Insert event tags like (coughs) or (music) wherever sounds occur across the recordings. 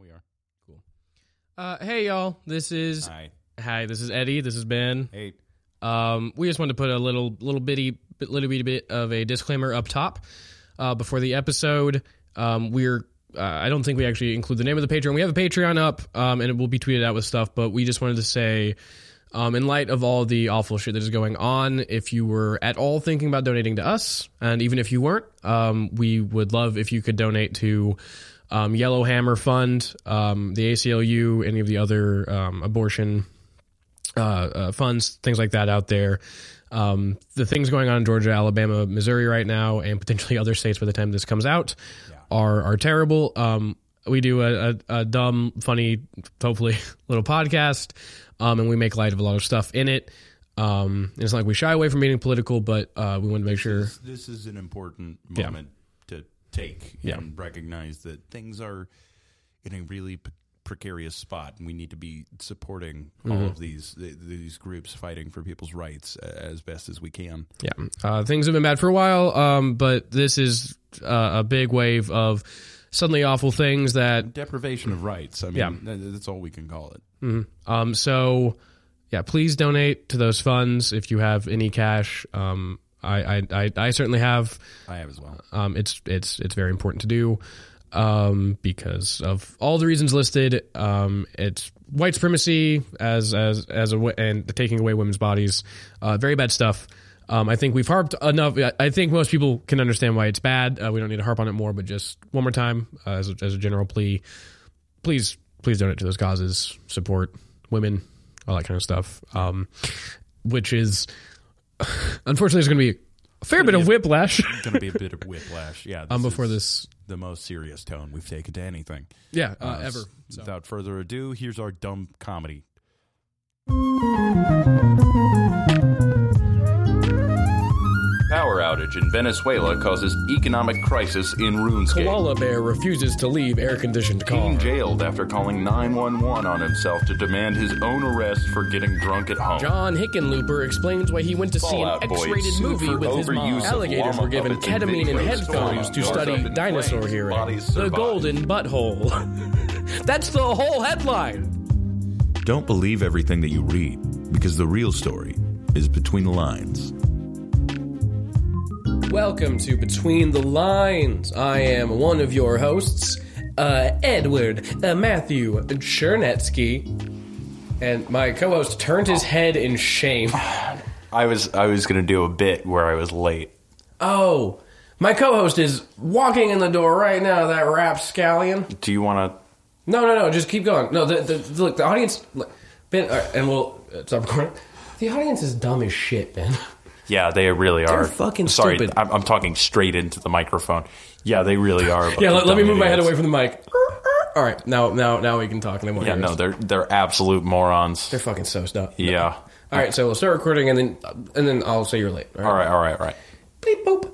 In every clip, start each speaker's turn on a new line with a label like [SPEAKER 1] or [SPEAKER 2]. [SPEAKER 1] we are. Cool.
[SPEAKER 2] Uh, hey y'all, this is
[SPEAKER 1] Hi.
[SPEAKER 2] hi. This is Eddie. This is Ben.
[SPEAKER 1] Hey.
[SPEAKER 2] Um, we just wanted to put a little little bitty bit- little bitty bit of a disclaimer up top uh, before the episode. Um, we're uh, I don't think we actually include the name of the Patreon. We have a Patreon up, um, and it will be tweeted out with stuff. But we just wanted to say, um, in light of all the awful shit that is going on, if you were at all thinking about donating to us, and even if you weren't, um, we would love if you could donate to um, Yellow Hammer Fund, um, the ACLU, any of the other um, abortion uh, uh, funds, things like that out there. Um, the things going on in Georgia, Alabama, Missouri right now, and potentially other states by the time this comes out are are terrible. Um, we do a, a, a dumb, funny, hopefully (laughs) little podcast, um, and we make light of a lot of stuff in it. Um, it's not like we shy away from being political, but uh, we want to make sure.
[SPEAKER 1] This is an important moment to take
[SPEAKER 2] Yeah.
[SPEAKER 1] and recognize that things are in a really p- precarious spot, and we need to be supporting
[SPEAKER 2] Mm-hmm.
[SPEAKER 1] all of these th- these groups fighting for people's rights a- as best as we can.
[SPEAKER 2] Yeah, uh, things have been bad for a while, um, but this is uh, a big wave of suddenly awful things that
[SPEAKER 1] Deprivation of rights. I mean,
[SPEAKER 2] Yeah.
[SPEAKER 1] th- that's all we can call it.
[SPEAKER 2] Um, so yeah, please donate to those funds if you have any cash. Um, I, I, I, I certainly have.
[SPEAKER 1] I have as well.
[SPEAKER 2] Um, it's it's it's very important to do um, because of all the reasons listed. Um, it's white supremacy as as as a wa- and the taking away women's bodies, uh, very bad stuff. Um, I think we've harped enough. I- I think most people can understand why it's bad. Uh, we don't need to harp on it more, but just one more time uh, as a, as a general plea please please donate to those causes support women all that kind of stuff um, which is (sighs) unfortunately there's going to be a fair bit of whiplash (laughs)
[SPEAKER 1] It's going to be a bit of whiplash. Yeah. This
[SPEAKER 2] um, before
[SPEAKER 1] is
[SPEAKER 2] this
[SPEAKER 1] the most serious tone we've taken to anything.
[SPEAKER 2] yeah uh,
[SPEAKER 1] Uh,
[SPEAKER 2] ever
[SPEAKER 1] s- Without further ado, here's our dumb comedy.
[SPEAKER 3] Power outage in Venezuela causes economic crisis in RuneScape.
[SPEAKER 2] bear refuses to leave air-conditioned
[SPEAKER 3] King jailed after calling 911 on himself to demand his own arrest for getting drunk at home.
[SPEAKER 2] John Hickenlooper explains why he went to see an
[SPEAKER 3] Fallout Boy
[SPEAKER 2] X-rated
[SPEAKER 3] sued
[SPEAKER 2] movie
[SPEAKER 3] for
[SPEAKER 2] with his
[SPEAKER 3] overuse
[SPEAKER 2] mom.
[SPEAKER 3] of
[SPEAKER 2] Alligators
[SPEAKER 3] llama
[SPEAKER 2] were given
[SPEAKER 3] puppets in
[SPEAKER 2] ketamine and
[SPEAKER 3] video
[SPEAKER 2] headphones
[SPEAKER 3] stories.
[SPEAKER 2] to
[SPEAKER 3] Doors
[SPEAKER 2] study
[SPEAKER 3] up in
[SPEAKER 2] dinosaur
[SPEAKER 3] flames,
[SPEAKER 2] hearing.
[SPEAKER 3] bodies
[SPEAKER 2] The
[SPEAKER 3] survived.
[SPEAKER 2] golden butthole. (laughs) That's the whole headline.
[SPEAKER 4] Don't believe everything that you read, because the real story is between the lines.
[SPEAKER 2] Welcome to Between the Lines. I am one of your hosts, uh, Edward uh, Matthew Chernetsky. And my co host turned his head in shame.
[SPEAKER 5] I was I was gonna do a bit where I was late.
[SPEAKER 2] Oh, my co host is walking in the door right now, that rapscallion.
[SPEAKER 5] Do you want
[SPEAKER 2] No, no, no, just keep going. No, the, the, look, the audience. Look, ben, all right, and we'll uh, stop recording. The audience is dumb as shit, Ben.
[SPEAKER 5] to? Yeah, they really are.
[SPEAKER 2] fucking
[SPEAKER 5] Sorry,
[SPEAKER 2] stupid.
[SPEAKER 5] I'm, I'm talking straight into the microphone. Yeah, they
[SPEAKER 2] (laughs)
[SPEAKER 5] really are.
[SPEAKER 2] Yeah, let, let me
[SPEAKER 5] dumb
[SPEAKER 2] move my head
[SPEAKER 5] idiots.
[SPEAKER 2] away from the mic. All right, now, now, now we can talk. And they won't
[SPEAKER 5] Yeah,
[SPEAKER 2] hear
[SPEAKER 5] no,
[SPEAKER 2] us.
[SPEAKER 5] they're they're absolute morons.
[SPEAKER 2] they're fucking so dumb.
[SPEAKER 5] yeah.
[SPEAKER 2] All right, so we'll start recording, and then uh, and then I'll say you're late. All right,
[SPEAKER 5] All right, all right, all right.
[SPEAKER 2] Bleep, boop.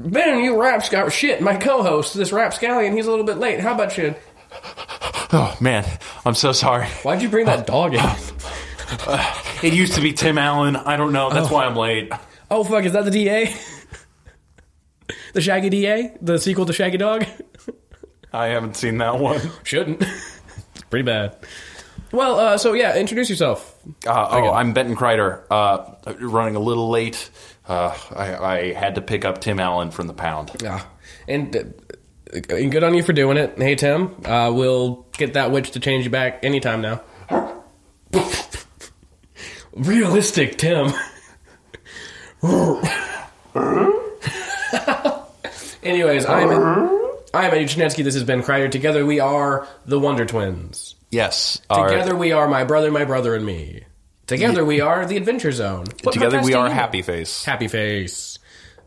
[SPEAKER 2] Ben, you rapscallion. Shit, my co-host, this rapscallion, he's a little bit late. How about you?
[SPEAKER 5] Oh man, I'm so sorry. (laughs)
[SPEAKER 2] Why'd you bring that dog in?
[SPEAKER 5] It used to be Tim Allen. I don't know. That's why I'm late.
[SPEAKER 2] oh fuck, is that the DA? (laughs) the Shaggy DA, the sequel to Shaggy Dog?
[SPEAKER 5] I haven't seen that one.
[SPEAKER 2] (laughs) Shouldn't. (laughs) it's pretty bad. Well, uh, so yeah, introduce yourself.
[SPEAKER 5] Uh, oh, I'm Benton Kreider. Uh, running a little late. Uh, I, I had to pick up Tim Allen from the pound.
[SPEAKER 2] Yeah, and. Uh, and good on you for doing it. Hey Tim, uh, we'll get that witch to change you back anytime now. (laughs) Realistic, Tim. (laughs) Anyways, I'm I'm E Eddie Chinetsky. This has been Kreider. Together we are the Wonder Twins.
[SPEAKER 5] Yes.
[SPEAKER 2] Together we are my brother, my brother, and me. Together we are the Adventure Zone. But
[SPEAKER 5] Together we
[SPEAKER 2] Procrastinate-
[SPEAKER 5] are Happy Face.
[SPEAKER 2] Happy face.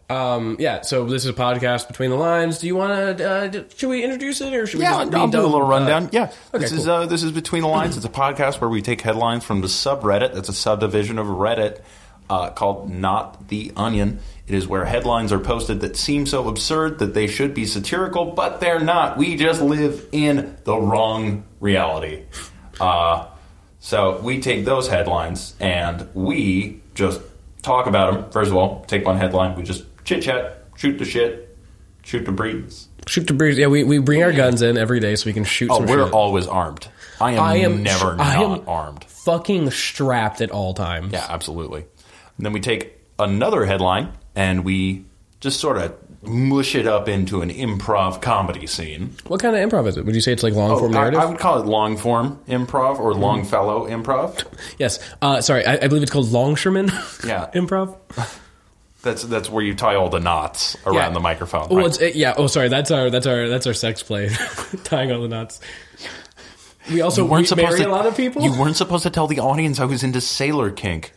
[SPEAKER 2] Um, yeah, so this is a podcast between the lines. Do you want to? Uh, d- should we introduce it, or should
[SPEAKER 5] Yeah,
[SPEAKER 2] we just
[SPEAKER 5] I'll, I'll
[SPEAKER 2] be
[SPEAKER 5] do a
[SPEAKER 2] dumb?
[SPEAKER 5] little rundown. yeah, this
[SPEAKER 2] okay,
[SPEAKER 5] is
[SPEAKER 2] cool.
[SPEAKER 5] uh, this is between the lines. It's a podcast where we take headlines from the subreddit. That's a subdivision of Reddit uh, called Not the Onion. It is where headlines are posted that seem so absurd that they should be satirical, but they're not. We just live in the wrong reality. Uh, so we take those headlines and we just talk about them. First of all, take one headline. We just chit chat, shoot the shit, Shoot the breeze.
[SPEAKER 2] Shoot the breeze. Yeah, we, we bring our guns in every day so we can shoot.
[SPEAKER 5] Oh,
[SPEAKER 2] some
[SPEAKER 5] we're
[SPEAKER 2] shit.
[SPEAKER 5] always armed. I am,
[SPEAKER 2] I am
[SPEAKER 5] never
[SPEAKER 2] sh-
[SPEAKER 5] not
[SPEAKER 2] I am-
[SPEAKER 5] armed.
[SPEAKER 2] fucking strapped at all times.
[SPEAKER 5] Yeah, absolutely. And then we take another headline and we just sort of mush it up into an improv comedy scene.
[SPEAKER 2] What kind of improv is it? Would you say it's like long form narrative?
[SPEAKER 5] Oh, I, I
[SPEAKER 2] Mm-hmm.
[SPEAKER 5] would call it long form improv or long fellow improv.
[SPEAKER 2] yes. Uh, sorry, I, I believe it's called longshoreman.
[SPEAKER 5] Yeah.
[SPEAKER 2] (laughs) improv.
[SPEAKER 5] That's that's where you tie all the knots around
[SPEAKER 2] Yeah.
[SPEAKER 5] the microphone.
[SPEAKER 2] Well,
[SPEAKER 5] right?
[SPEAKER 2] it's, it, yeah. Oh, sorry. That's our that's our that's our sex play, (laughs) tying all the knots. We also
[SPEAKER 5] You weren't
[SPEAKER 2] we marry
[SPEAKER 5] supposed to
[SPEAKER 2] a lot of people.
[SPEAKER 5] You weren't supposed to tell the audience I was into sailor kink.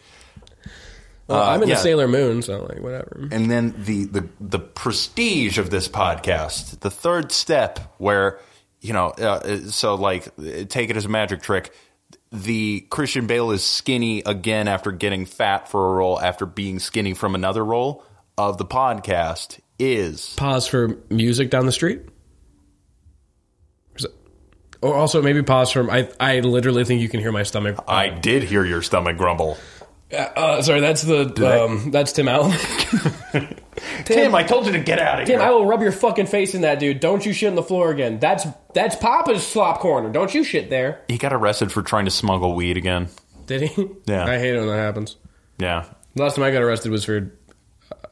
[SPEAKER 2] Well, I'm in
[SPEAKER 5] yeah.
[SPEAKER 2] the Sailor Moon, so like whatever.
[SPEAKER 5] And then the, the the prestige of this podcast, the third step, where you know, uh, so like, uh, take it as a magic trick. The Christian Bale is skinny again after getting fat for a role after being skinny from another role of the podcast is
[SPEAKER 2] Pause for music down the street. Is it- Or also maybe pause from I I literally think you can hear my stomach.
[SPEAKER 5] I did hear your stomach grumble.
[SPEAKER 2] Uh, sorry, that's the um, that's Tim Allen.
[SPEAKER 5] Tim, I told you to get out of (laughs)
[SPEAKER 2] Tim,
[SPEAKER 5] here.
[SPEAKER 2] I will rub your fucking face in that dude. Don't you shit on the floor again. That's that's Papa's slop corner. Don't you shit there.
[SPEAKER 5] he got arrested for trying to smuggle weed again.
[SPEAKER 2] Did he?
[SPEAKER 5] Yeah.
[SPEAKER 2] (laughs) I hate it when that happens.
[SPEAKER 5] Yeah.
[SPEAKER 2] Last time I got arrested was for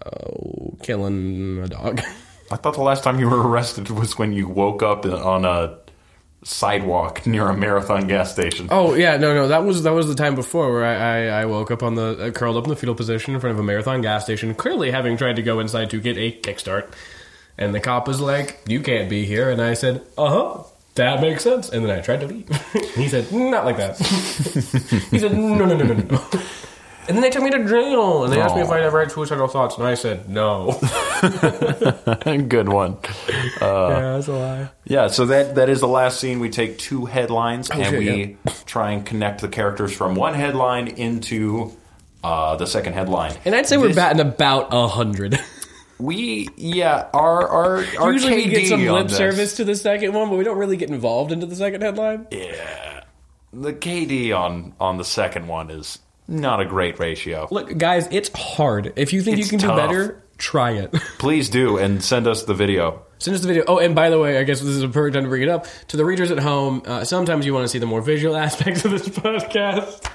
[SPEAKER 2] oh, killing a dog. (laughs)
[SPEAKER 5] I thought the last time you were (laughs) arrested was when you woke up on a sidewalk (laughs) near a marathon gas station.
[SPEAKER 2] Oh yeah, no, no, that was that was the time before where I, I, I woke up on the uh, curled up in the fetal position in front of a marathon gas station, clearly having tried to go inside to get a kickstart, and the cop was like, "You can't be here," and I said, "Uh huh." That makes sense. And then I tried to leave. (laughs) he said, "Not like that." (laughs) he said, "No, no, no, no, no." And then they took me to jail, and they asked me if I ever had suicidal thoughts, and I said, "No."
[SPEAKER 5] (laughs) Good one.
[SPEAKER 2] (laughs) yeah, that's a lie.
[SPEAKER 5] Yeah, so that that is the last scene. We take two headlines and
[SPEAKER 2] Oh, shit,
[SPEAKER 5] we (coughs) try and connect the characters from one headline into uh, the second headline.
[SPEAKER 2] And I'd say we're batting about a hundred. (laughs)
[SPEAKER 5] We yeah, our our, our
[SPEAKER 2] Usually we get
[SPEAKER 5] KD
[SPEAKER 2] some
[SPEAKER 5] on
[SPEAKER 2] lip
[SPEAKER 5] this.
[SPEAKER 2] service to the second one, but we don't really get involved into the second headline.
[SPEAKER 5] Yeah, the KD on on the second one is not a great ratio.
[SPEAKER 2] Look, guys, it's hard. If you think
[SPEAKER 5] It's
[SPEAKER 2] you can
[SPEAKER 5] tough.
[SPEAKER 2] do better, try it. (laughs)
[SPEAKER 5] Please do and send us the video.
[SPEAKER 2] Send us the video. Oh, and by the way, I guess this is a perfect time to bring it up to the readers at home. Uh, sometimes you want to see the more visual (laughs) aspects of this podcast.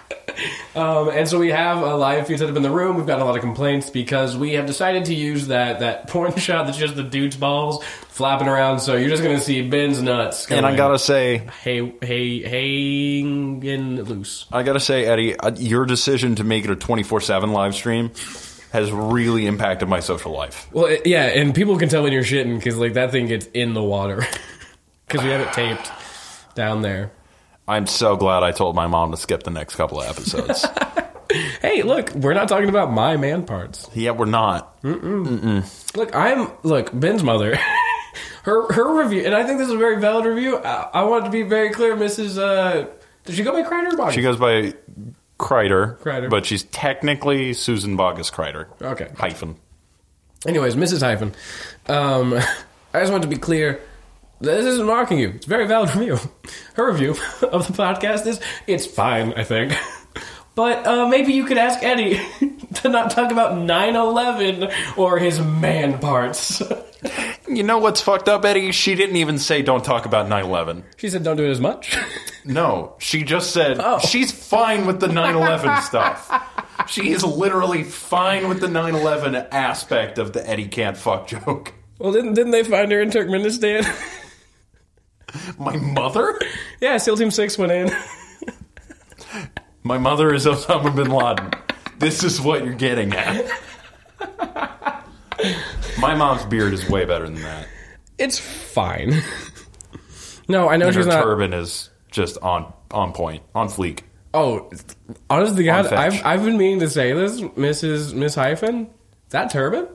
[SPEAKER 2] Um, and so we have a live feed set up in the room. We've got a lot of complaints because we have decided to use that that porn (laughs) shot that's just the dude's balls flapping around. So you're just gonna see Ben's nuts.
[SPEAKER 5] And I gotta say,
[SPEAKER 2] hey hey hanging loose.
[SPEAKER 5] I gotta say, Eddie, uh, your decision to make it a twenty four seven live stream has really impacted my social life.
[SPEAKER 2] Well, it- yeah, and people can tell when you're shitting because like that thing gets in the water (laughs) because we have it taped down there.
[SPEAKER 5] I'm so glad I told my mom to skip the next couple of
[SPEAKER 2] (laughs)
[SPEAKER 5] episodes.
[SPEAKER 2] Hey, look, we're not talking about my man parts.
[SPEAKER 5] yeah, we're not.
[SPEAKER 2] Look, I'm look Ben's mother. (laughs) her her review, and I think this is a very valid review. I, I want to be very clear, Mrs. Uh, did she go by Kreiner or Boggs?
[SPEAKER 5] She goes by Kreider,
[SPEAKER 2] Kreider.
[SPEAKER 5] but she's technically Susan Bogus Kreider.
[SPEAKER 2] Okay.
[SPEAKER 5] Hyphen.
[SPEAKER 2] Anyways, Mrs. Hyphen, um, (laughs) I just want to be clear. This isn't mocking you. It's a very valid (laughs) review. Her review (laughs) of the podcast is it's fine, I think. (laughs) But uh, maybe you could ask Eddie (laughs) to not talk about 9 11 or his man parts. (laughs)
[SPEAKER 5] You know what's fucked up, Eddie? She didn't even say don't talk about 9 11.
[SPEAKER 2] she said, don't do it as much. (laughs)
[SPEAKER 5] No, she just said
[SPEAKER 2] Oh.
[SPEAKER 5] she's fine with the 9
[SPEAKER 2] (laughs)
[SPEAKER 5] 11 stuff. She is literally fine with the 9 11 aspect of the Eddie can't fuck joke.
[SPEAKER 2] well, didn't, didn't they find her in Turkmenistan? (laughs)
[SPEAKER 5] My mother?
[SPEAKER 2] yeah, SEAL Team 6 went (laughs) in.
[SPEAKER 5] My mother is Osama bin Laden. This is what you're getting at. My mom's beard is way better than that.
[SPEAKER 2] It's fine. (laughs) No, I know
[SPEAKER 5] And her
[SPEAKER 2] she's not.
[SPEAKER 5] turban is just on on point, on fleek.
[SPEAKER 2] Oh, honest to God,
[SPEAKER 5] fetch.
[SPEAKER 2] I've, I've been meaning to say this, Mrs. Miss Hyphen. That turban,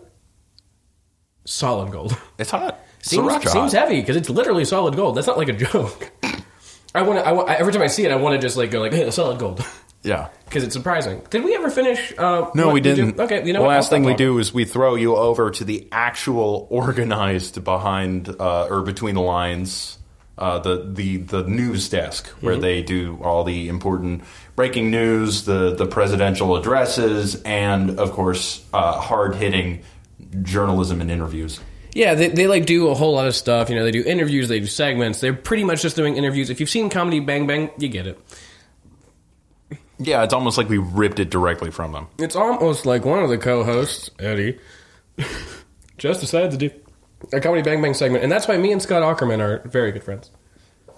[SPEAKER 2] solid gold.
[SPEAKER 5] It's hot.
[SPEAKER 2] Seems,
[SPEAKER 5] Sriracha hot.
[SPEAKER 2] seems heavy because it's literally solid gold. That's not like a joke. (laughs) I want to. I want, every time I see it, I want to just like go like "Eh, solid gold (laughs)
[SPEAKER 5] Yeah.
[SPEAKER 2] because it's surprising. Did we ever finish? Uh,
[SPEAKER 5] No,
[SPEAKER 2] what
[SPEAKER 5] we
[SPEAKER 2] did you-
[SPEAKER 5] didn't.
[SPEAKER 2] okay, you know
[SPEAKER 5] The
[SPEAKER 2] what? I'll
[SPEAKER 5] last thing
[SPEAKER 2] stop
[SPEAKER 5] we
[SPEAKER 2] talking.
[SPEAKER 5] do is we throw you over to the actual organized behind uh, or between the lines, uh, the the the news desk where
[SPEAKER 2] Mm-hmm.
[SPEAKER 5] they do all the important breaking news, the the presidential addresses, and of course uh, hard hitting journalism and interviews.
[SPEAKER 2] Yeah, they, they like do a whole lot of stuff. You know, they do interviews, they do segments. They're pretty much just doing interviews. If you've seen comedy Bang Bang, you get it.
[SPEAKER 5] Yeah, it's almost like we ripped it directly from them.
[SPEAKER 2] It's almost like one of the co-hosts, Eddie, (laughs) just decided to do a comedy Bang Bang segment, and that's why me and Scott Ackerman are very good friends.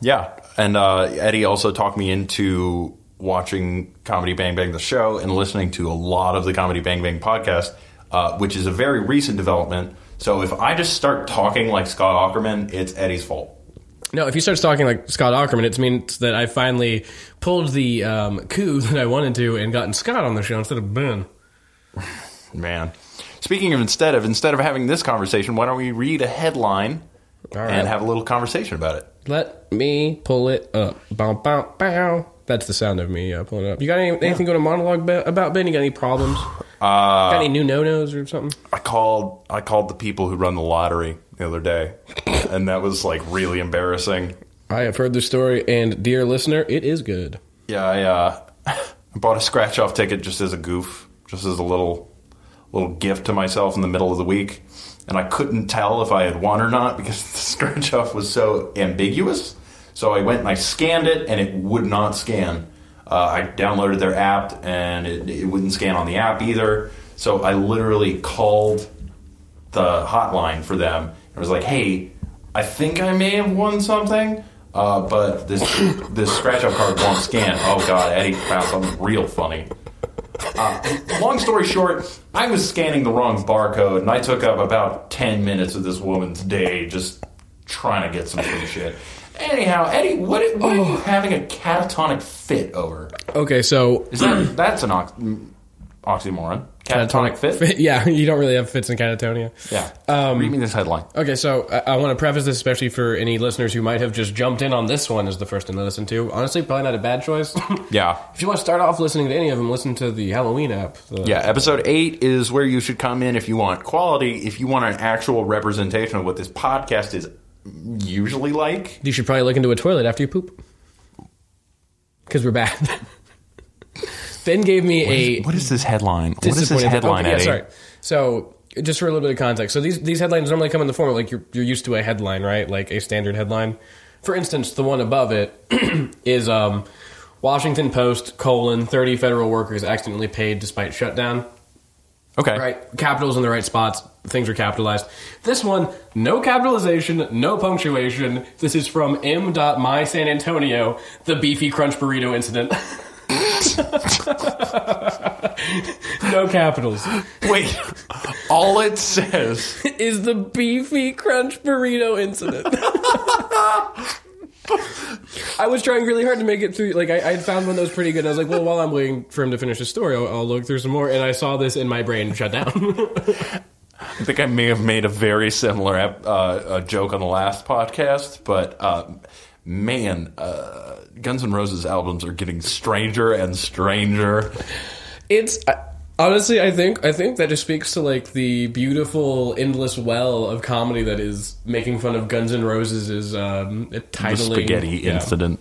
[SPEAKER 5] Yeah, and uh, Eddie also talked me into watching Comedy Bang Bang the show and listening to a lot of the Comedy Bang Bang podcast, uh, which is a very recent development. So if I just start talking like Scott Ackerman, it's Eddie's fault.
[SPEAKER 2] No, if he starts talking like Scott Ackerman, it means that I finally pulled the um, coup (laughs) that I wanted to and gotten Scott on the show instead of Ben.
[SPEAKER 5] Man, speaking of instead of instead of having this conversation, why don't we read a headline
[SPEAKER 2] right.
[SPEAKER 5] and have a little conversation about it?
[SPEAKER 2] Let me pull it up. Bow, bow, bow. That's the sound of me uh, pulling it up. You got any, anything going to monologue be- about Ben? You got any (sighs) problems? got any new no nos or something?
[SPEAKER 5] I called I called the people who run the lottery the other day, (coughs) and that was like really embarrassing.
[SPEAKER 2] I have heard the story, and dear listener, it is good.
[SPEAKER 5] Yeah, I, uh, (laughs) I bought a scratch off ticket just as a goof, just as a little little gift to myself in the middle of the week, and I couldn't tell if I had won or not because (laughs) the scratch off was so ambiguous. So I went and I scanned it, and it would not scan. Uh, I downloaded their app, and it, it wouldn't scan on the app either. So I literally called the hotline for them and was like, "Hey, I think I may have won something, uh, but this this scratch up card won't scan." Oh God, Eddie found something real funny. Uh, long story short, I was scanning the wrong barcode, and I took up about ten minutes of this woman's day just trying to get some free shit. Anyhow, Eddie, what, what are you having a catatonic fit over?
[SPEAKER 2] Okay, so
[SPEAKER 5] Is (clears throat) that that's an ox- oxymoron? Catatonic fit?
[SPEAKER 2] (laughs) yeah, you don't really have fits in catatonia.
[SPEAKER 5] Yeah. Read me this headline.
[SPEAKER 2] Okay, so I, I want to preface this especially for any listeners who might have just jumped in on this one as the first thing to listen to. Honestly, probably not a
[SPEAKER 5] (laughs)
[SPEAKER 2] bad choice.
[SPEAKER 5] Yeah.
[SPEAKER 2] if you want to start off listening to any of them, listen to the Halloween app. The-
[SPEAKER 5] Yeah, episode eight is where you should come in if you want quality, if you want an actual representation of what this podcast is usually like.
[SPEAKER 2] You should probably look into a toilet after you poop. Because we're bad. (laughs) ben gave me a
[SPEAKER 5] What is this headline? What is this
[SPEAKER 2] disappointing-
[SPEAKER 5] headline,
[SPEAKER 2] okay, yeah,
[SPEAKER 5] Eddie?
[SPEAKER 2] sorry. So, just for a little bit of context, so these these headlines normally come in the form of like you're you're used to a headline, right? Like a standard headline. For instance, the one above it (clears throat) is um, Washington Post colon thirty federal workers accidentally paid despite shutdown.
[SPEAKER 5] Okay.
[SPEAKER 2] Right, capitals in the right spots. Things are capitalized. This one, no capitalization, no punctuation. This is from M. My San Antonio, the beefy crunch burrito incident. (laughs) no capitals.
[SPEAKER 5] Wait. (laughs) All it says
[SPEAKER 2] Is the beefy crunch burrito incident. I was trying really hard to make it through. Like, I, I had found one that was pretty good. And I was like, well, while I'm waiting for him to finish his story, I'll, I'll look through some more. And I saw this, and my brain shut down. (laughs)
[SPEAKER 5] I think I may have made a very similar ep- uh, a joke on the last podcast, but uh, man, uh, Guns N' Roses albums are getting stranger and stranger.
[SPEAKER 2] it's I, honestly i think i think that just speaks to like the beautiful endless well of comedy that is making fun of guns N' roses is um
[SPEAKER 5] The
[SPEAKER 2] titling
[SPEAKER 5] spaghetti
[SPEAKER 2] yeah.
[SPEAKER 5] incident.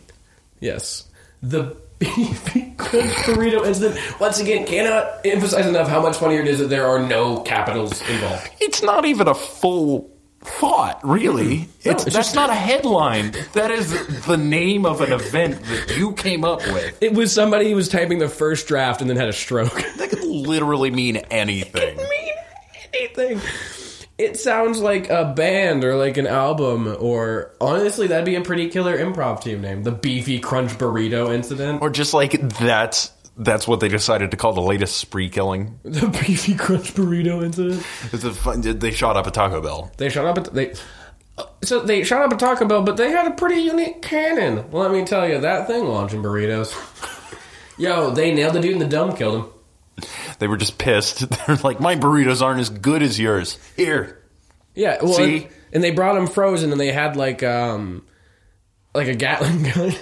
[SPEAKER 2] yes the (laughs) beefy crunch burrito incident once again cannot emphasize enough how much funnier it is that there are no capitals involved
[SPEAKER 5] it's not even a full thought, really. it's, that's not a headline. That is the name of an event that you came up with.
[SPEAKER 2] it was somebody who was typing the first draft and then had a stroke (laughs)
[SPEAKER 5] That could literally mean anything.
[SPEAKER 2] mean anything. It sounds like a band or like an album, or honestly, that'd be a pretty killer improv team name. The Beefy Crunch Burrito Incident.
[SPEAKER 5] Or just like that's that's what they decided to call the latest spree killing.
[SPEAKER 2] The Beefy Crunch Burrito Incident.
[SPEAKER 5] It's a fun- they shot up a Taco Bell.
[SPEAKER 2] They shot up at they. So they shot up a Taco Bell, but they had a pretty unique cannon. Let me tell you, that thing launching burritos. (laughs) Yo, they nailed the dude in the dumb, killed him.
[SPEAKER 5] They were just pissed. (laughs) They're like, my burritos aren't as good as yours. Here,
[SPEAKER 2] Yeah, well,
[SPEAKER 5] See?
[SPEAKER 2] And, and they brought them frozen, and they had like um, like a Gatling (laughs) gun,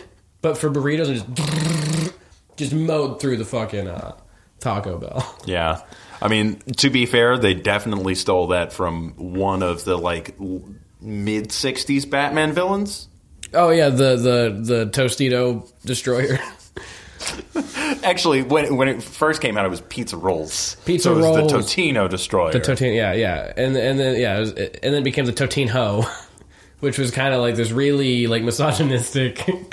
[SPEAKER 2] but for burritos, and just (laughs) just mowed through the fucking uh, Taco Bell. (laughs)
[SPEAKER 5] Yeah. I mean, to be fair, they definitely stole that from one of the like mid 60s Batman villains.
[SPEAKER 2] Oh yeah, the the the Tostito destroyer. (laughs)
[SPEAKER 5] Actually, when when it first came out, it was pizza rolls.
[SPEAKER 2] Pizza
[SPEAKER 5] so it was
[SPEAKER 2] rolls.
[SPEAKER 5] The Totino destroyer.
[SPEAKER 2] The Totine, yeah, yeah, and and then yeah, it was, and then it became the Totine Ho, (laughs) which was kind of like this really like misogynistic. (laughs) and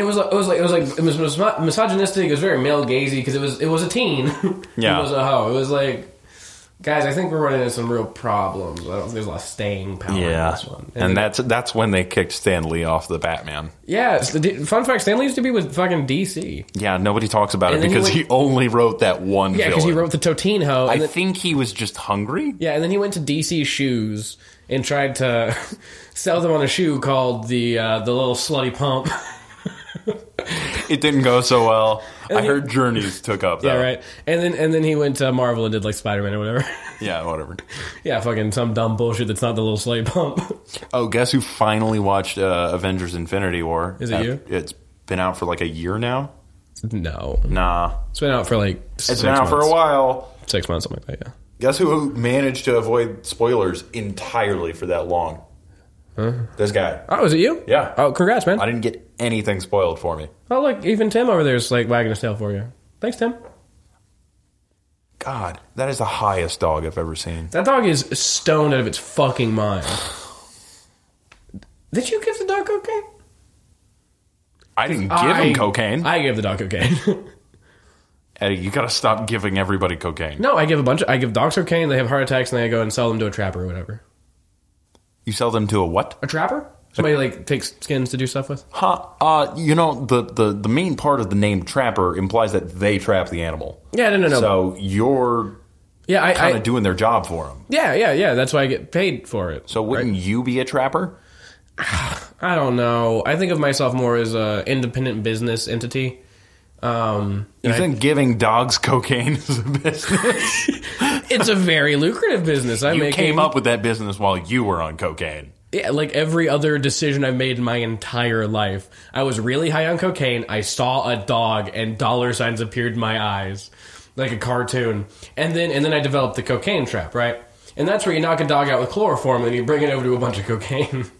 [SPEAKER 2] it was like- it was like it was like it was miso- misogynistic. It was very male gazy because it was it was a teen. (laughs)
[SPEAKER 5] Yeah.
[SPEAKER 2] it was a hoe. It was like. Guys, I think we're running into some real problems. I don't think there's a lot of staying power in
[SPEAKER 5] yeah,
[SPEAKER 2] this one.
[SPEAKER 5] and that's that's when they kicked Stan Lee off the Batman.
[SPEAKER 2] yeah, it's the d- fun fact: Stanley used to be with fucking DC.
[SPEAKER 5] Yeah, nobody talks about
[SPEAKER 2] And
[SPEAKER 5] it
[SPEAKER 2] then he
[SPEAKER 5] because he,
[SPEAKER 2] went-
[SPEAKER 5] only wrote that one.
[SPEAKER 2] Yeah, because he
[SPEAKER 5] villain.
[SPEAKER 2] wrote the Totine Ho. and
[SPEAKER 5] I
[SPEAKER 2] then-
[SPEAKER 5] think he was just hungry.
[SPEAKER 2] Yeah, and then he went to DC Shoes and tried to (laughs) sell them on a shoe called the uh, the little slutty pump. (laughs)
[SPEAKER 5] It didn't go so well. I heard Journeys took up. Though.
[SPEAKER 2] yeah, right. And then and then he went to Marvel and did like Spider Man or whatever. (laughs)
[SPEAKER 5] Yeah, whatever.
[SPEAKER 2] yeah, fucking some dumb bullshit that's not the little slutty pump. (laughs)
[SPEAKER 5] Oh, guess who finally watched uh, Avengers: Infinity War?
[SPEAKER 2] Is it you?
[SPEAKER 5] It's been out for like a year now.
[SPEAKER 2] no,
[SPEAKER 5] Nah,
[SPEAKER 2] it's been out for like
[SPEAKER 5] it's been out for a while.
[SPEAKER 2] six months, something like that. Yeah.
[SPEAKER 5] Guess who managed to avoid spoilers entirely for that long? This guy.
[SPEAKER 2] Oh, is it you?
[SPEAKER 5] Yeah.
[SPEAKER 2] Oh, congrats, man.
[SPEAKER 5] I didn't get anything spoiled for me.
[SPEAKER 2] Oh, look, even Tim over there is like wagging his tail for you. Thanks, Tim.
[SPEAKER 5] God, that is the highest dog I've ever seen.
[SPEAKER 2] That dog is stoned out of its fucking mind. (sighs) Did you give the dog cocaine?
[SPEAKER 5] I didn't give
[SPEAKER 2] I-
[SPEAKER 5] him cocaine.
[SPEAKER 2] I gave the dog cocaine. (laughs)
[SPEAKER 5] Eddie, you gotta stop giving everybody cocaine.
[SPEAKER 2] No, I give a bunch. I give dogs cocaine. They have heart attacks, and then I go and sell them to a trapper or whatever.
[SPEAKER 5] You sell them to a what?
[SPEAKER 2] A trapper? Somebody like takes skins to do stuff with.
[SPEAKER 5] Huh, uh, you know, the, the, the main part of the name trapper implies that they trap the animal.
[SPEAKER 2] Yeah, no, no, no.
[SPEAKER 5] So you're
[SPEAKER 2] yeah, I,
[SPEAKER 5] kind
[SPEAKER 2] I
[SPEAKER 5] of doing their job for them.
[SPEAKER 2] yeah, yeah, yeah. That's why I get paid for it.
[SPEAKER 5] So wouldn't you be a trapper?
[SPEAKER 2] I don't know. I think of myself more as a independent business entity. Um,
[SPEAKER 5] You think giving dogs cocaine (laughs) is a business?
[SPEAKER 2] it's a very lucrative business. I
[SPEAKER 5] you
[SPEAKER 2] make
[SPEAKER 5] came up with that business while you were on cocaine.
[SPEAKER 2] Yeah, like every other decision I've made in my entire life. I was really high on cocaine. I saw a dog and dollar signs appeared in my eyes like a cartoon. And then and then I developed the cocaine trap, right? And that's where you knock a dog out with chloroform and you bring it over to a bunch of cocaine. (laughs)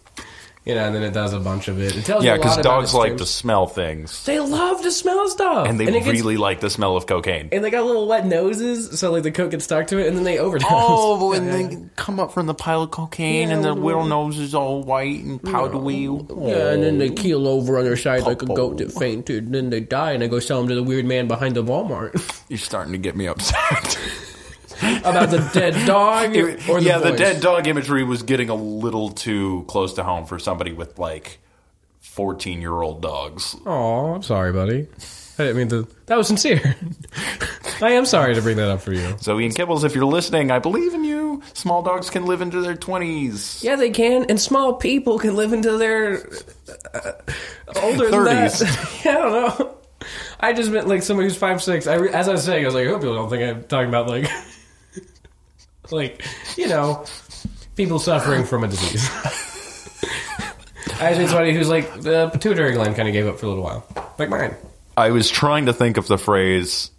[SPEAKER 2] you know, and then it does a bunch of it. It tells
[SPEAKER 5] Yeah,
[SPEAKER 2] you a lot
[SPEAKER 5] because
[SPEAKER 2] about
[SPEAKER 5] dogs
[SPEAKER 2] its
[SPEAKER 5] like
[SPEAKER 2] genes.
[SPEAKER 5] to smell things,
[SPEAKER 2] They love to smell stuff.
[SPEAKER 5] and they
[SPEAKER 2] it gets-
[SPEAKER 5] really like the smell of cocaine.
[SPEAKER 2] and they got little wet noses, so like the coke gets stuck to it and then they overdose.
[SPEAKER 5] Oh, and they come up from the pile of cocaine, and their little nose is all white and powdery. Oh,
[SPEAKER 2] Yeah, and then they keel over on their side like a
[SPEAKER 5] Popo.
[SPEAKER 2] goat that fainted, and then they die, and I go sell them to the weird man behind the Walmart (laughs)
[SPEAKER 5] You're starting to get me upset.
[SPEAKER 2] about the
[SPEAKER 5] (laughs)
[SPEAKER 2] dead dog (laughs) or the
[SPEAKER 5] yeah, the
[SPEAKER 2] voice.
[SPEAKER 5] dead dog imagery was getting a little too close to home for somebody with like 14 year old dogs.
[SPEAKER 2] Aw, I'm sorry, buddy. I didn't mean to. That was sincere. (laughs) I am sorry to bring that up for you.
[SPEAKER 5] So, Ian Kibbles, if you're listening, I believe in you. Small dogs can live into their 20s.
[SPEAKER 2] Yeah, they can, and small people can live into their uh, older
[SPEAKER 5] Thirties.
[SPEAKER 2] than that. (laughs) yeah, I don't know. I just meant like somebody who's five six. I re- as I was saying, I was like, I hope people don't think I'm talking about like, (laughs) like you know, people suffering from a disease. (laughs) I just mean somebody who's like the pituitary gland kind of gave up for a little while, like mine.
[SPEAKER 5] I was trying to think of the phrase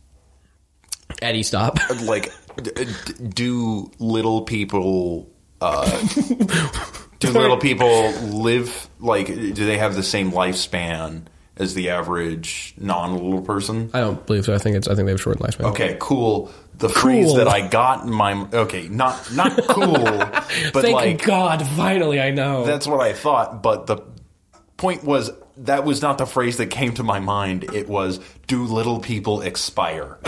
[SPEAKER 2] Eddie, stop.
[SPEAKER 5] like, d- d- do little people. Uh,
[SPEAKER 2] (laughs)
[SPEAKER 5] do little people live like? Do they have the same lifespan as the average non-little person?
[SPEAKER 2] I don't believe so. I think it's. I think they have shortened lifespan.
[SPEAKER 5] Okay, cool. The phrase
[SPEAKER 2] Cool.
[SPEAKER 5] that I got in my okay, not not
[SPEAKER 2] (laughs)
[SPEAKER 5] cool, but
[SPEAKER 2] Thank
[SPEAKER 5] like
[SPEAKER 2] God, finally, I know.
[SPEAKER 5] that's what I thought. But the point was that was not the phrase that came to my mind. It was do little people expire?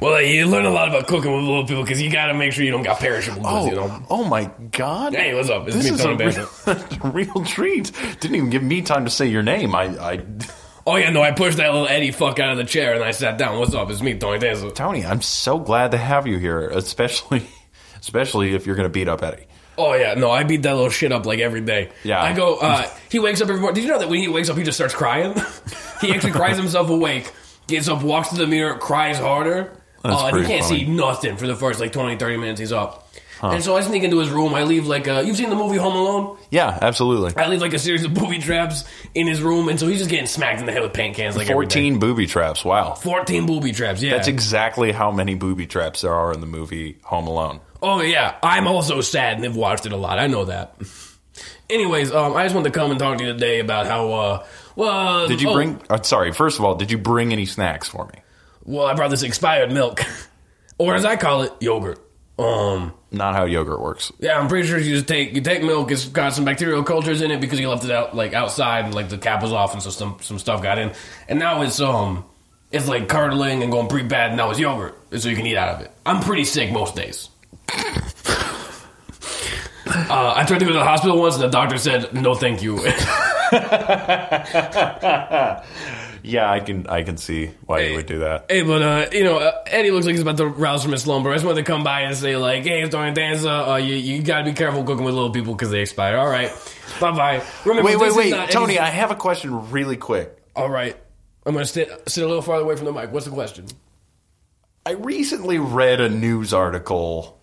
[SPEAKER 2] Well, you learn a lot about cooking with little people because you got to make sure you don't got perishable goods. you know.
[SPEAKER 5] Oh, oh my god!
[SPEAKER 2] Hey, what's up? It's
[SPEAKER 5] this
[SPEAKER 2] me,
[SPEAKER 5] is a
[SPEAKER 2] Tony
[SPEAKER 5] real, (laughs) real treat. Didn't even give me time to say your name. I, I
[SPEAKER 2] Oh yeah, no, I pushed that little Eddie fuck out of the chair and I sat down. What's up? It's me, Tony Danza.
[SPEAKER 5] Tony, I'm so glad to have you here, especially (laughs) especially if you're going to beat up Eddie.
[SPEAKER 2] Oh yeah, no, I beat that little shit up like every day.
[SPEAKER 5] Yeah.
[SPEAKER 2] I go. uh He wakes up every morning. Did you know that when he wakes up, he just starts crying? (laughs) he actually cries himself awake. Gets up, walks to the mirror, cries harder.
[SPEAKER 5] That's
[SPEAKER 2] uh, and he
[SPEAKER 5] pretty
[SPEAKER 2] can't
[SPEAKER 5] funny.
[SPEAKER 2] see nothing for the first like 20, 30 minutes he's up. And so I sneak into his room. I leave like uh, you've seen the movie Home Alone.
[SPEAKER 5] Yeah, absolutely.
[SPEAKER 2] I leave like a series of booby traps in his room, and so he's just getting smacked in the head with paint cans like every day.
[SPEAKER 5] Fourteen booby traps. Wow.
[SPEAKER 2] 14 booby traps. Yeah.
[SPEAKER 5] That's exactly how many booby traps there are in the movie Home Alone.
[SPEAKER 2] oh yeah. I'm also sad and have watched it a lot. I know that. Anyways, um, I just wanted to come and talk to you today about how. Uh, well,
[SPEAKER 5] Did you
[SPEAKER 2] oh,
[SPEAKER 5] bring? Uh, sorry. First of all, did you bring any snacks for me?
[SPEAKER 2] Well, I brought this expired milk, (laughs) or as I call it, yogurt. Um,
[SPEAKER 5] Not how yogurt works.
[SPEAKER 2] yeah, I'm pretty sure you just take you take milk. It's got some bacterial cultures in it because you left it out like outside, and like the cap was off, and so some some stuff got in, and now it's um, it's like curdling and going pretty bad. And now it's yogurt, so you can eat out of it. I'm pretty sick most days. (laughs) Uh, I tried to go to the hospital once, and the doctor said, "No, thank you." (laughs)
[SPEAKER 5] Yeah, I can. I can see why you would do that.
[SPEAKER 2] Hey, but uh, you know, uh, Eddie looks like he's about to rouse from his slumber. I just wanted to come by and say, like, hey, it's Dorian Danza. Uh, you you got to be careful cooking with little people because they expire. All right, bye bye. Remember,
[SPEAKER 5] Wait,
[SPEAKER 2] this
[SPEAKER 5] wait,
[SPEAKER 2] is
[SPEAKER 5] wait,
[SPEAKER 2] not
[SPEAKER 5] Tony.
[SPEAKER 2] Eddie's-
[SPEAKER 5] I have a question, really quick.
[SPEAKER 2] All right, I'm gonna sit sit a little farther away from the mic. What's the question?
[SPEAKER 5] I recently read a news article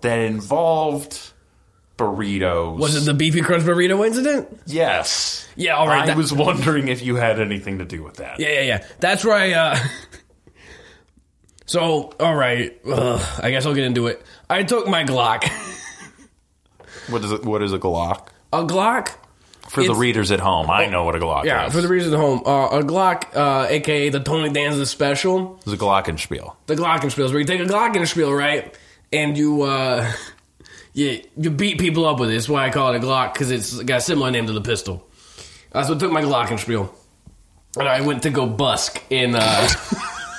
[SPEAKER 5] that involved burritos.
[SPEAKER 2] Was it the beefy crunch burrito incident?
[SPEAKER 5] Yes.
[SPEAKER 2] Yeah, all right,
[SPEAKER 5] I
[SPEAKER 2] that-
[SPEAKER 5] was wondering if you had anything to do with that.
[SPEAKER 2] Yeah, yeah, yeah. That's where I. Uh, (laughs) so, all right, Ugh, I guess I'll get into it. I took my Glock.
[SPEAKER 5] What is it? What is a Glock?
[SPEAKER 2] A Glock
[SPEAKER 5] For the
[SPEAKER 2] It's-
[SPEAKER 5] readers at home, I know what a Glock
[SPEAKER 2] Yeah,
[SPEAKER 5] is.
[SPEAKER 2] for the reasons at home, uh, a Glock, uh, aka the Tony Danza special,
[SPEAKER 5] it's a Glockenspiel.
[SPEAKER 2] the Glockenspiels, where you take a Glockenspiel, right, and you uh, (laughs) you you beat people up with it. That's why I call it a Glock because it's got a similar name to the pistol. Uh, so I took my Glockenspiel, and I went to go busk in. Uh,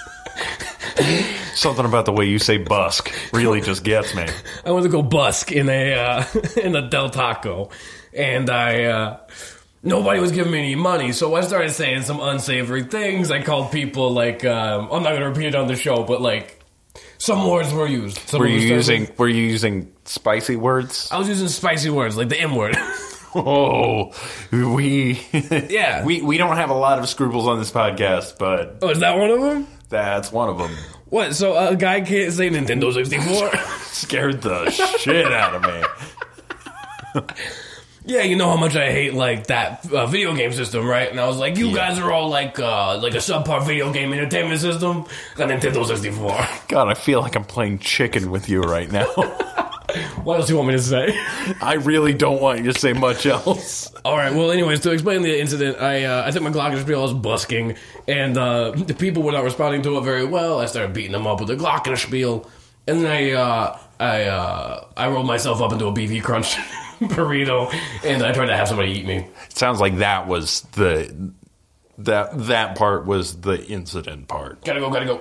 [SPEAKER 2] (laughs)
[SPEAKER 5] Something about the way you say busk really just
[SPEAKER 2] (laughs)
[SPEAKER 5] gets me.
[SPEAKER 2] I went to go busk in a uh, (laughs) in a Del Taco, and I uh, nobody was giving me any money, so I started saying some unsavory things. I called people like um, I'm not going to repeat it on the show, but like some words were used. Some
[SPEAKER 5] Were
[SPEAKER 2] of them
[SPEAKER 5] you
[SPEAKER 2] started-
[SPEAKER 5] using were you using spicy words?
[SPEAKER 2] I was using spicy words like the M word.
[SPEAKER 5] (laughs)
[SPEAKER 2] (laughs)
[SPEAKER 5] Oh, we (laughs)
[SPEAKER 2] Yeah.
[SPEAKER 5] we we don't have a lot of scruples on this podcast, but
[SPEAKER 2] oh, is that one of them?
[SPEAKER 5] that's one of them.
[SPEAKER 2] What? So a guy can't say Nintendo 64?
[SPEAKER 5] Scared the shit out of me.
[SPEAKER 2] (laughs) yeah, you know how much I hate like that uh, video game system, right? And I was like, you guys are all like uh, like a subpar video game entertainment system, a Nintendo 64.
[SPEAKER 5] God, I feel like I'm playing chicken with you right now.
[SPEAKER 2] (laughs) What else do you want me to say?
[SPEAKER 5] (laughs) I really don't want you to say much else.
[SPEAKER 2] All right. Well, anyways, to explain the incident, I uh, I took my glockenspiel. I was busking, and uh, the people were not responding to it very well. I started beating them up with the glockenspiel, and then I uh, I uh, I rolled myself up into a BV crunch (laughs) burrito, and I tried to have somebody eat me.
[SPEAKER 5] It sounds like that was the that that part was the incident part.
[SPEAKER 2] Gotta go. Gotta go.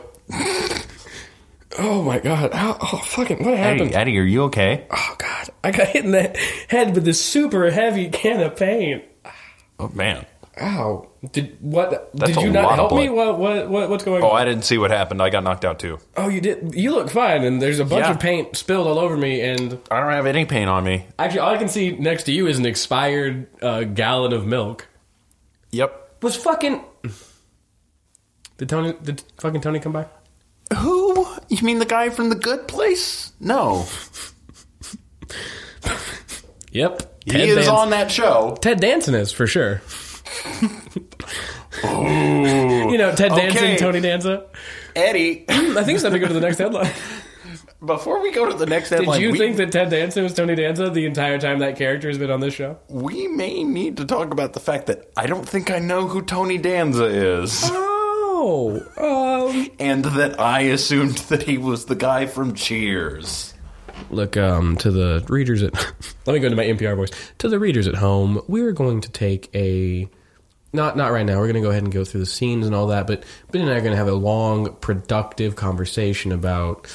[SPEAKER 2] oh my god! How, oh fucking! What happened?
[SPEAKER 5] Eddie, are you okay?
[SPEAKER 2] Oh god! I got hit in the head with this super heavy can of paint.
[SPEAKER 5] Oh man.
[SPEAKER 2] Ow! Did what?
[SPEAKER 5] That's
[SPEAKER 2] did
[SPEAKER 5] a
[SPEAKER 2] you not
[SPEAKER 5] lot of
[SPEAKER 2] help me?
[SPEAKER 5] blood.
[SPEAKER 2] What, what? What? What's going on?
[SPEAKER 5] Oh, I didn't see what happened. I got knocked out too.
[SPEAKER 2] Oh, you did. You look fine, and there's a bunch
[SPEAKER 5] Yeah.
[SPEAKER 2] of paint spilled all over me. And
[SPEAKER 5] I don't have any pain on me.
[SPEAKER 2] actually, all I can see next to you is an expired uh, gallon of milk.
[SPEAKER 5] Yep.
[SPEAKER 2] Was fucking. (laughs) Did Tony? Did fucking Tony come by?
[SPEAKER 5] Who? You mean the guy from the good place? No.
[SPEAKER 2] Yep.
[SPEAKER 5] He is
[SPEAKER 2] Danson-
[SPEAKER 5] on that show.
[SPEAKER 2] Ted Danson is for sure.
[SPEAKER 5] (laughs)
[SPEAKER 2] you know Ted Danson,
[SPEAKER 5] Okay.
[SPEAKER 2] Tony Danza.
[SPEAKER 5] Eddie, (coughs)
[SPEAKER 2] I think it's time to go to the next headline.
[SPEAKER 5] (laughs) before we go to the next
[SPEAKER 2] Did
[SPEAKER 5] headline,
[SPEAKER 2] you
[SPEAKER 5] we,
[SPEAKER 2] think that Ted Danson was Tony Danza the entire time that character has been on this show?
[SPEAKER 5] we may need to talk about the fact that I don't think I know who Tony Danza is.
[SPEAKER 2] Oh, um,
[SPEAKER 5] and that I assumed that he was the guy from Cheers.
[SPEAKER 2] Look, um, to the readers at (laughs) let me go into my NPR voice. To the readers at home, we're going to take a not not right now. We're going to go ahead and go through the scenes and all that. But Ben and I are going to have a long, productive conversation about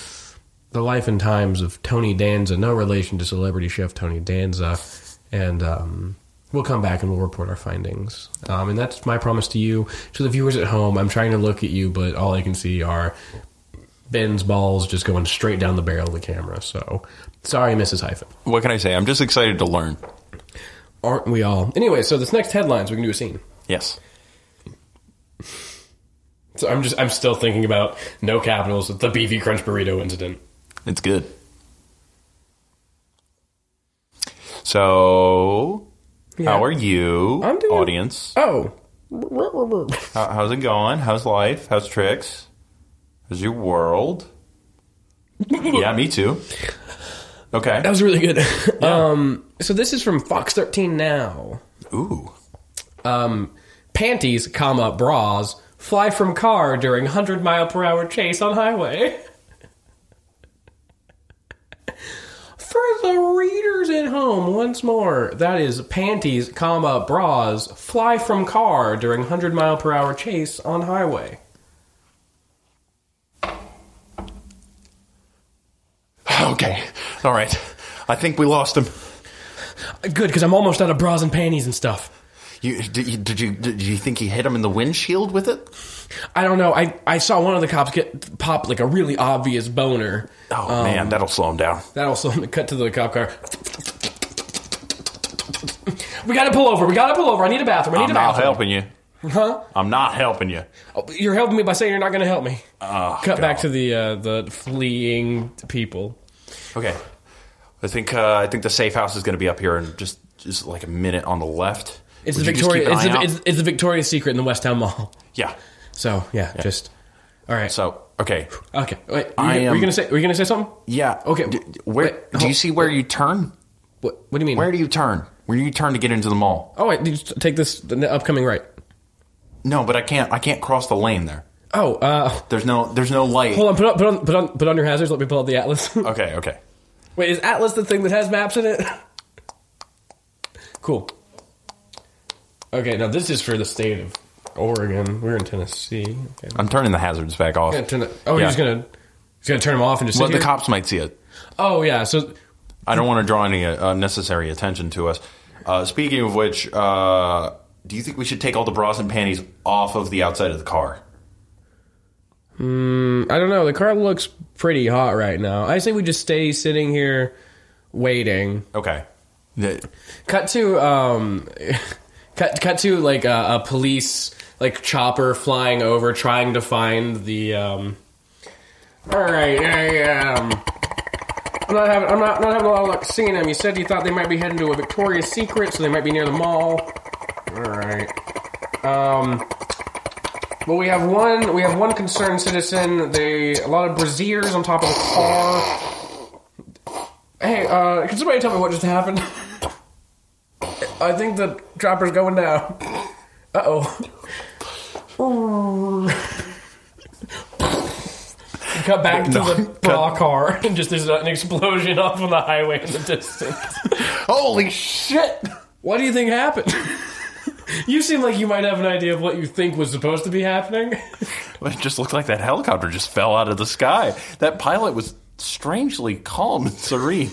[SPEAKER 2] the life and times of Tony Danza, no relation to celebrity chef Tony Danza, and um, we'll come back and we'll report our findings. Um, and that's my promise to you, to the viewers at home. I'm trying to look at you, but all I can see are Ben's balls just going straight down the barrel of the camera. So sorry, Mrs. Hyphen.
[SPEAKER 5] What can I say? I'm just excited to learn.
[SPEAKER 2] Aren't we all? Anyway, so this next headlines, we can do a scene.
[SPEAKER 5] Yes.
[SPEAKER 2] So I'm just, I'm still thinking about no capitals, the BV Crunch Burrito incident.
[SPEAKER 5] It's good. So, how are you,
[SPEAKER 2] I'm doing-
[SPEAKER 5] audience?
[SPEAKER 2] Oh.
[SPEAKER 5] How, how's it going? How's life? How's
[SPEAKER 2] (laughs)
[SPEAKER 5] tricks? How's your world? yeah, me too. Okay.
[SPEAKER 2] That was really good. um, so this is from Fox 13 Now.
[SPEAKER 5] Ooh.
[SPEAKER 2] Um, panties, comma bras fly from car during hundred mile per hour chase on highway. (laughs) For the readers at home, once more, that is panties, comma bras fly from car during hundred mile per hour chase on highway.
[SPEAKER 5] Okay. All right. I think we lost him.
[SPEAKER 2] Good, because I'm almost out of bras and panties and stuff.
[SPEAKER 5] You did, you did you did you think he hit him in the windshield with it?
[SPEAKER 2] I don't know. I, I saw one of the cops get pop like a really obvious boner.
[SPEAKER 5] Oh
[SPEAKER 2] Um,
[SPEAKER 5] man, that'll slow him down.
[SPEAKER 2] That also (laughs) cut to the cop car. We gotta pull over. We gotta pull over. I need a bathroom. I need
[SPEAKER 5] I'm
[SPEAKER 2] a
[SPEAKER 5] not
[SPEAKER 2] bathroom.
[SPEAKER 5] helping you. Huh? I'm not helping you.
[SPEAKER 2] Oh, You're helping me by saying you're not gonna help me.
[SPEAKER 5] Oh,
[SPEAKER 2] Cut back to the uh, the fleeing people.
[SPEAKER 5] Okay. I think uh, I think the safe house is going to be up here in just just like a minute on the left.
[SPEAKER 2] It's
[SPEAKER 5] Would
[SPEAKER 2] the
[SPEAKER 5] you just keep
[SPEAKER 2] Victoria.
[SPEAKER 5] an
[SPEAKER 2] It's
[SPEAKER 5] eye
[SPEAKER 2] the,
[SPEAKER 5] out?
[SPEAKER 2] it's, it's the Victoria's Secret in the West Town Mall. (laughs)
[SPEAKER 5] yeah.
[SPEAKER 2] So yeah, just all right.
[SPEAKER 5] So okay.
[SPEAKER 2] okay. Wait. Were you,
[SPEAKER 5] I
[SPEAKER 2] were
[SPEAKER 5] am-
[SPEAKER 2] you gonna say? Were you gonna say something?
[SPEAKER 5] Yeah.
[SPEAKER 2] Okay,
[SPEAKER 5] D- where
[SPEAKER 2] wait,
[SPEAKER 5] do you
[SPEAKER 2] hold- Mm.
[SPEAKER 5] see where you turn?
[SPEAKER 2] What, what do you mean?
[SPEAKER 5] Where do you turn? Where do you turn to get into the mall?
[SPEAKER 2] oh wait, you just take this the upcoming right.
[SPEAKER 5] No, but I can't. I can't cross the lane there.
[SPEAKER 2] Oh, uh, (laughs)
[SPEAKER 5] There's no. There's no light.
[SPEAKER 2] hold on. Put on. Put on. Put on. Put on your hazards. Let me pull out the atlas. (laughs)
[SPEAKER 5] Okay. Okay.
[SPEAKER 2] Wait, is Atlas the thing that has maps in it? cool. Okay, now this is for the state of Oregon. We're in Tennessee. Okay.
[SPEAKER 5] I'm turning the hazards back off.
[SPEAKER 2] I'm gonna turn it- oh,
[SPEAKER 5] Yeah.
[SPEAKER 2] you're just gonna just gonna turn them off and just sit
[SPEAKER 5] Well, the
[SPEAKER 2] here?
[SPEAKER 5] cops might see it.
[SPEAKER 2] Oh yeah, so
[SPEAKER 5] I don't want to draw any uh, unnecessary attention to us. Uh, speaking of which, uh, do you think we should take all the bras and panties off of the outside of the car?
[SPEAKER 2] I don't know. The car looks pretty hot right now. I say we just stay sitting here waiting.
[SPEAKER 5] Okay. The-
[SPEAKER 2] Cut to um, (laughs) cut cut to like a, a police like chopper flying over, trying to find the um. All right, yeah, yeah. Um, I'm not having I'm not not having a lot of luck seeing them. You said you thought they might be heading to a Victoria's Secret, so they might be near the mall. All right. Um. But we have one we have one concerned citizen. They a lot of braziers on top of the car. Hey, uh, can somebody tell me what just happened? (laughs) I think the dropper's going down. Uh (laughs) oh. Cut back to the bra car, (laughs) and just there's an explosion off on the highway in the distance.
[SPEAKER 5] Holy shit!
[SPEAKER 2] What do you think happened? you seem like you might have an idea of what you think was supposed to be happening.
[SPEAKER 5] It just looked like that helicopter just fell out of the sky. That pilot was strangely calm and serene.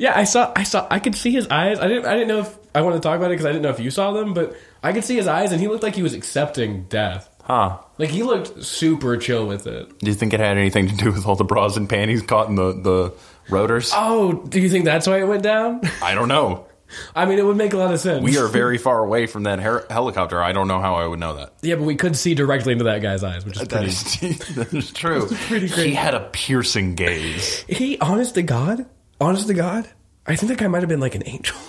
[SPEAKER 2] yeah, I saw, I saw, I could see his eyes. I didn't, I didn't know if I wanted to talk about it because I didn't know if you saw them, but I could see his eyes, and he looked like he was accepting death.
[SPEAKER 5] (laughs) Huh.
[SPEAKER 2] Like he looked super chill with it.
[SPEAKER 5] Do you think it had anything to do with all the bras and panties caught in the, the rotors?
[SPEAKER 2] Oh, do you think that's why it went down?
[SPEAKER 5] I don't know.
[SPEAKER 2] I mean, it would make a lot of sense.
[SPEAKER 5] We are very far away from that her- helicopter. I don't know how I would know that.
[SPEAKER 2] yeah, but we could see directly into that guy's eyes, which is
[SPEAKER 5] That
[SPEAKER 2] pretty.
[SPEAKER 5] is,
[SPEAKER 2] (laughs)
[SPEAKER 5] that is true.
[SPEAKER 2] great.
[SPEAKER 5] He had a piercing gaze.
[SPEAKER 2] He, honest to God, honest to God, I think that guy might have been like an angel (laughs)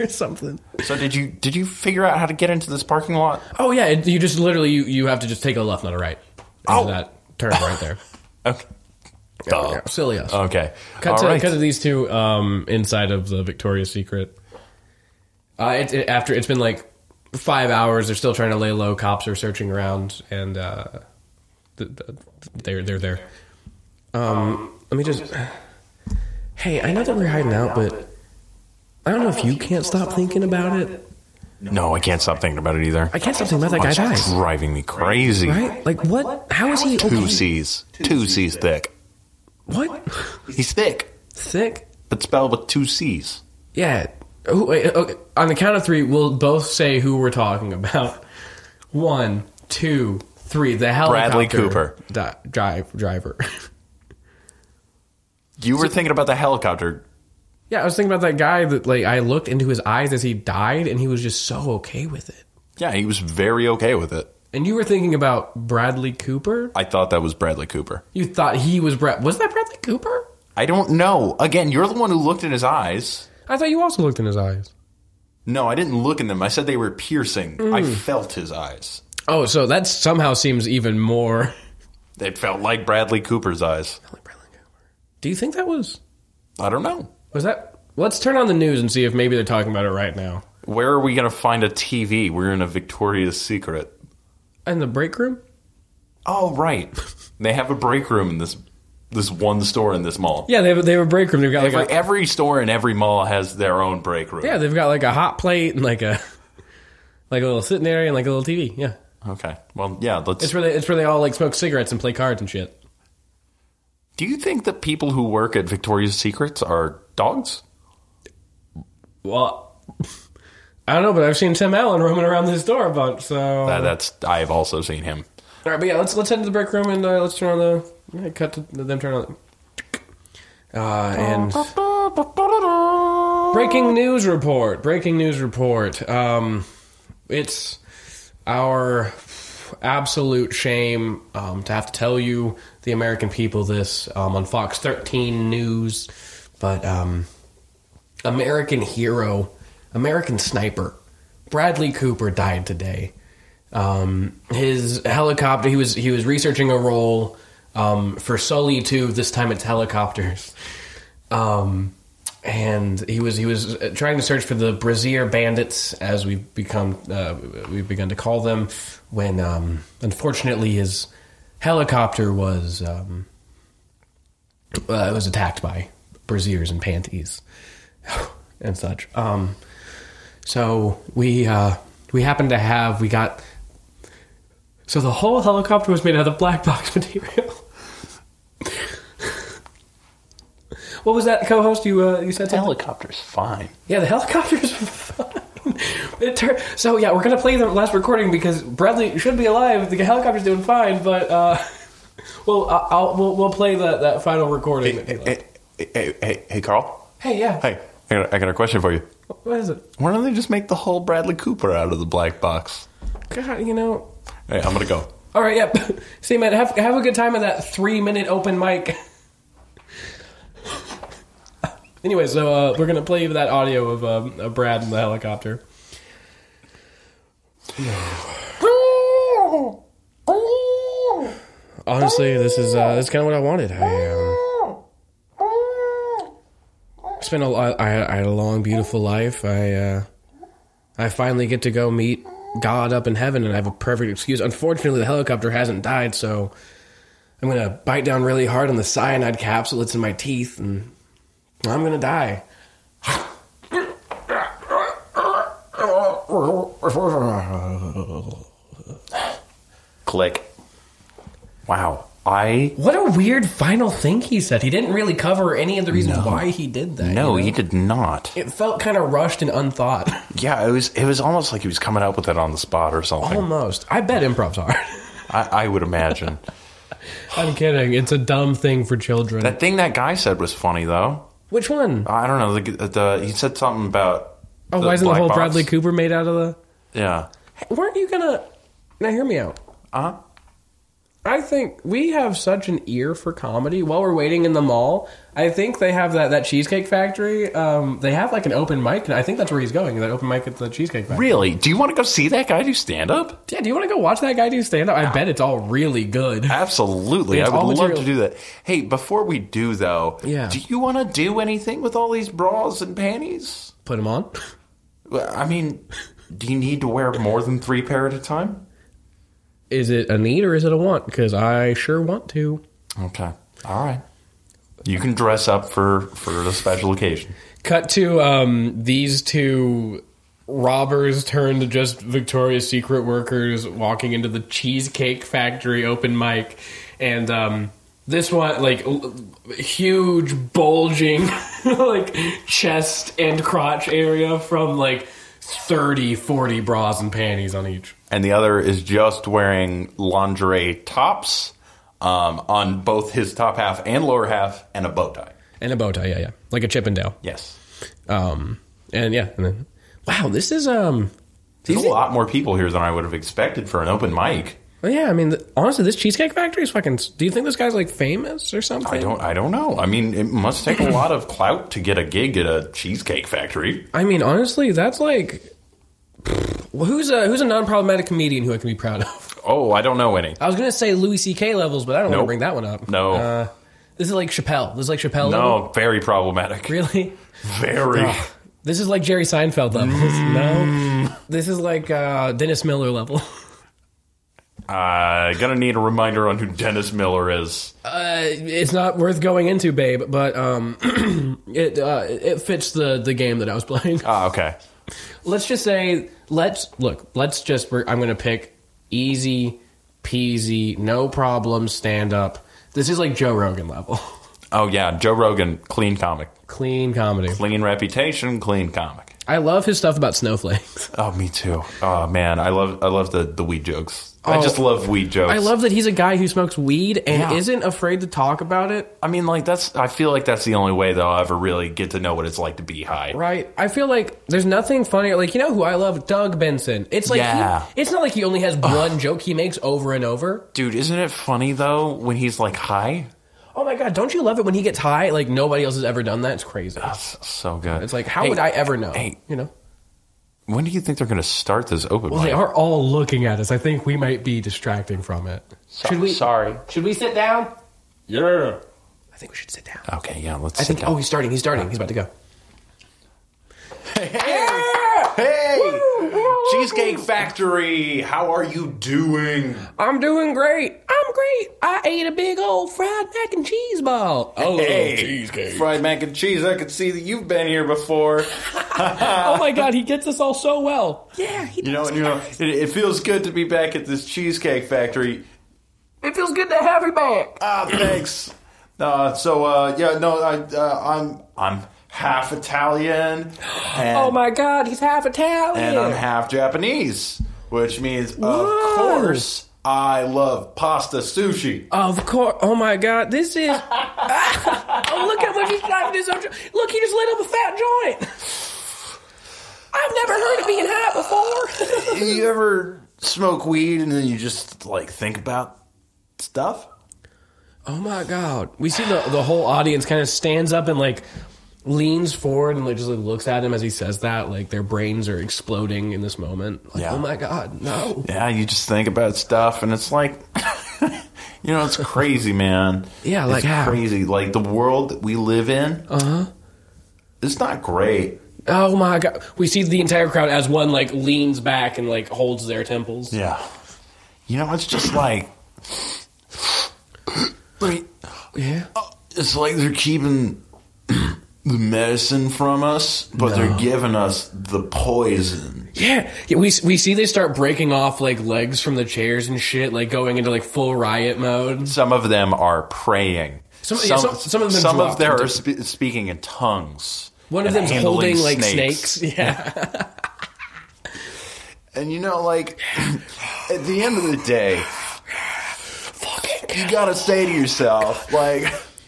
[SPEAKER 2] or something.
[SPEAKER 5] So did you did you figure out how to get into this parking lot?
[SPEAKER 2] Oh yeah, it, you just literally you, you have to just take a left, not a right. Oh, that turn right (laughs) there.
[SPEAKER 5] Okay. Duh.
[SPEAKER 2] Silly us.
[SPEAKER 5] Okay.
[SPEAKER 2] cut,
[SPEAKER 5] All
[SPEAKER 2] to,
[SPEAKER 5] right.
[SPEAKER 2] cut to these two um, inside of the Victoria's Secret. Uh, it, it- after it's been like five hours, they're still trying to lay low. Cops are searching around, and uh, th- th- they're they're there. Um, let me just. Hey, I know that we're hiding out, but I don't know if you can't stop thinking about it.
[SPEAKER 5] No, I can't stop thinking about it either.
[SPEAKER 2] I can't stop thinking about that guy's
[SPEAKER 5] It's
[SPEAKER 2] eyes,
[SPEAKER 5] driving me crazy.
[SPEAKER 2] right? Like what? How is he?
[SPEAKER 5] Two
[SPEAKER 2] Okay?
[SPEAKER 5] C's. Two C's thick.
[SPEAKER 2] What?
[SPEAKER 5] He's thick,
[SPEAKER 2] Thick?
[SPEAKER 5] but spelled with two C's.
[SPEAKER 2] Yeah. Who- wait, okay. On the count of three, we'll both say who we're talking about. One, two, three. The helicopter.
[SPEAKER 5] Bradley Cooper.
[SPEAKER 2] Di- drive, driver. (laughs)
[SPEAKER 5] You were thinking about the helicopter.
[SPEAKER 2] yeah, I was thinking about that guy that like I looked into his eyes as he died, and he was just so okay with it.
[SPEAKER 5] Yeah, he was very okay with it.
[SPEAKER 2] And you were thinking about Bradley Cooper.
[SPEAKER 5] I thought that was Bradley Cooper.
[SPEAKER 2] You thought he was Brad. Was that Bradley Cooper?
[SPEAKER 5] I don't know. Again, you're the one who looked in his eyes.
[SPEAKER 2] I thought you also looked in his eyes.
[SPEAKER 5] No, I didn't look in them. I said they were piercing. I
[SPEAKER 2] Mm.
[SPEAKER 5] felt his eyes.
[SPEAKER 2] Oh, so that somehow seems even more. (laughs)
[SPEAKER 5] They felt like Bradley Cooper's eyes.
[SPEAKER 2] Do you think that was?
[SPEAKER 5] I don't know.
[SPEAKER 2] Was that? Let's turn on the news and see if maybe they're talking about it right now.
[SPEAKER 5] Where are we going to find a TV? We're in a Victoria's Secret.
[SPEAKER 2] In the break room?
[SPEAKER 5] Oh, right.
[SPEAKER 2] (laughs)
[SPEAKER 5] they have a break room in this this one store in this mall.
[SPEAKER 2] Yeah, they have, they have a break room. They've got
[SPEAKER 5] Every,
[SPEAKER 2] like a,
[SPEAKER 5] every store in every mall has their own break room.
[SPEAKER 2] yeah, they've got like a hot plate and like a like a little sitting area and like a little TV. Yeah,
[SPEAKER 5] Okay. Well, yeah. Let's.
[SPEAKER 2] it's where they it's where they all like smoke cigarettes and play cards and shit.
[SPEAKER 5] Do you think that people who work at Victoria's Secrets are dogs?
[SPEAKER 2] Well, I don't know, but I've seen Tim Allen roaming around this door a bunch. So
[SPEAKER 5] Uh, that's. I have also seen him.
[SPEAKER 2] All right, but yeah, let's let's head to the break room and uh, let's turn on the yeah, cut to them turn on. the- Uh, and breaking news report. Breaking news report. Um, it's our absolute shame um, to have to tell you, the American people, this um, on Fox 13 News, but um, American hero, American sniper, Bradley Cooper died today um, his helicopter. He was he was researching a role um, for Sully too. This time it's helicopters, um, and he was he was uh, trying to search for the Brazier bandits, as we've become uh, we've begun to call them. When um, unfortunately his helicopter was um, uh, it was attacked by braziers and panties (sighs) and such. Um, so we uh, we happened to have we got so the whole helicopter was made out of black box (laughs) material. what was that co-host you uh, you said? Something?
[SPEAKER 5] Helicopter's fine.
[SPEAKER 2] Yeah, the (laughs) helicopters were fun. It tur- so yeah, we're gonna play the last recording because Bradley should be alive. The helicopter's doing fine, but uh, (laughs) well, I- I'll, we'll we'll play that that final recording. that they left.
[SPEAKER 5] Hey, hey, hey, hey, Carl.
[SPEAKER 2] hey, yeah.
[SPEAKER 5] Hey, I got, a- I got a question for you.
[SPEAKER 2] What is it?
[SPEAKER 5] Why don't they just make the whole Bradley Cooper out of the black box?
[SPEAKER 2] God, you know.
[SPEAKER 5] Hey, I'm gonna go.
[SPEAKER 2] All right, yep. (laughs) See, man, have have a good time at that three minute open mic. (laughs) anyway, so uh, we're gonna play that audio of, um, of Brad in the helicopter. (sighs) Honestly, this is uh, that's kind of what I wanted. I um, spent a lot. I, I had a long, beautiful life. I. Uh, I finally get to go meet God up in heaven and I have a perfect excuse. Unfortunately, the helicopter hasn't died, so I'm going to bite down really hard on the cyanide capsule that's in my teeth and I'm going to die.
[SPEAKER 5] Click. Wow. I
[SPEAKER 2] What a weird final thing he said. He didn't really cover any of the reasons why he did that.
[SPEAKER 5] no,
[SPEAKER 2] you know?
[SPEAKER 5] he did not.
[SPEAKER 2] It felt kind of rushed and
[SPEAKER 5] (laughs)
[SPEAKER 2] unthought.
[SPEAKER 5] Yeah, it was. It was almost like he was coming up with it on the spot or something.
[SPEAKER 2] Almost. I bet improv's hard.
[SPEAKER 5] I, I would imagine.
[SPEAKER 2] (laughs) I'm kidding. It's a dumb thing for children.
[SPEAKER 5] that thing that guy said was funny though.
[SPEAKER 2] Which one?
[SPEAKER 5] I don't know. The, the he said something about.
[SPEAKER 2] Oh, why isn't the
[SPEAKER 5] black
[SPEAKER 2] whole
[SPEAKER 5] box.
[SPEAKER 2] Bradley Cooper made out of the.
[SPEAKER 5] Yeah.
[SPEAKER 2] weren't you gonna now hear me out
[SPEAKER 5] Uh-huh.
[SPEAKER 2] i think we have such an ear for comedy while we're waiting in the mall i think they have that that cheesecake factory um, they have like an open mic and i think that's where he's going that open mic at the cheesecake factory
[SPEAKER 5] Really? Do you want to go see that guy do stand up?
[SPEAKER 2] yeah do you want to go watch that guy do stand up i bet it's all really good
[SPEAKER 5] Absolutely.
[SPEAKER 2] It's
[SPEAKER 5] I would
[SPEAKER 2] all
[SPEAKER 5] love
[SPEAKER 2] material.
[SPEAKER 5] to do that. Hey, before we do though,
[SPEAKER 2] Yeah.
[SPEAKER 5] do you want to do anything with all these bras and panties?
[SPEAKER 2] put him on
[SPEAKER 5] Well, I mean, do you need to wear more than three pair at a time?
[SPEAKER 2] is it a need or is it a want because i sure want to
[SPEAKER 5] Okay. All right. You can dress up for for a special occasion.
[SPEAKER 2] Cut to um, these two robbers turned just Victoria's Secret workers walking into the Cheesecake Factory open mic, and um, this one like l- huge bulging (laughs) like chest and crotch area from like 30, 40 bras and panties on each.
[SPEAKER 5] and the other is just wearing lingerie tops um, on both his top half and lower half and a bow tie.
[SPEAKER 2] And a bow tie, yeah, yeah, like a Chippendale.
[SPEAKER 5] Yes.
[SPEAKER 2] Um, and yeah, and then wow, this is um,
[SPEAKER 5] There's a lot more people here than I would have expected for an open mic.
[SPEAKER 2] Well, yeah, I mean, th- honestly, this Cheesecake Factory is fucking. Do you think this guy's like famous or something?
[SPEAKER 5] I don't I don't know. I mean, it must take a lot of clout to get a gig at a cheesecake factory.
[SPEAKER 2] I mean, honestly, that's like. Well, who's a who's a non-problematic comedian who I can be proud of? (laughs)
[SPEAKER 5] Oh, I don't know any.
[SPEAKER 2] I was gonna say Louis C.K. levels, but I don't want
[SPEAKER 5] Nope.
[SPEAKER 2] to bring that one up.
[SPEAKER 5] No.
[SPEAKER 2] Uh, This is like Chappelle. This is like Chappelle. level.
[SPEAKER 5] No, very problematic.
[SPEAKER 2] (laughs) really.
[SPEAKER 5] Very.
[SPEAKER 2] This is like Jerry Seinfeld level. (laughs) This-
[SPEAKER 5] Mm.
[SPEAKER 2] No, this is like uh, Dennis Miller level. (laughs)
[SPEAKER 5] Uh, gonna need a reminder on who Dennis Miller is.
[SPEAKER 2] Uh, it's not worth going into, babe. But um, (clears throat) it uh, it fits the the game that I was playing.
[SPEAKER 5] Ah, okay.
[SPEAKER 2] let's just say let's look let's just we're, i'm gonna pick easy peasy no problem stand up this is like joe rogan level (laughs)
[SPEAKER 5] Oh yeah, Joe Rogan, clean comic,
[SPEAKER 2] clean comedy
[SPEAKER 5] clean reputation, clean comic.
[SPEAKER 2] i love his stuff about snowflakes
[SPEAKER 5] Oh, me too. Oh man, I love I love the the weed jokes. Oh, I just love weed jokes.
[SPEAKER 2] i love that he's a guy who smokes weed and
[SPEAKER 5] Yeah.
[SPEAKER 2] isn't afraid to talk about it
[SPEAKER 5] I mean, like that's. I feel like that's the only way that I'll ever really get to know what it's like to be high.
[SPEAKER 2] right i feel like there's nothing funnier like you know who i love doug benson it's like he-
[SPEAKER 5] Yeah.
[SPEAKER 2] it's not like he only has one joke he makes over and over
[SPEAKER 5] Dude, isn't it funny though when he's like high?
[SPEAKER 2] oh my god don't you love it when he gets high like nobody else has ever done that it's crazy
[SPEAKER 5] That's so good.
[SPEAKER 2] it's like how
[SPEAKER 5] Hey,
[SPEAKER 2] would i ever know
[SPEAKER 5] hey.
[SPEAKER 2] you know
[SPEAKER 5] When do you think they're going to start this open
[SPEAKER 2] Well, they
[SPEAKER 5] mic?
[SPEAKER 2] are all looking at us. I think we might be distracting from it. should we? Sorry. Should we sit down? Yeah. I think we should sit down.
[SPEAKER 5] Okay, yeah, let's.
[SPEAKER 2] I
[SPEAKER 5] sit
[SPEAKER 2] think.
[SPEAKER 5] down.
[SPEAKER 2] Oh, he's starting. He's starting. He's about to go.
[SPEAKER 5] Hey, Cheesecake Factory, how are you doing?
[SPEAKER 2] I'm doing great. I'm great. I ate a big old fried mac and cheese ball. Oh,
[SPEAKER 5] fried mac and cheese. I could see that you've been here before.
[SPEAKER 2] oh my God, he gets us all so well.
[SPEAKER 5] You know, you know, it, it feels good to be back at this Cheesecake Factory.
[SPEAKER 2] It feels good to have you back.
[SPEAKER 5] Ah, thanks. Uh, so, uh, yeah, no, I, uh, I'm I'm half Italian. And,
[SPEAKER 2] Oh my God, he's half Italian.
[SPEAKER 5] and I'm half Japanese, which means,
[SPEAKER 2] Whoa.
[SPEAKER 5] of course, I love pasta sushi.
[SPEAKER 2] Of course. Oh my God, this is. (laughs) oh, look how much he's driving his own. jo- Look, he just lit up a fat joint. I've never heard of being high before.
[SPEAKER 5] (laughs)
[SPEAKER 2] (laughs)
[SPEAKER 5] you ever smoke weed and then you just like think about stuff?
[SPEAKER 2] oh my God. We see the, the whole audience kind of stands up and like leans forward and like just like, looks at him as he says that. Like their brains are exploding in this moment. Like,
[SPEAKER 5] Yeah.
[SPEAKER 2] oh my God, no.
[SPEAKER 5] Yeah, you just think about stuff, and it's like, (laughs) you know, it's crazy, man.
[SPEAKER 2] Yeah, like
[SPEAKER 5] it's
[SPEAKER 2] how?
[SPEAKER 5] crazy. Like the world that we live in, uh huh, it's not great.
[SPEAKER 2] Oh my God. We see the entire crowd as one like leans back and like holds their temples.
[SPEAKER 5] Yeah, you know, it's just like, (sniffs) like,
[SPEAKER 2] Yeah.
[SPEAKER 5] it's like they're keeping (clears throat) the medicine from us, but they're giving us the poison.
[SPEAKER 2] Yeah, yeah we, we see they start breaking off like legs from the chairs and shit, like going into like full riot mode.
[SPEAKER 5] Some of them are praying.
[SPEAKER 2] Some- yeah, some- some of them
[SPEAKER 5] some
[SPEAKER 2] dropped
[SPEAKER 5] of them
[SPEAKER 2] into-
[SPEAKER 5] are spe- speaking in tongues.
[SPEAKER 2] One of
[SPEAKER 5] and
[SPEAKER 2] them's
[SPEAKER 5] handling
[SPEAKER 2] holding like snakes. (laughs) Yeah.
[SPEAKER 5] And you know, like, (clears throat) at the end of the day, you gotta say to yourself, like,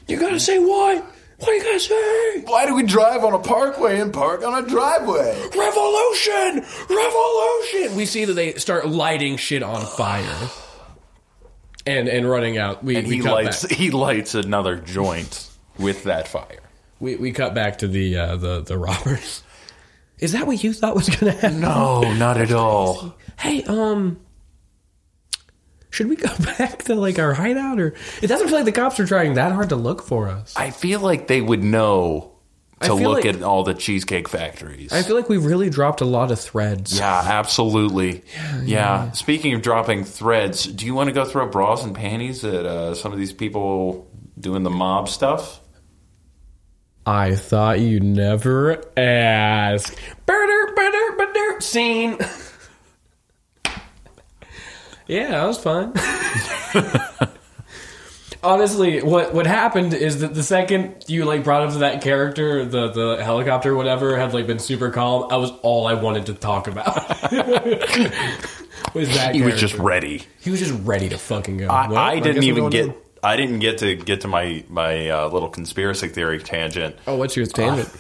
[SPEAKER 2] you gotta say what? What do you gotta say?
[SPEAKER 5] why do we drive on a parkway and park on a driveway?
[SPEAKER 2] Revolution! Revolution! We see that they start lighting shit on fire. And and running out. We,
[SPEAKER 5] And
[SPEAKER 2] we
[SPEAKER 5] he
[SPEAKER 2] cut
[SPEAKER 5] lights,
[SPEAKER 2] back.
[SPEAKER 5] he lights another joint with that fire.
[SPEAKER 2] We, we cut back to the uh, the the robbers. Is that what you thought was gonna happen?
[SPEAKER 5] No, not at all.
[SPEAKER 2] hey, um, should we go (laughs) back to like our hideout? Or it doesn't feel like the cops are trying that hard to look for us.
[SPEAKER 5] I feel like they would know to
[SPEAKER 2] feel
[SPEAKER 5] look
[SPEAKER 2] like-
[SPEAKER 5] at all the cheesecake factories.
[SPEAKER 2] I feel like we've really dropped a lot of threads.
[SPEAKER 5] yeah, absolutely. Yeah, Speaking of dropping threads, do you want to go throw bras and panties at uh, some of these people doing the mob stuff?
[SPEAKER 2] I thought you never ask. Burder, burder, burder. Scene. yeah, that was fun. (laughs) Honestly, what what happened is that the second you like brought up that character, the the helicopter, or whatever, had like been super calm. I was all I wanted to talk about. (laughs)
[SPEAKER 5] He was
[SPEAKER 2] was that character.
[SPEAKER 5] just ready.
[SPEAKER 2] he was just ready to fucking go.
[SPEAKER 5] I,
[SPEAKER 2] Well,
[SPEAKER 5] I
[SPEAKER 2] guess
[SPEAKER 5] didn't
[SPEAKER 2] we're
[SPEAKER 5] even
[SPEAKER 2] going to-
[SPEAKER 5] get. I didn't get to get to my my uh, little conspiracy theory tangent.
[SPEAKER 2] Oh, what's your tangent?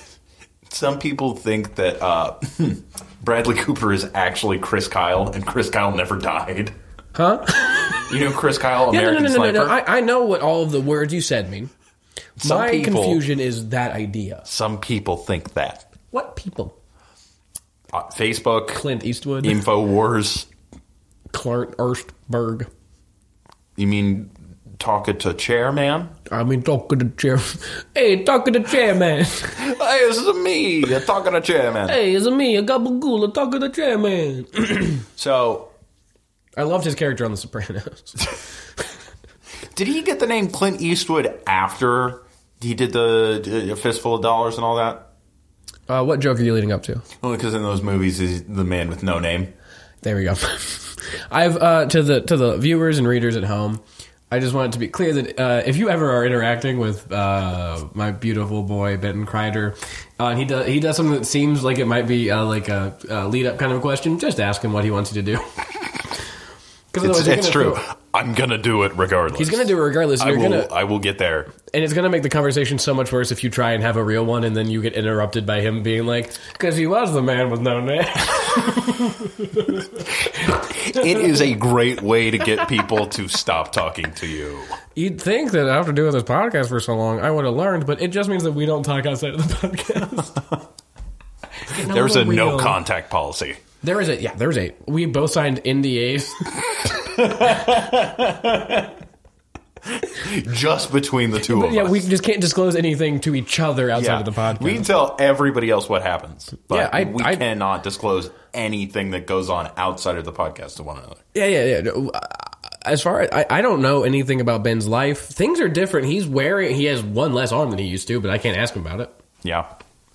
[SPEAKER 5] Some people think that uh, (laughs) Bradley Cooper is actually Chris Kyle, and Chris Kyle never died.
[SPEAKER 2] Huh?
[SPEAKER 5] You know Chris Kyle,
[SPEAKER 2] Yeah, no, no,
[SPEAKER 5] American
[SPEAKER 2] no, no, no,
[SPEAKER 5] Sniper.
[SPEAKER 2] no. I, I know what all of the words you said mean.
[SPEAKER 5] Some
[SPEAKER 2] My
[SPEAKER 5] people-
[SPEAKER 2] confusion is that idea.
[SPEAKER 5] Some people think that
[SPEAKER 2] What people?
[SPEAKER 5] uh, Facebook,
[SPEAKER 2] Clint Eastwood,
[SPEAKER 5] Infowars. (laughs)
[SPEAKER 2] Clark Erstberg.
[SPEAKER 5] You mean talking to chairman.
[SPEAKER 2] I mean, talking to chair. (laughs) Hey, talking to chairman.
[SPEAKER 5] Hey, this is me. I'm talking to chairman.
[SPEAKER 2] (laughs) hey, it's me, a gabagool, talking to chairman.
[SPEAKER 5] So,
[SPEAKER 2] I loved his character on The Sopranos. (laughs)
[SPEAKER 5] did he get the name Clint Eastwood after he did the uh, fistful of dollars and all that?
[SPEAKER 2] uh, what joke are you leading up to?
[SPEAKER 5] Only because in those movies, he's the man with no name.
[SPEAKER 2] There we go. (laughs) I've uh, to the to the viewers and readers at home. I just want it to be clear that uh, if you ever are interacting with uh, my beautiful boy Benton Kreider, uh, and he does he does something that seems like it might be uh, like a, a lead up kind of a question, just ask him what he wants you to do. (laughs) 'Cause
[SPEAKER 5] It's,
[SPEAKER 2] otherwise you're
[SPEAKER 5] it's
[SPEAKER 2] gonna
[SPEAKER 5] true.
[SPEAKER 2] feel-
[SPEAKER 5] I'm gonna do it regardless.
[SPEAKER 2] He's gonna do it regardless. and
[SPEAKER 5] I
[SPEAKER 2] You're
[SPEAKER 5] will. uh,
[SPEAKER 2] gonna
[SPEAKER 5] I will get there.
[SPEAKER 2] and it's gonna make the conversation so much worse if you try and have a real one, and then you get interrupted by him being like, "Because he was the man with no name."
[SPEAKER 5] It is a great way to get people to stop talking to
[SPEAKER 2] (laughs)
[SPEAKER 5] you.
[SPEAKER 2] You'd think that after doing this podcast for so long, I would have learned, but it just means that we don't talk outside of the (laughs) podcast. Getting
[SPEAKER 5] There's a
[SPEAKER 2] little
[SPEAKER 5] no
[SPEAKER 2] real.
[SPEAKER 5] contact policy.
[SPEAKER 2] There is a yeah. There's a. We both signed
[SPEAKER 5] (laughs)
[SPEAKER 2] NDAs.
[SPEAKER 5] just between the two of
[SPEAKER 2] yeah,
[SPEAKER 5] us.
[SPEAKER 2] we just can't disclose anything to each other outside
[SPEAKER 5] Yeah.
[SPEAKER 2] of the podcast.
[SPEAKER 5] We can tell everybody else what happens, but
[SPEAKER 2] Yeah, I-
[SPEAKER 5] we
[SPEAKER 2] I-
[SPEAKER 5] cannot disclose anything that goes on outside of the podcast to one another.
[SPEAKER 2] yeah, yeah, yeah. As far as I, I don't know anything about Ben's life. Things are different. He's wearing. He has one less arm than he used to, but I can't ask him about it.
[SPEAKER 5] Yeah,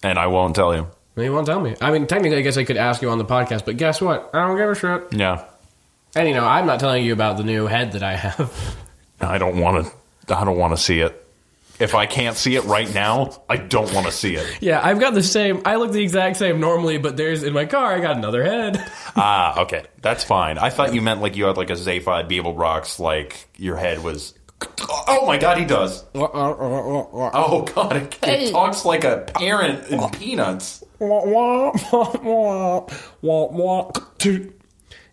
[SPEAKER 5] and I won't tell you.
[SPEAKER 2] He won't tell me. I mean, technically, I guess I could ask you on the podcast, but guess what? I don't give a shit.
[SPEAKER 5] Yeah,
[SPEAKER 2] And you know, I'm not telling you about the new head that I have.
[SPEAKER 5] I don't want to. I don't want to see it. If I can't see it right now, I don't want to see it.
[SPEAKER 2] (laughs) Yeah, I've got the same. I look the exact same normally, but there's in my car. I got another head. (laughs)
[SPEAKER 5] Ah, okay, that's fine. I thought you meant like you had like a Zaphod Beeblebrox, like your head was. Oh my god, he does. Oh god, it, it talks like a parent in Peanuts.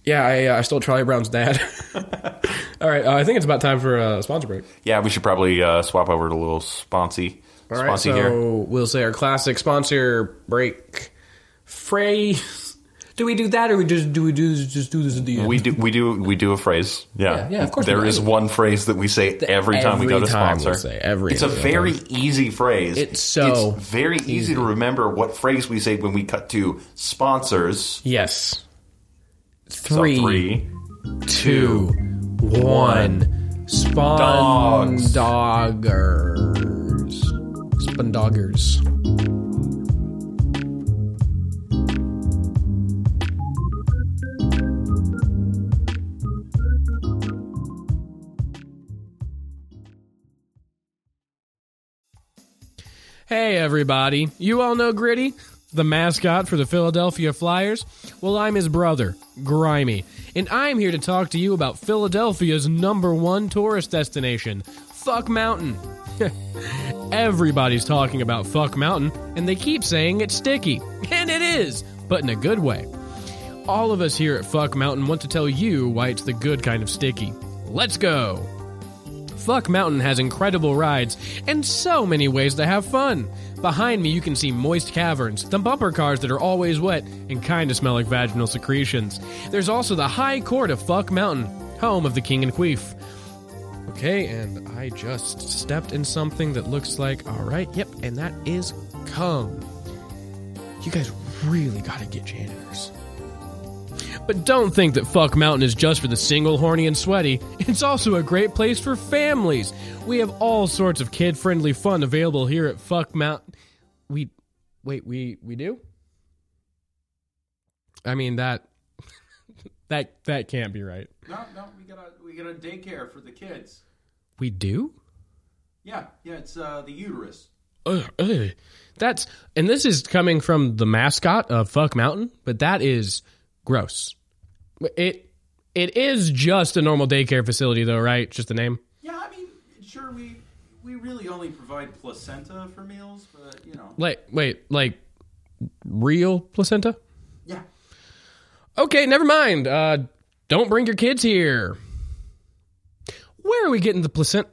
[SPEAKER 2] yeah, I, uh, I stole Charlie Brown's dad. (laughs) All right, uh, I think it's about time for a sponsor break.
[SPEAKER 5] Yeah, we should probably uh, swap over to a little sponsy.
[SPEAKER 2] All
[SPEAKER 5] Sponsy
[SPEAKER 2] right, so
[SPEAKER 5] here.
[SPEAKER 2] we'll say our classic sponsor break phrase. Do we do that, or we just do we do just do this at the end?
[SPEAKER 5] We do, we do, we do a phrase. Yeah,
[SPEAKER 2] Yeah, yeah, of course
[SPEAKER 5] There
[SPEAKER 2] we
[SPEAKER 5] is
[SPEAKER 2] do.
[SPEAKER 5] one phrase that we say every time we go
[SPEAKER 2] every
[SPEAKER 5] to
[SPEAKER 2] time
[SPEAKER 5] sponsor.
[SPEAKER 2] we say, every
[SPEAKER 5] it's a
[SPEAKER 2] single
[SPEAKER 5] very easy phrase.
[SPEAKER 2] It's so
[SPEAKER 5] It's very easy. to remember what phrase we say when we cut to sponsors.
[SPEAKER 2] yes.
[SPEAKER 5] So
[SPEAKER 2] Three,
[SPEAKER 5] three.
[SPEAKER 2] two, one.
[SPEAKER 5] Dogs.
[SPEAKER 2] Spondoggers. Spondoggers. Hey, everybody. You all know Gritty, the mascot for the Philadelphia Flyers? Well, I'm his brother, Grimy, and I'm here to talk to you about Philadelphia's number one tourist destination, Fuck Mountain. (laughs) Everybody's talking about Fuck Mountain, and they keep saying it's sticky. (laughs) And it is, but in a good way. All of us here at Fuck Mountain want to tell you why it's the good kind of sticky. Let's go! Fuck Mountain has incredible rides and so many ways to have fun. Behind me, you can see moist caverns, the bumper cars that are always wet, and kind of smell like vaginal secretions. There's also the High Court of Fuck Mountain, home of the King and Queef. Okay, and I just stepped in something that looks like, alright, yep, and that is cum. You guys really gotta get janitors. But don't think that Fuck Mountain is just for the single, horny, and sweaty. It's also a great place for families. We have all sorts of kid friendly fun available here at Fuck Mountain. We. Wait, we, we do? I mean, that. (laughs) That, that can't be right.
[SPEAKER 6] No, no, we got a we got a daycare for the kids.
[SPEAKER 2] We do?
[SPEAKER 6] Yeah, yeah, it's uh, the uterus.
[SPEAKER 2] Ugh, ugh. That's. And this is coming from the mascot of Fuck Mountain, but that is gross. It. It is just a normal daycare facility, though, right? Just the name.
[SPEAKER 6] Yeah, I mean, sure, we we really only provide placenta for meals, but you know,
[SPEAKER 2] Like, wait, like real placenta?
[SPEAKER 6] yeah.
[SPEAKER 2] Okay, never mind. Uh, don't bring your kids here. Where are we getting the placenta?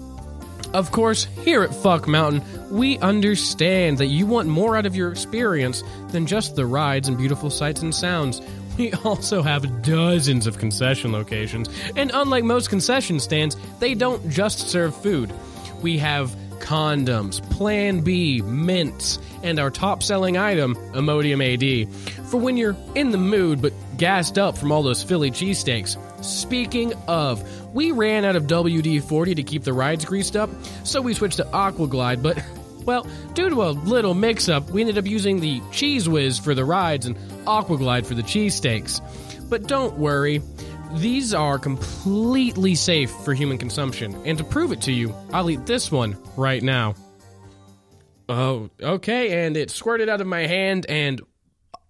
[SPEAKER 2] (clears throat) of course, here at Fuck Mountain, we understand that you want more out of your experience than just the rides and beautiful sights and sounds. (laughs)
[SPEAKER 7] We also have dozens of concession locations, and unlike most concession stands, they don't just serve food. We have condoms, Plan B, mints, and our top selling item, Imodium AD, for when you're in the mood but gassed up from all those Philly cheesesteaks. Speaking of, we ran out of WD 40 to keep the rides greased up, so we switched to Aquaglide, but Well, due to a little mix up, we ended up using the Cheese Whiz for the rides and Aquaglide for the cheesesteaks. But don't worry, these are completely safe for human consumption, and to prove it to you, I'll eat this one right now. Oh, okay, and it squirted out of my hand, and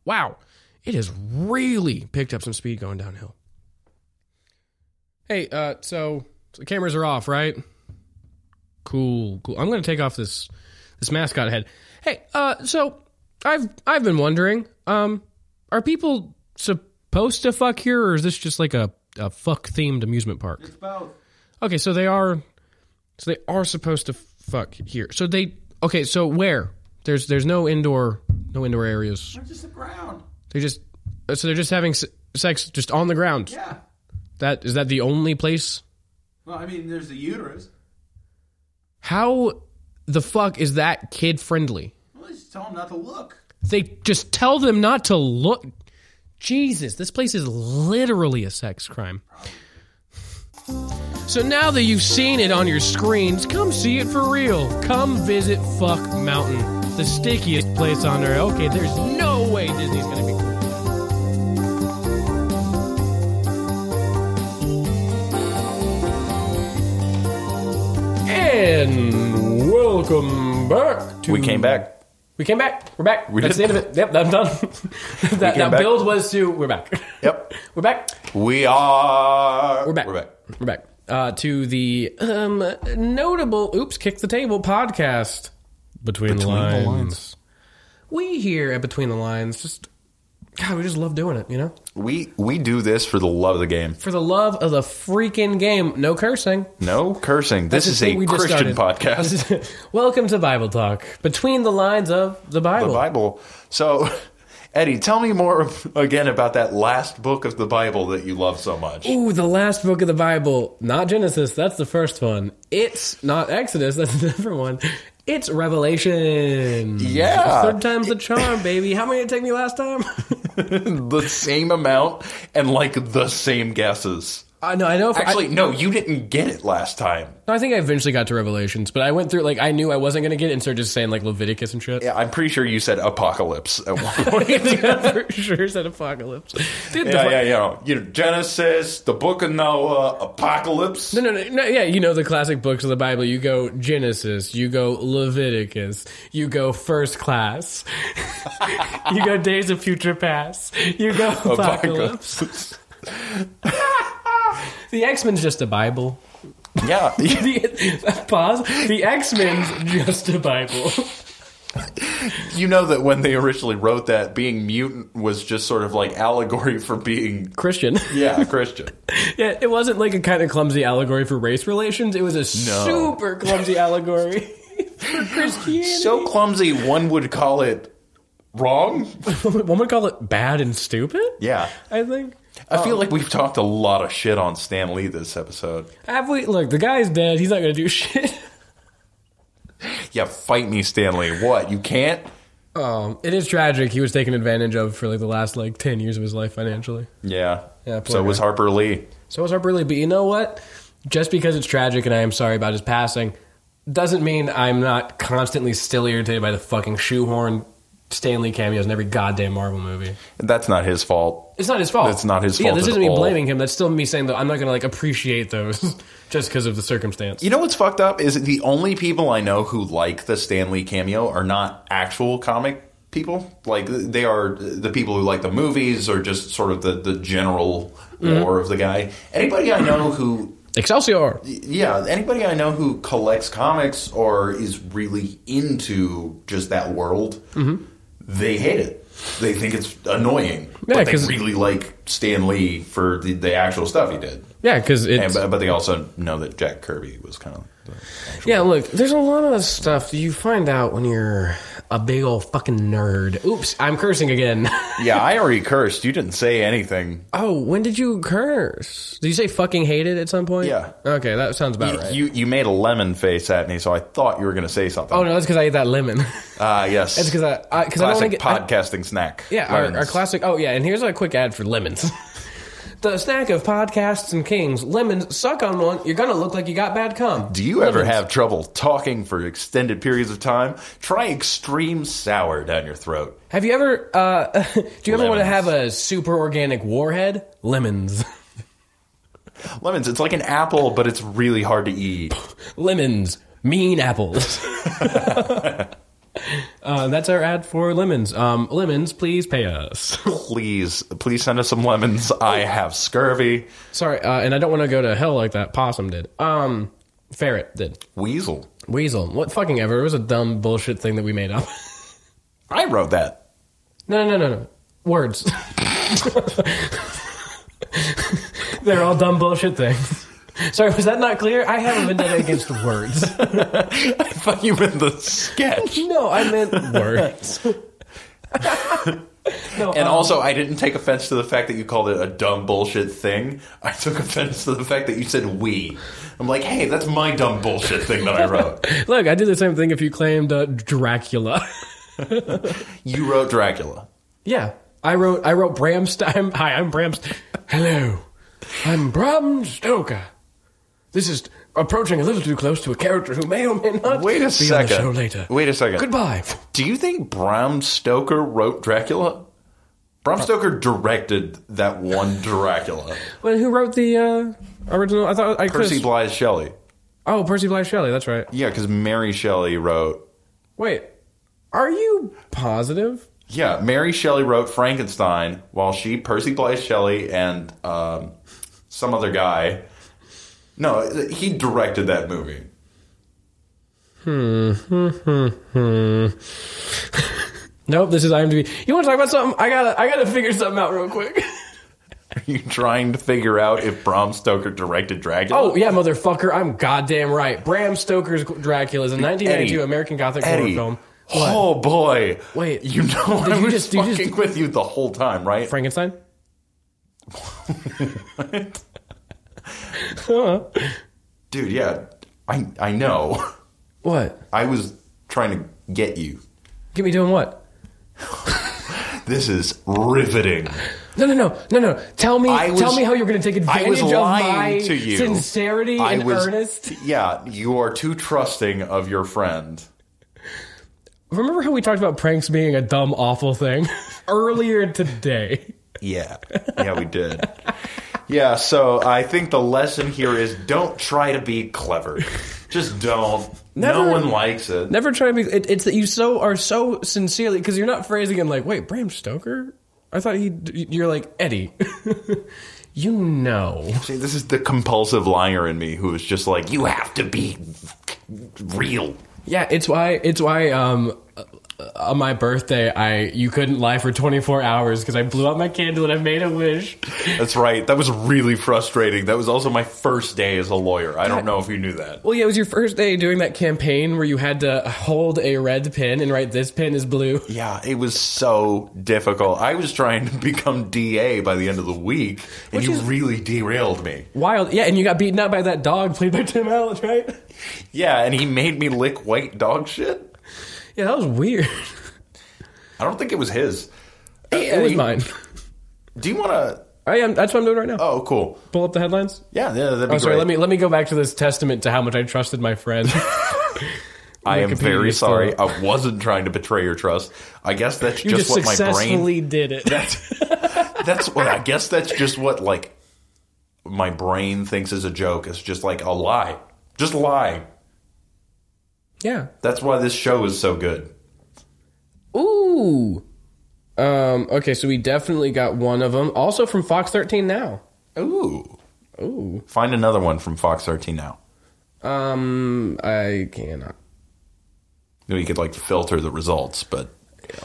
[SPEAKER 7] wow, it has really picked up some speed going downhill. Hey, uh, so, so the cameras are off, right? Cool, cool. I'm gonna take off this this mascot head. Hey, uh, so I've I've been wondering, um, are people supposed to fuck here, or is this just like a, a fuck themed amusement park?
[SPEAKER 6] It's both.
[SPEAKER 7] Okay, so they are, so they are supposed to fuck here. So they okay, so where there's there's no indoor no indoor areas.
[SPEAKER 6] They're just a ground.
[SPEAKER 7] They just so they're just having s- sex just on the ground.
[SPEAKER 6] Yeah.
[SPEAKER 7] That is that the only place
[SPEAKER 6] Well, I mean, there's the uterus.
[SPEAKER 7] How the fuck is that kid friendly?
[SPEAKER 6] Well, just tell them not to look.
[SPEAKER 7] They just tell them not to look. Jesus, this place is literally a sex crime. So now that you've seen it on your screens, come see it for real. Come visit Fuck Mountain, the stickiest place on earth. Okay, there's no way Disney's gonna be.
[SPEAKER 2] And welcome back to
[SPEAKER 5] We came back.
[SPEAKER 2] We came back. We're back.
[SPEAKER 5] We
[SPEAKER 2] That's
[SPEAKER 5] did.
[SPEAKER 2] the end of it. Yep, I'm (laughs) done. that that
[SPEAKER 5] back.
[SPEAKER 2] build was to we're back.
[SPEAKER 5] Yep.
[SPEAKER 2] (laughs) We're back.
[SPEAKER 5] We are.
[SPEAKER 2] We're back.
[SPEAKER 5] We're back.
[SPEAKER 2] We're back. Uh, to the um, notable Oops Kick the Table podcast. Between, the, lines. We here at Between the Lines just God, we just love doing it, you know?
[SPEAKER 5] We we do this for the love of the game.
[SPEAKER 2] For the love of the freaking game. No cursing.
[SPEAKER 5] No cursing. This
[SPEAKER 2] That's
[SPEAKER 5] is
[SPEAKER 2] the thing
[SPEAKER 5] a
[SPEAKER 2] (laughs) we just
[SPEAKER 5] Christian
[SPEAKER 2] started.
[SPEAKER 5] podcast.
[SPEAKER 2] This is- (laughs) Welcome to Bible Talk. Between the lines of the Bible.
[SPEAKER 5] the Bible. So, (laughs) Eddie, tell me more again about that last book of the Bible that you love so much.
[SPEAKER 2] Ooh, the last book of the Bible, not Genesis, that's the first one. It's not Exodus, (laughs) that's the different one. It's Revelation.
[SPEAKER 5] Yeah.
[SPEAKER 2] Third time's the charm, baby. How many did it take me last time? (laughs)
[SPEAKER 5] The same amount and like the same guesses.
[SPEAKER 2] I know, I know. If
[SPEAKER 5] Actually,
[SPEAKER 2] I,
[SPEAKER 5] no, you didn't get it last time.
[SPEAKER 2] no, I think I eventually got to Revelations, but I went through, like, I knew I wasn't going to get it and started just saying, like, Leviticus and (laughs) shit.
[SPEAKER 5] Yeah, I'm pretty sure you said apocalypse at one
[SPEAKER 2] (laughs)
[SPEAKER 5] point.
[SPEAKER 2] For sure said apocalypse. Dude, the
[SPEAKER 5] yeah,
[SPEAKER 2] fu-
[SPEAKER 5] yeah, you know, you know, Genesis, the Book of Noah, Apocalypse.
[SPEAKER 2] No, no, no, no, yeah, you know the classic books of the Bible. You go Genesis, you go Leviticus, you go First Class, (laughs) you go Days of Future Past, you go Apocalypse. The X Men's just a Bible.
[SPEAKER 5] (laughs)
[SPEAKER 2] (laughs)
[SPEAKER 5] yeah,
[SPEAKER 2] The, pause. The X Men's just a Bible.
[SPEAKER 5] you know that when they originally wrote that, being mutant was just sort of like allegory for being,
[SPEAKER 2] Christian.
[SPEAKER 5] yeah, (laughs) Christian.
[SPEAKER 2] Yeah, it wasn't like a kind of clumsy allegory for race relations. It was a super clumsy allegory (laughs) for Christianity.
[SPEAKER 5] So clumsy, one would call it wrong.
[SPEAKER 2] One would call it bad and stupid.
[SPEAKER 5] Yeah.
[SPEAKER 2] I think.
[SPEAKER 5] I feel like we've talked a lot of shit on Stan Lee this episode.
[SPEAKER 2] Have we? Look, the guy's dead. He's not gonna do (laughs) shit.
[SPEAKER 5] Yeah, fight me, Stan Lee. What? You can't?
[SPEAKER 2] Um, it is tragic. He was taken advantage of for like the last like ten years of his life financially.
[SPEAKER 5] Yeah.
[SPEAKER 2] Yeah, poor
[SPEAKER 5] so was
[SPEAKER 2] guy.
[SPEAKER 5] Harper Lee.
[SPEAKER 2] So was Harper Lee. But you know what? Just because it's tragic and I am sorry about his passing, doesn't mean I'm not constantly still irritated by the fucking shoehorn Stanley cameos in every goddamn Marvel movie.
[SPEAKER 5] That's not his fault.
[SPEAKER 2] It's not his fault.
[SPEAKER 5] It's not his
[SPEAKER 2] Yeah,
[SPEAKER 5] fault
[SPEAKER 2] this
[SPEAKER 5] at
[SPEAKER 2] isn't me
[SPEAKER 5] all.
[SPEAKER 2] blaming him. That's still me saying though I'm not gonna like appreciate those (laughs) just because of the circumstance.
[SPEAKER 5] You know what's fucked up is the only people I know who like the Stan Lee cameo are not actual comic people. Like they are the people who like the movies or just sort of the, the general
[SPEAKER 2] Mm-hmm.
[SPEAKER 5] lore of the guy. Anybody I know who
[SPEAKER 2] Excelsior.
[SPEAKER 5] yeah, anybody I know who collects comics or is really into just that world, they hate it. they think it's annoying,
[SPEAKER 2] Mm-hmm. Yeah,
[SPEAKER 5] but they
[SPEAKER 2] 'cause-
[SPEAKER 5] really like Stan Lee for the, the actual stuff he did.
[SPEAKER 2] Yeah, because
[SPEAKER 5] And,
[SPEAKER 2] it's
[SPEAKER 5] but, but they also know that Jack Kirby was kind of. The actual-
[SPEAKER 2] Yeah, look, there's a lot of stuff that you find out when you're a big old fucking nerd. Oops, I'm cursing again. (laughs)
[SPEAKER 5] yeah, I already cursed. You didn't say anything.
[SPEAKER 2] oh, when did you curse? Did you say fucking hated at some point?
[SPEAKER 5] Yeah.
[SPEAKER 2] Okay, that sounds about
[SPEAKER 5] You,
[SPEAKER 2] right.
[SPEAKER 5] you you made a lemon face at me, so I thought you were going to say something.
[SPEAKER 2] oh no, that's because I ate that lemon. (laughs)
[SPEAKER 5] Ah, yes.
[SPEAKER 2] that's because I because Oh, I, don't want to
[SPEAKER 5] classic
[SPEAKER 2] get I-
[SPEAKER 5] podcasting snack.
[SPEAKER 2] yeah, our,
[SPEAKER 5] Learns.
[SPEAKER 2] our classic. Oh yeah, and here's a quick ad for lemons. (laughs) the snack of podcasts and kings, lemons. Suck on one, you're gonna look like you got bad cum.
[SPEAKER 5] Do you ever
[SPEAKER 2] Lemons.
[SPEAKER 5] have trouble talking for extended periods of time? Try extreme sour down your throat.
[SPEAKER 2] Have you ever? Uh, (laughs) do you ever want to
[SPEAKER 5] Lemons.
[SPEAKER 2] have a super organic warhead? Lemons. (laughs)
[SPEAKER 5] Lemons, it's like an apple, but it's really hard to eat.
[SPEAKER 2] lemons, mean apples. (laughs) uh, that's our ad for lemons. Um, lemons, please pay us.
[SPEAKER 5] Please, please send us some lemons. I have scurvy.
[SPEAKER 2] Sorry, uh, and I don't want to go to hell like that possum did. Um, ferret did.
[SPEAKER 5] Weasel.
[SPEAKER 2] Weasel. What fucking ever. It was a dumb bullshit thing that we made up. (laughs)
[SPEAKER 5] I wrote that. (laughs)
[SPEAKER 2] No, no, no, no, no. Words. (laughs) They're all dumb bullshit things. Sorry, was that not clear? I have a vendetta against words.
[SPEAKER 5] I thought you meant the sketch.
[SPEAKER 2] (laughs) No, I meant (laughs) words. no,
[SPEAKER 5] And
[SPEAKER 2] um,
[SPEAKER 5] also, I didn't take offense to the fact that you called it a dumb bullshit thing. I took offense to the fact that you said we. I'm like, hey, that's my dumb bullshit thing that I wrote.
[SPEAKER 2] Look, I did the same thing if you claimed uh, Dracula.
[SPEAKER 5] You wrote Dracula.
[SPEAKER 2] yeah, I wrote I wrote Bram Stoker. Hi, (laughs) I'm Bram. St- Hello, I'm Bram Stoker. This is approaching a little too close to a character who may or may not
[SPEAKER 5] Wait a
[SPEAKER 2] be on
[SPEAKER 5] second.
[SPEAKER 2] the show later.
[SPEAKER 5] Wait a second.
[SPEAKER 2] Goodbye.
[SPEAKER 5] Do you think Bram Stoker wrote Dracula? Bram Stoker directed that one
[SPEAKER 2] (laughs)
[SPEAKER 5] Dracula.
[SPEAKER 2] Well, who wrote the uh, original? I thought I
[SPEAKER 5] Percy Blythe Shelley.
[SPEAKER 2] Oh, Percy Blythe Shelley. That's right.
[SPEAKER 5] Yeah, because Mary Shelley wrote.
[SPEAKER 2] Wait, are you positive?
[SPEAKER 5] Yeah, Mary Shelley wrote Frankenstein, while she, Percy Blythe Shelley, and um, some other guy. No, he directed that movie.
[SPEAKER 2] Nope. This is IMDb. You want to talk about something? I gotta I gotta figure something out real quick. (laughs)
[SPEAKER 5] Are you trying to figure out if Bram Stoker directed Dracula?
[SPEAKER 2] Oh yeah, motherfucker! I'm goddamn right. Bram Stoker's Dracula is a 1992
[SPEAKER 5] Eddie.
[SPEAKER 2] American Gothic horror
[SPEAKER 5] Eddie.
[SPEAKER 2] film.
[SPEAKER 5] Oh boy!
[SPEAKER 2] Wait.
[SPEAKER 5] you know
[SPEAKER 2] Did
[SPEAKER 5] I
[SPEAKER 2] you
[SPEAKER 5] was
[SPEAKER 2] just- you
[SPEAKER 5] fucking
[SPEAKER 2] just-
[SPEAKER 5] with you the whole time, right?
[SPEAKER 2] Frankenstein. (laughs) Uh-huh.
[SPEAKER 5] Dude, yeah, I I know. (laughs)
[SPEAKER 2] What?
[SPEAKER 5] I was trying to get you.
[SPEAKER 2] Get me doing what?
[SPEAKER 5] This is riveting.
[SPEAKER 2] No, no, no, no, no. Tell me,
[SPEAKER 5] I
[SPEAKER 2] tell
[SPEAKER 5] was-
[SPEAKER 2] me how you're going to take advantage
[SPEAKER 5] I was
[SPEAKER 2] of my
[SPEAKER 5] lying to you.
[SPEAKER 2] sincerity
[SPEAKER 5] I
[SPEAKER 2] and
[SPEAKER 5] was,
[SPEAKER 2] earnest.
[SPEAKER 5] (laughs) Yeah, you are too trusting of your friend.
[SPEAKER 2] Remember how we talked about pranks being a dumb, awful thing (laughs) earlier today?
[SPEAKER 5] Yeah, yeah, we did. Yeah, so I think the lesson here is don't try to be clever. Just don't.
[SPEAKER 2] Never-
[SPEAKER 5] no one likes it.
[SPEAKER 2] Never try to be. It, it's that you so are so sincerely because you're not phrasing him like, wait, Bram Stoker. I thought he. You're like Eddie. (laughs) you know.
[SPEAKER 5] See, this is the compulsive liar in me who is just like, you have to be real.
[SPEAKER 2] Yeah, it's why it's why um uh, on my birthday I you couldn't lie for 24 hours because I blew out my candle and I made a wish.
[SPEAKER 5] That's right. That was really frustrating. That was also my first day as a lawyer. I don't know if you knew that.
[SPEAKER 2] Well, yeah, it was your first day doing that campaign where you had to hold a red pen and write this pen is blue.
[SPEAKER 5] Yeah, it was so difficult. I was trying to (laughs) become DA by the end of the week, and you really derailed me.
[SPEAKER 2] (laughs) Wild. Yeah, and you got beaten up by that dog played by Tim Allen, right?
[SPEAKER 5] Yeah, and he made me lick white dog shit.
[SPEAKER 2] Yeah, that was weird.
[SPEAKER 5] I don't think it was his. Uh,
[SPEAKER 2] it was mine.
[SPEAKER 5] Do you want to?
[SPEAKER 2] I am that's what I'm doing right now.
[SPEAKER 5] Oh, cool.
[SPEAKER 2] Pull up the headlines.
[SPEAKER 5] Yeah, yeah, that'd be
[SPEAKER 2] Oh, sorry.
[SPEAKER 5] great.
[SPEAKER 2] Let me let me go back to this testament to how much I trusted my (laughs) friend.
[SPEAKER 5] I am
[SPEAKER 2] Wikipedia
[SPEAKER 5] very
[SPEAKER 2] is still
[SPEAKER 5] sorry.
[SPEAKER 2] up.
[SPEAKER 5] I wasn't trying to betray your trust. I guess that's
[SPEAKER 2] You just,
[SPEAKER 5] just, what my brain.
[SPEAKER 2] successfully did it.
[SPEAKER 5] (laughs) That's what I guess. That's just what like my brain thinks is a joke. It's just like a lie. Just lie.
[SPEAKER 2] yeah.
[SPEAKER 5] That's why this show is so good.
[SPEAKER 2] Ooh. Um, okay, so we definitely got one of them. Also from Fox 13 now.
[SPEAKER 5] Ooh. Ooh. Find another one from Fox 13 now.
[SPEAKER 2] Um, I cannot.
[SPEAKER 5] You know, you could like filter the results, but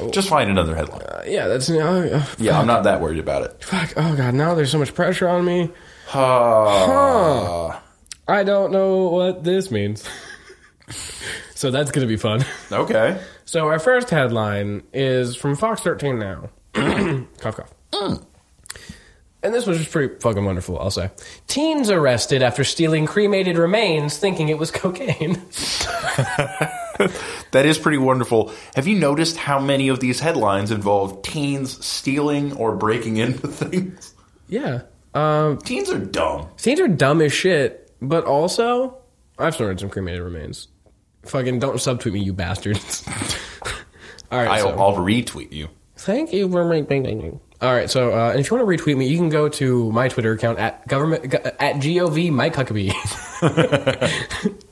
[SPEAKER 5] Just find another headline.
[SPEAKER 2] yeah, that's uh,
[SPEAKER 5] Yeah, I'm not that worried about it.
[SPEAKER 2] fuck. Oh god, now there's so much pressure on me.
[SPEAKER 5] Uh,
[SPEAKER 2] I don't know what this means. (laughs) so that's gonna be fun. (laughs)
[SPEAKER 5] okay.
[SPEAKER 2] So our first headline is from Fox 13 now. (clears throat) cough, cough. Mm. And this was just pretty fucking wonderful, I'll say. Teens arrested after stealing cremated remains thinking it was (laughs) cocaine.
[SPEAKER 5] That is pretty wonderful. Have you noticed how many of these headlines involve teens stealing or breaking into things? (laughs)
[SPEAKER 2] yeah.
[SPEAKER 5] Teens are dumb.
[SPEAKER 2] Teens are dumb as shit, but also, I've stored some cremated remains. Fucking don't subtweet me, you bastards. (laughs) All right,
[SPEAKER 5] I'll,
[SPEAKER 2] so-
[SPEAKER 5] I'll retweet you.
[SPEAKER 2] Thank you for my bing bing bing. All right, so uh, and if you want to retweet me, you can go to my Twitter account at government at gov Mike Huckabee.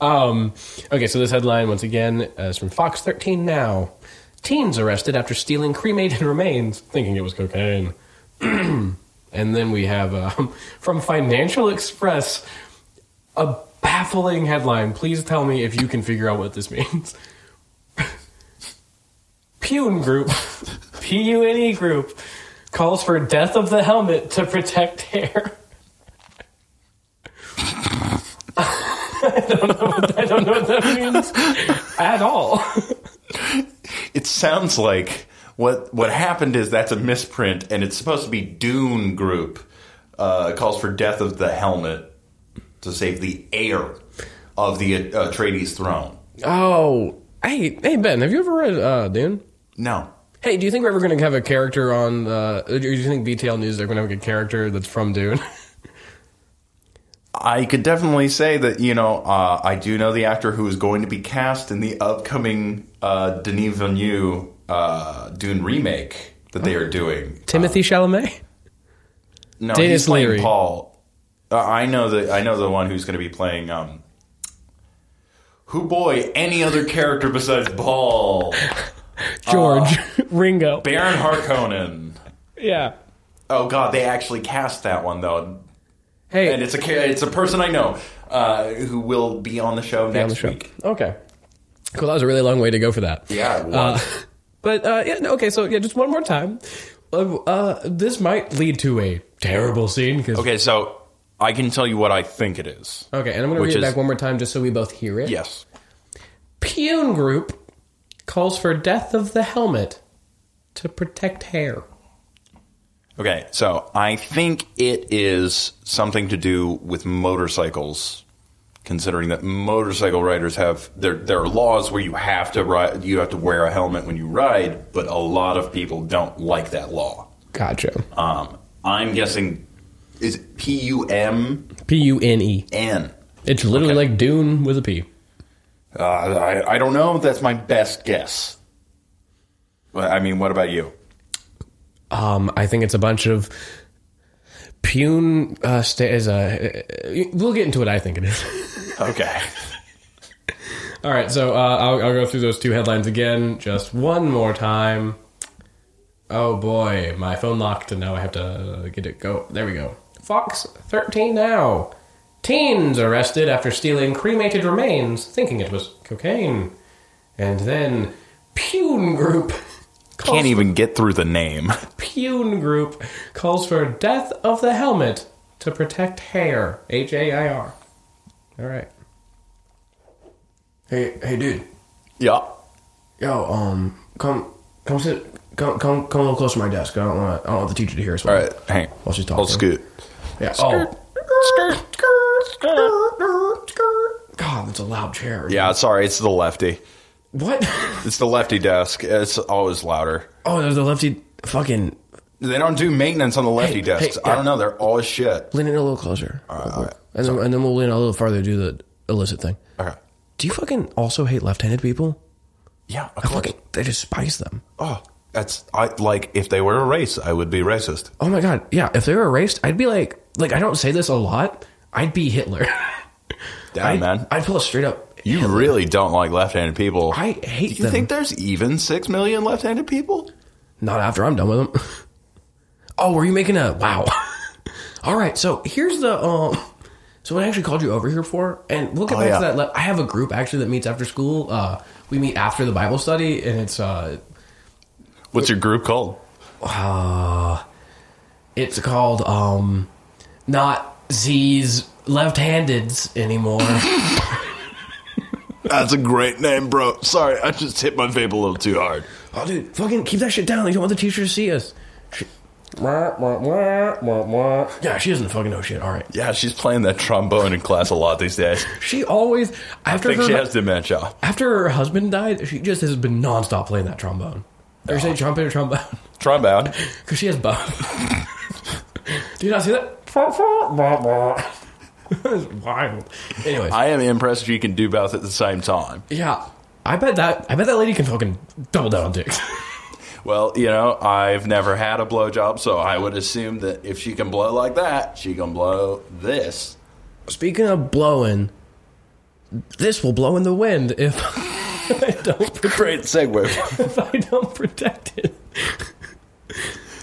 [SPEAKER 2] (laughs) um, okay, so this headline once again uh, is from Fox 13 now. Teens arrested after stealing cremated (laughs) remains, thinking it was cocaine. (clears throat) and then we have um, (laughs) from Financial Express a baffling headline. Please tell me if you can figure out what this (laughs) means. Pune Group, (laughs) P U N E Group, calls for death of the helmet to protect hair. (laughs) I don't know. What, I don't know what that means at all.
[SPEAKER 5] It sounds like what what happened is that's a misprint, and it's supposed to be Dune Group uh, calls for death of the helmet to save the heir of the uh, Atreides throne.
[SPEAKER 2] Oh, hey, hey Ben, have you ever read uh, Dune?
[SPEAKER 5] No,
[SPEAKER 2] Hey, do you think we're ever going to have a character on? Uh, do you think BTL News are going to have a character that's from Dune?
[SPEAKER 5] I could definitely say that you know uh, I do know the actor who is going to be cast in the upcoming uh, Denis Villeneuve uh, Dune remake that they are doing.
[SPEAKER 2] (laughs) Timothy Chalamet.
[SPEAKER 5] No,
[SPEAKER 2] Dennis
[SPEAKER 5] he's playing
[SPEAKER 2] Leary.
[SPEAKER 5] Paul. Uh, I know the I know the one who's going to be playing. Um, who boy? Any other character besides Paul?
[SPEAKER 2] (laughs) George Uh, Ringo.
[SPEAKER 5] Baron Harkonnen.
[SPEAKER 2] Yeah.
[SPEAKER 5] Oh God, they actually cast that one though,
[SPEAKER 2] Hey.
[SPEAKER 5] and it's a ca- it's a person I know uh, who will be on the show next
[SPEAKER 2] on the show.
[SPEAKER 5] week.
[SPEAKER 2] Okay. Cool. That was a really long way to go for that.
[SPEAKER 5] Yeah, it was.
[SPEAKER 2] Uh, But uh, yeah, no, okay. So yeah, just one more time. Uh, uh, this might lead to a terrible scene because okay.
[SPEAKER 5] Okay, so I can tell you what I think it is.
[SPEAKER 2] and I'm gonna
[SPEAKER 5] Which
[SPEAKER 2] read it
[SPEAKER 5] is-
[SPEAKER 2] back one more time just so we both hear it.
[SPEAKER 5] Yes.
[SPEAKER 2] Pune Group calls for death of the helmet to protect hair.
[SPEAKER 5] Okay, so I think it is something to do with motorcycles, considering that motorcycle riders have there. There are laws where you have to ride, you have to wear a helmet when you ride, but a lot of people don't like that law.
[SPEAKER 2] Gotcha.
[SPEAKER 5] Um, I'm guessing is P U M
[SPEAKER 2] P U N E.
[SPEAKER 5] N.
[SPEAKER 2] It's literally like Dune with a P.
[SPEAKER 5] Uh, I, I don't know. That's my best guess. Well, I mean, what about you?
[SPEAKER 2] Um, I think it's a bunch of Pune. Uh, sta is a. uh, We'll get into what I think it is.
[SPEAKER 5] Okay.
[SPEAKER 2] All right, so uh, I'll, I'll go through those two headlines again just one more time. Oh boy, my phone locked, and now I have to get it go. There we go. Fox 13 now. Teens arrested after stealing cremated remains, thinking it was cocaine. And then Pune Group. (laughs)
[SPEAKER 5] (laughs)
[SPEAKER 2] Calls,
[SPEAKER 5] Can't even get through the name.
[SPEAKER 2] Pune Group calls for death of the helmet to protect hair. H A I R. All right. Hey, hey, dude.
[SPEAKER 5] Yeah.
[SPEAKER 2] Yo, um, come, come sit, come, come, come a little closer to my desk. I don't want, I don't want the teacher to hear us.
[SPEAKER 5] All right, hang.
[SPEAKER 2] While she's talking.
[SPEAKER 5] I'll scoot.
[SPEAKER 2] Yeah. Oh. God, that's a loud chair.
[SPEAKER 5] Yeah, sorry, it's the lefty.
[SPEAKER 2] What? (laughs)
[SPEAKER 5] It's the lefty desk. It's always louder.
[SPEAKER 2] Oh, there's a lefty. Fucking
[SPEAKER 5] They don't do maintenance on the lefty
[SPEAKER 2] Hey,
[SPEAKER 5] desks.
[SPEAKER 2] hey,
[SPEAKER 5] I don't know. They're always shit.
[SPEAKER 2] lean in a little closer. All right. And then, and then we'll lean a little farther. Do the illicit thing.
[SPEAKER 5] Okay.
[SPEAKER 2] Do you fucking also hate left-handed people?
[SPEAKER 5] Yeah. Of
[SPEAKER 2] I
[SPEAKER 5] course.
[SPEAKER 2] fucking I despise them.
[SPEAKER 5] Oh, that's I like. If they were a race, I would be racist.
[SPEAKER 2] Oh my god. Yeah. If they were erased, I'd be like, like I don't say this a lot. I'd be Hitler.
[SPEAKER 5] Damn, man.
[SPEAKER 2] (laughs) I'd pull a straight up.
[SPEAKER 5] you really don't like left-handed people.
[SPEAKER 2] I hate
[SPEAKER 5] Do you
[SPEAKER 2] them.
[SPEAKER 5] think there's even six million left-handed people?
[SPEAKER 2] Not after I'm done with them. (laughs) Oh, were you making a wow? (laughs) All right, so here's the um. So what I actually called you over here for, and we'll get
[SPEAKER 5] Oh,
[SPEAKER 2] back
[SPEAKER 5] yeah.
[SPEAKER 2] to that. le- I have a group actually that meets after school. Uh, we meet after the Bible study, and it's uh,
[SPEAKER 5] What's your group called?
[SPEAKER 2] It's called um, not Z's
[SPEAKER 5] (laughs)
[SPEAKER 2] left-handeds anymore.
[SPEAKER 5] That's a great name, bro. Sorry, I just hit my vape a little too hard.
[SPEAKER 2] oh, dude, fucking keep that shit down. You don't want the teacher to see us. She- Yeah, she doesn't fucking know shit. All right,
[SPEAKER 5] Yeah, she's playing that trombone in class a lot these days.
[SPEAKER 2] she always after
[SPEAKER 5] I think
[SPEAKER 2] her
[SPEAKER 5] she
[SPEAKER 2] (laughs)
[SPEAKER 5] has dementia.
[SPEAKER 2] after her husband died, she just has been nonstop playing that trombone. Or say trumpet or trombone (laughs)
[SPEAKER 5] Trombone.
[SPEAKER 2] because she has (laughs) both. Do you not see that? (laughs) It's wild. Anyways,
[SPEAKER 5] I am impressed she can do both at the same time.
[SPEAKER 2] yeah, I bet that I bet that lady can fucking double down on dicks.
[SPEAKER 5] Well, you know, I've never had a blowjob, so I would assume that if she can blow like that, she can blow this.
[SPEAKER 2] Speaking of blowing, this will blow in the wind if (laughs) I don't (laughs)
[SPEAKER 5] Great segue.
[SPEAKER 2] if I don't protect it.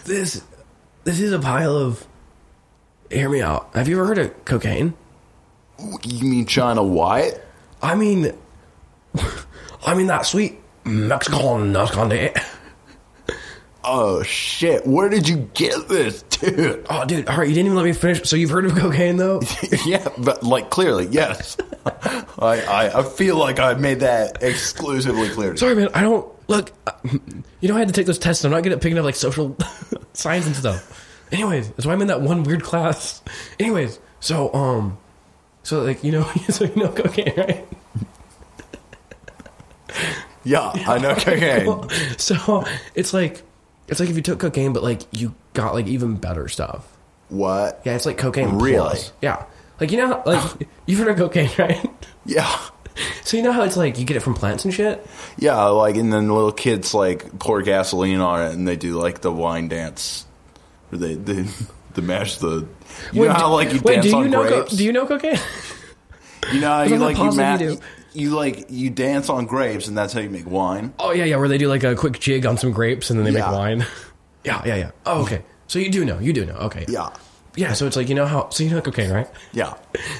[SPEAKER 2] This this is a pile of. Hear me out. Have you ever heard of cocaine?
[SPEAKER 5] (laughs) you mean China White?
[SPEAKER 2] I mean, (laughs) I mean that sweet Mexican nut on it.
[SPEAKER 5] Oh shit! Where did you get this, dude? (laughs)
[SPEAKER 2] Oh, dude! All right, you didn't even let me finish. So you've heard of cocaine, though?
[SPEAKER 5] yeah, but like clearly, yes. (laughs) I, I I feel like I made that exclusively clear. To you.
[SPEAKER 2] Sorry, man. I don't look. uh, You know, I had to take those tests. and I'm not good at picking up like social (laughs) science and stuff. Anyways, that's why I'm in that one weird class. Anyways, so um, so like you know, (laughs) so you know cocaine, right?
[SPEAKER 5] Yeah, I know cocaine. (laughs)
[SPEAKER 2] So it's like it's like if you took cocaine, but like you got like even better stuff.
[SPEAKER 5] what?
[SPEAKER 2] Yeah, it's like cocaine.
[SPEAKER 5] Really?
[SPEAKER 2] Plus. Yeah. Like you know, like you've heard of cocaine, (laughs) right?
[SPEAKER 5] Yeah,
[SPEAKER 2] So you know how it's like you get it from plants and shit.
[SPEAKER 5] yeah. Like, and then little kids like pour gasoline on it, and they do like the wine dance, where they they, (laughs) they mash the. You
[SPEAKER 2] Wait,
[SPEAKER 5] know how
[SPEAKER 2] do-
[SPEAKER 5] like you
[SPEAKER 2] wait,
[SPEAKER 5] dance
[SPEAKER 2] do you
[SPEAKER 5] on
[SPEAKER 2] know co-
[SPEAKER 5] grapes.
[SPEAKER 2] do you know cocaine?
[SPEAKER 5] You know, how you
[SPEAKER 2] I'm not
[SPEAKER 5] like you,
[SPEAKER 2] positive
[SPEAKER 5] ma-
[SPEAKER 2] you do.
[SPEAKER 5] you like you dance on grapes, and that's how you make wine.
[SPEAKER 2] (laughs) Oh yeah, yeah, where they do like a quick jig on some grapes and then they
[SPEAKER 5] Yeah.
[SPEAKER 2] make wine. (laughs) yeah, yeah, yeah. Oh, okay. So you do know, you do know. Okay.
[SPEAKER 5] Yeah,
[SPEAKER 2] Yeah, so it's like you know how so you know cocaine, right?
[SPEAKER 5] yeah,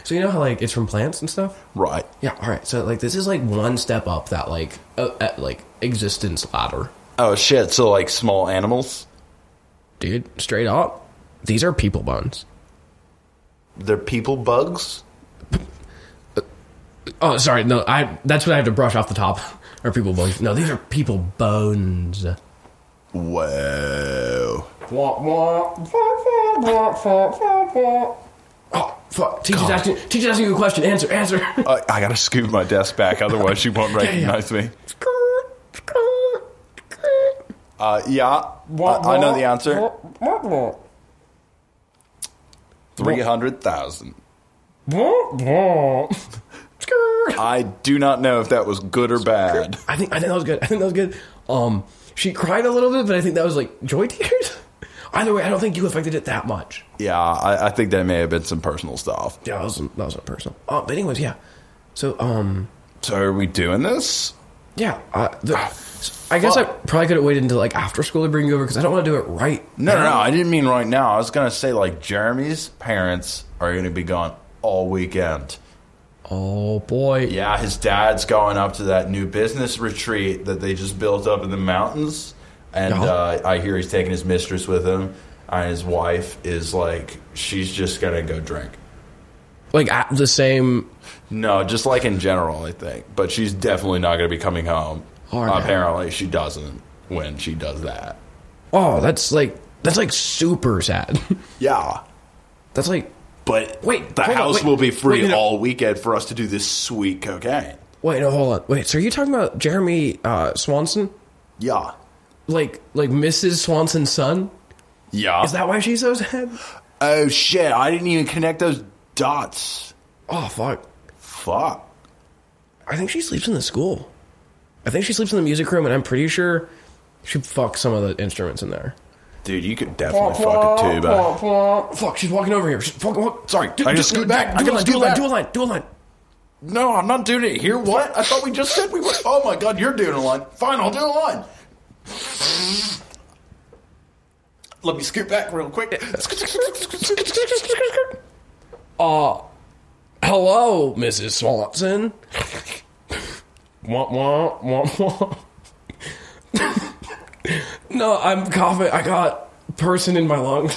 [SPEAKER 2] So you know how like it's from plants and stuff?
[SPEAKER 5] right.
[SPEAKER 2] Yeah, all right. So like this is like one step up that like uh, uh, like existence ladder.
[SPEAKER 5] Oh shit! So like small animals,
[SPEAKER 2] Dude, straight up, these are people bones.
[SPEAKER 5] they're people bugs.
[SPEAKER 2] Oh, sorry. No, I that's what I have to brush off the top. (laughs) Are people bones? No, these are people bones.
[SPEAKER 5] Whoa!
[SPEAKER 2] Oh, fuck. Teacher's asking, teacher's asking you a question. Answer, answer.
[SPEAKER 5] I, I gotta scoot my desk back, otherwise she
[SPEAKER 2] (laughs)
[SPEAKER 5] won't recognize me. Uh, yeah, I, I know the answer. Three hundred thousand. I do not know if that was good or bad.
[SPEAKER 2] I think I think that was good. I think that was good. Um, she cried a little bit, but I think that was like joy tears. (laughs) Either way, I don't think you affected it that much.
[SPEAKER 5] Yeah, I, I think that may have been some personal stuff.
[SPEAKER 2] Yeah, that was that was not personal. Uh, but anyways, yeah. So um,
[SPEAKER 5] So are we doing this?
[SPEAKER 2] yeah. I, the, I guess I probably could have waited until like after school to bring you over because I don't want to do it right.
[SPEAKER 5] No, no, no. I didn't mean right now. I was gonna say like Jeremy's parents are gonna be gone all weekend.
[SPEAKER 2] Oh boy.
[SPEAKER 5] Yeah, his dad's going up to that new business retreat that they just built up in the mountains, and
[SPEAKER 2] Yeah.
[SPEAKER 5] uh, I hear he's taking his mistress with him, and his wife is like, she's just gonna go drink.
[SPEAKER 2] Like at the same.
[SPEAKER 5] No, just like in general, I think. But she's definitely not gonna be coming home.
[SPEAKER 2] Hard hat.
[SPEAKER 5] Apparently, she doesn't when she does that.
[SPEAKER 2] Oh, that's like that's like super sad. (laughs)
[SPEAKER 5] Yeah.
[SPEAKER 2] that's like
[SPEAKER 5] But
[SPEAKER 2] Wait,
[SPEAKER 5] the
[SPEAKER 2] hold on,
[SPEAKER 5] house
[SPEAKER 2] wait,
[SPEAKER 5] will be free
[SPEAKER 2] wait, no, no.
[SPEAKER 5] all weekend for us to do this sweet cocaine.
[SPEAKER 2] wait no hold on wait. So are you talking about Jeremy uh, Swanson?
[SPEAKER 5] Yeah.
[SPEAKER 2] Like like Mrs. Swanson's son?
[SPEAKER 5] Yeah.
[SPEAKER 2] Is that why she's so sad?
[SPEAKER 5] oh shit, I didn't even connect those dots.
[SPEAKER 2] Oh fuck.
[SPEAKER 5] Fuck.
[SPEAKER 2] I think she sleeps in the school. I think she sleeps in the music room, and I'm pretty sure she fucked some of the instruments in there.
[SPEAKER 5] Dude, you could definitely fuck a tuba.
[SPEAKER 2] Fuck, she's walking over here. She's fucking walk-
[SPEAKER 5] Sorry,
[SPEAKER 2] do,
[SPEAKER 5] I
[SPEAKER 2] do-
[SPEAKER 5] just
[SPEAKER 2] do-
[SPEAKER 5] scoot back. I
[SPEAKER 2] Do, a
[SPEAKER 5] gotta
[SPEAKER 2] line, do a
[SPEAKER 5] scoot
[SPEAKER 2] line,
[SPEAKER 5] back.
[SPEAKER 2] do a line, do a line.
[SPEAKER 5] No, I'm not doing it here. What? I thought we just said we were. Oh my god, you're doing a line. Fine, I'll do a line. Let me scoot back real quick.
[SPEAKER 2] Uh, Hello, Mrs. Swanson. womp womp womp womp. No, I'm coughing. I got person in my lungs.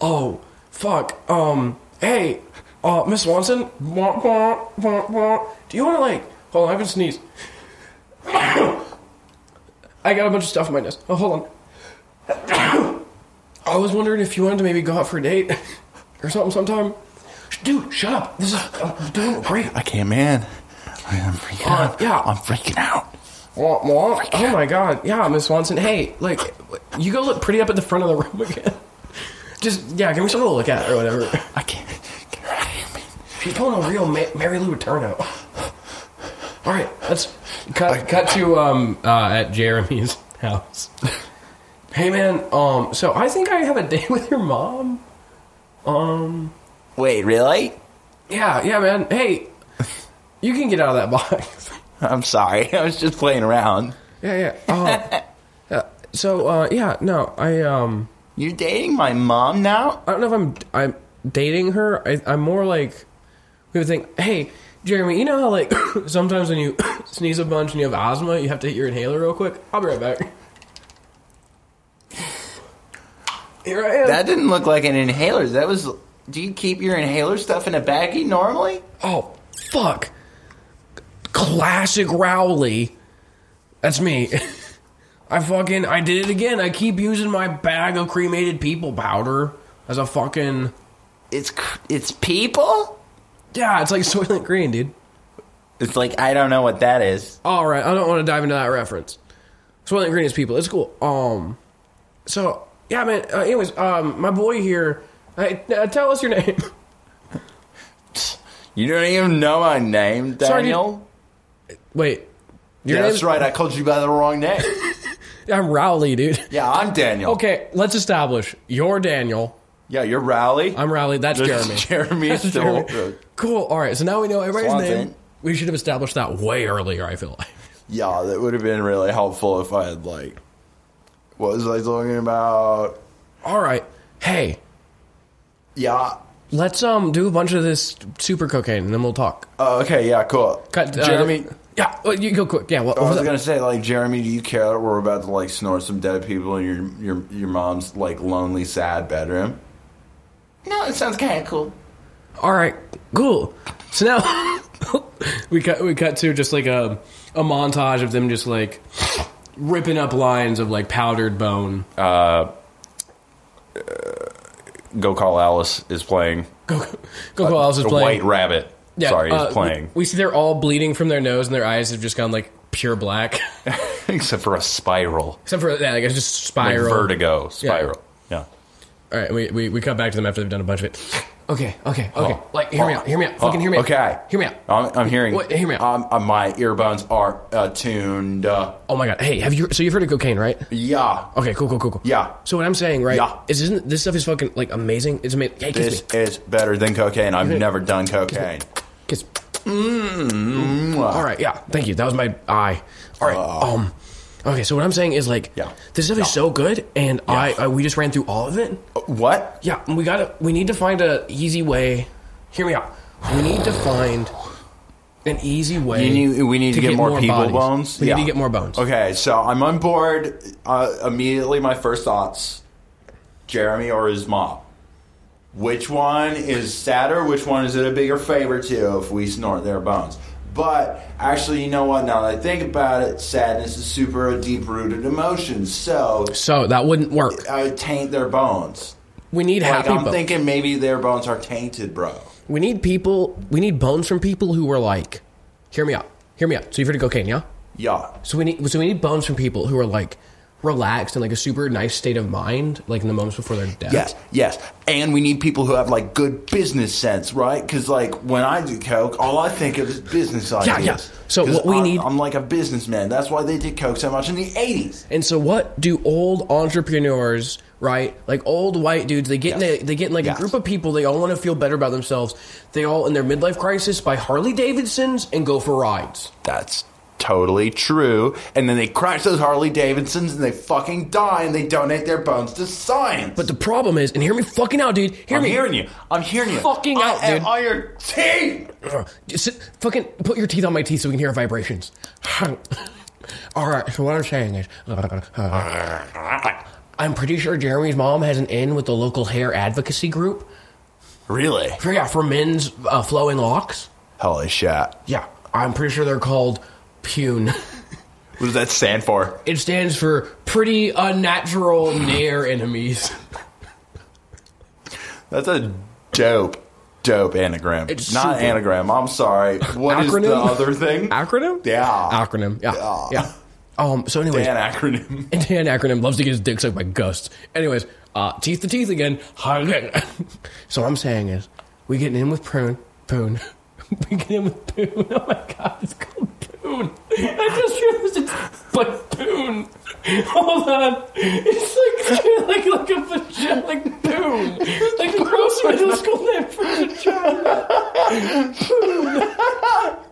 [SPEAKER 2] oh, fuck. Um, hey, uh, Miss Swanson, Wah, wah, wah, wah. do you want to like? Hold on, I can sneeze. (coughs) I got a bunch of stuff in my nose. Oh, hold on. I was wondering if you wanted to maybe go out for a date (laughs) or something sometime. Dude, shut up. This is I'm doing great.
[SPEAKER 5] I can't, man. I- I'm freaking
[SPEAKER 2] Uh,
[SPEAKER 5] out.
[SPEAKER 2] yeah.
[SPEAKER 5] I'm freaking out.
[SPEAKER 2] Wah, wah. Oh my god. Yeah, Miss Swanson. Hey, like, you go look pretty up at the front of the room (laughs) again. Just, yeah, give me something to look at or whatever.
[SPEAKER 5] I can't. Get her out of here, man.
[SPEAKER 2] She's pulling a real Ma- Mary Lou Turno. All right, let's cut. cut to um uh, at Jeremy's house. hey man, um, so I think I have a date (laughs) with your mom.
[SPEAKER 5] Wait, really?
[SPEAKER 2] Yeah, yeah, man. Hey, you can get out of that box.
[SPEAKER 5] I'm sorry. (laughs) I was just playing around.
[SPEAKER 2] yeah, yeah.
[SPEAKER 5] (laughs)
[SPEAKER 2] Uh, yeah. So uh, yeah, no, I um,
[SPEAKER 5] You're dating my mom now?
[SPEAKER 2] I don't know if I'm I'm dating her. I, I'm more like we would think, hey, Jeremy, you know how like (coughs) sometimes when you (coughs) sneeze a bunch and you have asthma, you have to hit your inhaler real quick. I'll be right
[SPEAKER 5] (laughs)
[SPEAKER 2] back. Here I am.
[SPEAKER 5] That didn't look like an inhaler. That was. Do you keep your inhaler stuff in a baggie normally?
[SPEAKER 2] oh, fuck! Classic Rowley. That's me. (laughs) I fucking I did it again. I keep using my bag of cremated people powder as a fucking
[SPEAKER 5] It's cr- it's people.
[SPEAKER 2] yeah. It's like (laughs) Soylent Green, dude.
[SPEAKER 5] It's like I don't know what that is.
[SPEAKER 2] All right, I don't want to dive into that reference. Soylent Green is people. It's cool. Um, so yeah, man. Uh, anyways, um, my boy here. I, uh, tell us your name. (laughs)
[SPEAKER 5] You don't even know my name,
[SPEAKER 2] Sorry, dude.
[SPEAKER 5] Daniel.
[SPEAKER 2] Wait, your
[SPEAKER 5] yeah, that's
[SPEAKER 2] name's-
[SPEAKER 5] right. I called you by the wrong (laughs) name.
[SPEAKER 2] I'm Rowley, dude. (laughs)
[SPEAKER 5] yeah, I'm Daniel.
[SPEAKER 2] Okay, let's establish. You're Daniel.
[SPEAKER 5] Yeah, you're Rowley.
[SPEAKER 2] I'm Rowley. That's
[SPEAKER 5] This
[SPEAKER 2] Jeremy.
[SPEAKER 5] is (laughs) Jeremy still.
[SPEAKER 2] Jeremy. Cool. All right, so now we know everybody's
[SPEAKER 5] Swanson.
[SPEAKER 2] name. We should have established that way earlier. I feel like.
[SPEAKER 5] Yeah, that would have been really helpful if I had like. What was I talking about?
[SPEAKER 2] All right. Hey,
[SPEAKER 5] Yeah.
[SPEAKER 2] let's um do a bunch of this super cocaine and then we'll talk.
[SPEAKER 5] Oh, okay. Yeah. Cool.
[SPEAKER 2] Cut, uh,
[SPEAKER 5] Jeremy.
[SPEAKER 2] Yeah, well, you go quick. Yeah, what,
[SPEAKER 5] I
[SPEAKER 2] what
[SPEAKER 5] was
[SPEAKER 2] was that?
[SPEAKER 5] gonna say, like, Jeremy, do you care that we're about to like snort some dead people in your your your mom's like lonely, sad bedroom? No, it sounds kind of cool.
[SPEAKER 2] all right, cool. So now (laughs) we cut we cut to just like a a montage of them just like ripping up lines of like powdered bone.
[SPEAKER 8] Go Call Alice is playing.
[SPEAKER 2] Go go go! Alice is
[SPEAKER 8] Uh, The
[SPEAKER 2] playing.
[SPEAKER 8] White Rabbit.
[SPEAKER 2] Yeah,
[SPEAKER 8] sorry,
[SPEAKER 2] uh,
[SPEAKER 8] is
[SPEAKER 5] (laughs)
[SPEAKER 8] playing.
[SPEAKER 2] We, we see they're all bleeding from their nose and their eyes have just gone like pure black, (laughs)
[SPEAKER 8] Except for a spiral.
[SPEAKER 2] except for yeah, like it's just
[SPEAKER 8] Like
[SPEAKER 2] spiral.
[SPEAKER 8] vertigo spiral. Yeah.
[SPEAKER 2] all right, we, we we cut back to them after they've done a bunch of it. Okay, okay, okay. Like, hear me out. Hear me out. Fucking hear me out.
[SPEAKER 5] Oh. Okay. Uh.
[SPEAKER 2] Hear me out.
[SPEAKER 5] I'm, I'm hearing.
[SPEAKER 2] Wait, hear me out.
[SPEAKER 5] Um, uh, my earbuds are uh, tuned. Uh,
[SPEAKER 2] Oh my god. Hey, have you? So you've heard of cocaine, right?
[SPEAKER 5] yeah.
[SPEAKER 2] Okay, cool, cool, cool, cool.
[SPEAKER 5] Yeah.
[SPEAKER 2] So what I'm saying, right?
[SPEAKER 5] Yeah.
[SPEAKER 2] Is isn't this stuff is fucking like amazing? It's amazing. Hey, kiss
[SPEAKER 5] This is better than cocaine. I've never done cocaine.
[SPEAKER 2] me, kiss.
[SPEAKER 5] Mm.
[SPEAKER 2] All right, yeah. Thank you. That was my eye. All right. um. Okay, so what I'm saying is like,
[SPEAKER 5] Uh. Yeah.
[SPEAKER 2] this stuff is so good, and I, I we just ran through all of it.
[SPEAKER 5] Uh, What?
[SPEAKER 2] Yeah, we gotta. We need to find a easy way. Hear me out. We need to find an easy way.
[SPEAKER 5] You need- we need to get more people
[SPEAKER 2] bodies.
[SPEAKER 5] bones?
[SPEAKER 2] We
[SPEAKER 5] Yeah.
[SPEAKER 2] need to get more bones.
[SPEAKER 5] Okay, so I'm on board. Uh, immediately, my first thoughts: Jeremy or his mom. Which one is sadder? Which one is it a bigger favor to if we snort their bones? But actually, you know what? Now that I think about it, sadness is super a deep-rooted emotion. So
[SPEAKER 2] So that wouldn't work.
[SPEAKER 5] I taint their bones.
[SPEAKER 2] We need
[SPEAKER 5] Like
[SPEAKER 2] happy
[SPEAKER 5] I'm
[SPEAKER 2] bones.
[SPEAKER 5] thinking, maybe their bones are tainted, bro.
[SPEAKER 2] We need people. We need bones from people who were like, hear me out, hear me out. So you've heard of cocaine, yeah?
[SPEAKER 5] Yeah,
[SPEAKER 2] So we need. So we need bones from people who are like relaxed and like a super nice state of mind, like in the moments before their death.
[SPEAKER 5] Yes, yes. And we need people who have like good business sense, right? Because like when I do coke, all I think of is business
[SPEAKER 2] Yeah,
[SPEAKER 5] ideas.
[SPEAKER 2] yeah. So
[SPEAKER 5] 'Cause
[SPEAKER 2] what we
[SPEAKER 5] I'm,
[SPEAKER 2] need-
[SPEAKER 5] I'm like a businessman. That's why they did coke so much in the '80s.
[SPEAKER 2] And so what do old entrepreneurs, right? Like old white dudes, they get in
[SPEAKER 5] Yes.
[SPEAKER 2] a, they get in like
[SPEAKER 5] Yes.
[SPEAKER 2] a group of people. They all want to feel better about themselves. They all in their midlife crisis buy Harley Davidsons and go for rides.
[SPEAKER 5] That's totally true. And then they crash those Harley Davidsons and they fucking die and they donate their bones to science.
[SPEAKER 2] But the problem is, and hear me fucking out, dude. Hear
[SPEAKER 5] I'm
[SPEAKER 2] me.
[SPEAKER 5] hearing you. I'm hearing you.
[SPEAKER 2] Fucking
[SPEAKER 5] I
[SPEAKER 2] out,
[SPEAKER 5] am
[SPEAKER 2] dude.
[SPEAKER 5] on your team.
[SPEAKER 2] Just sit- fucking put your teeth on my teeth so we can hear vibrations. (laughs) All right, so what I'm saying is, (laughs) I'm pretty sure Jeremy's mom has an in with the local hair advocacy group.
[SPEAKER 3] Really?
[SPEAKER 2] For, yeah, for men's uh, flowing locks.
[SPEAKER 3] Holy shit.
[SPEAKER 2] Yeah, I'm pretty sure they're called pune. (laughs)
[SPEAKER 3] What does that stand for?
[SPEAKER 2] It stands for pretty unnatural near enemies.
[SPEAKER 3] That's a dope, dope anagram.
[SPEAKER 2] It's
[SPEAKER 3] Not
[SPEAKER 2] super-
[SPEAKER 3] anagram. I'm sorry. What is the
[SPEAKER 2] Acronym?
[SPEAKER 3] other thing?
[SPEAKER 2] Acronym?
[SPEAKER 3] yeah.
[SPEAKER 2] Acronym. Yeah. Yeah. Um. So, anyways,
[SPEAKER 3] Dan
[SPEAKER 2] (laughs)
[SPEAKER 3] acronym.
[SPEAKER 2] And Dan Acronym loves to get his dick sucked by gusts. Anyways, uh, teeth to teeth again. (laughs) so I'm saying is, we getting in with prune, (laughs) poon. We get in with poon. Oh my god, it's called poon. I just realized it's like poon. Hold on, it's like (laughs) like like a vagina, like poon, like a gross middle school name for vagina. Poon.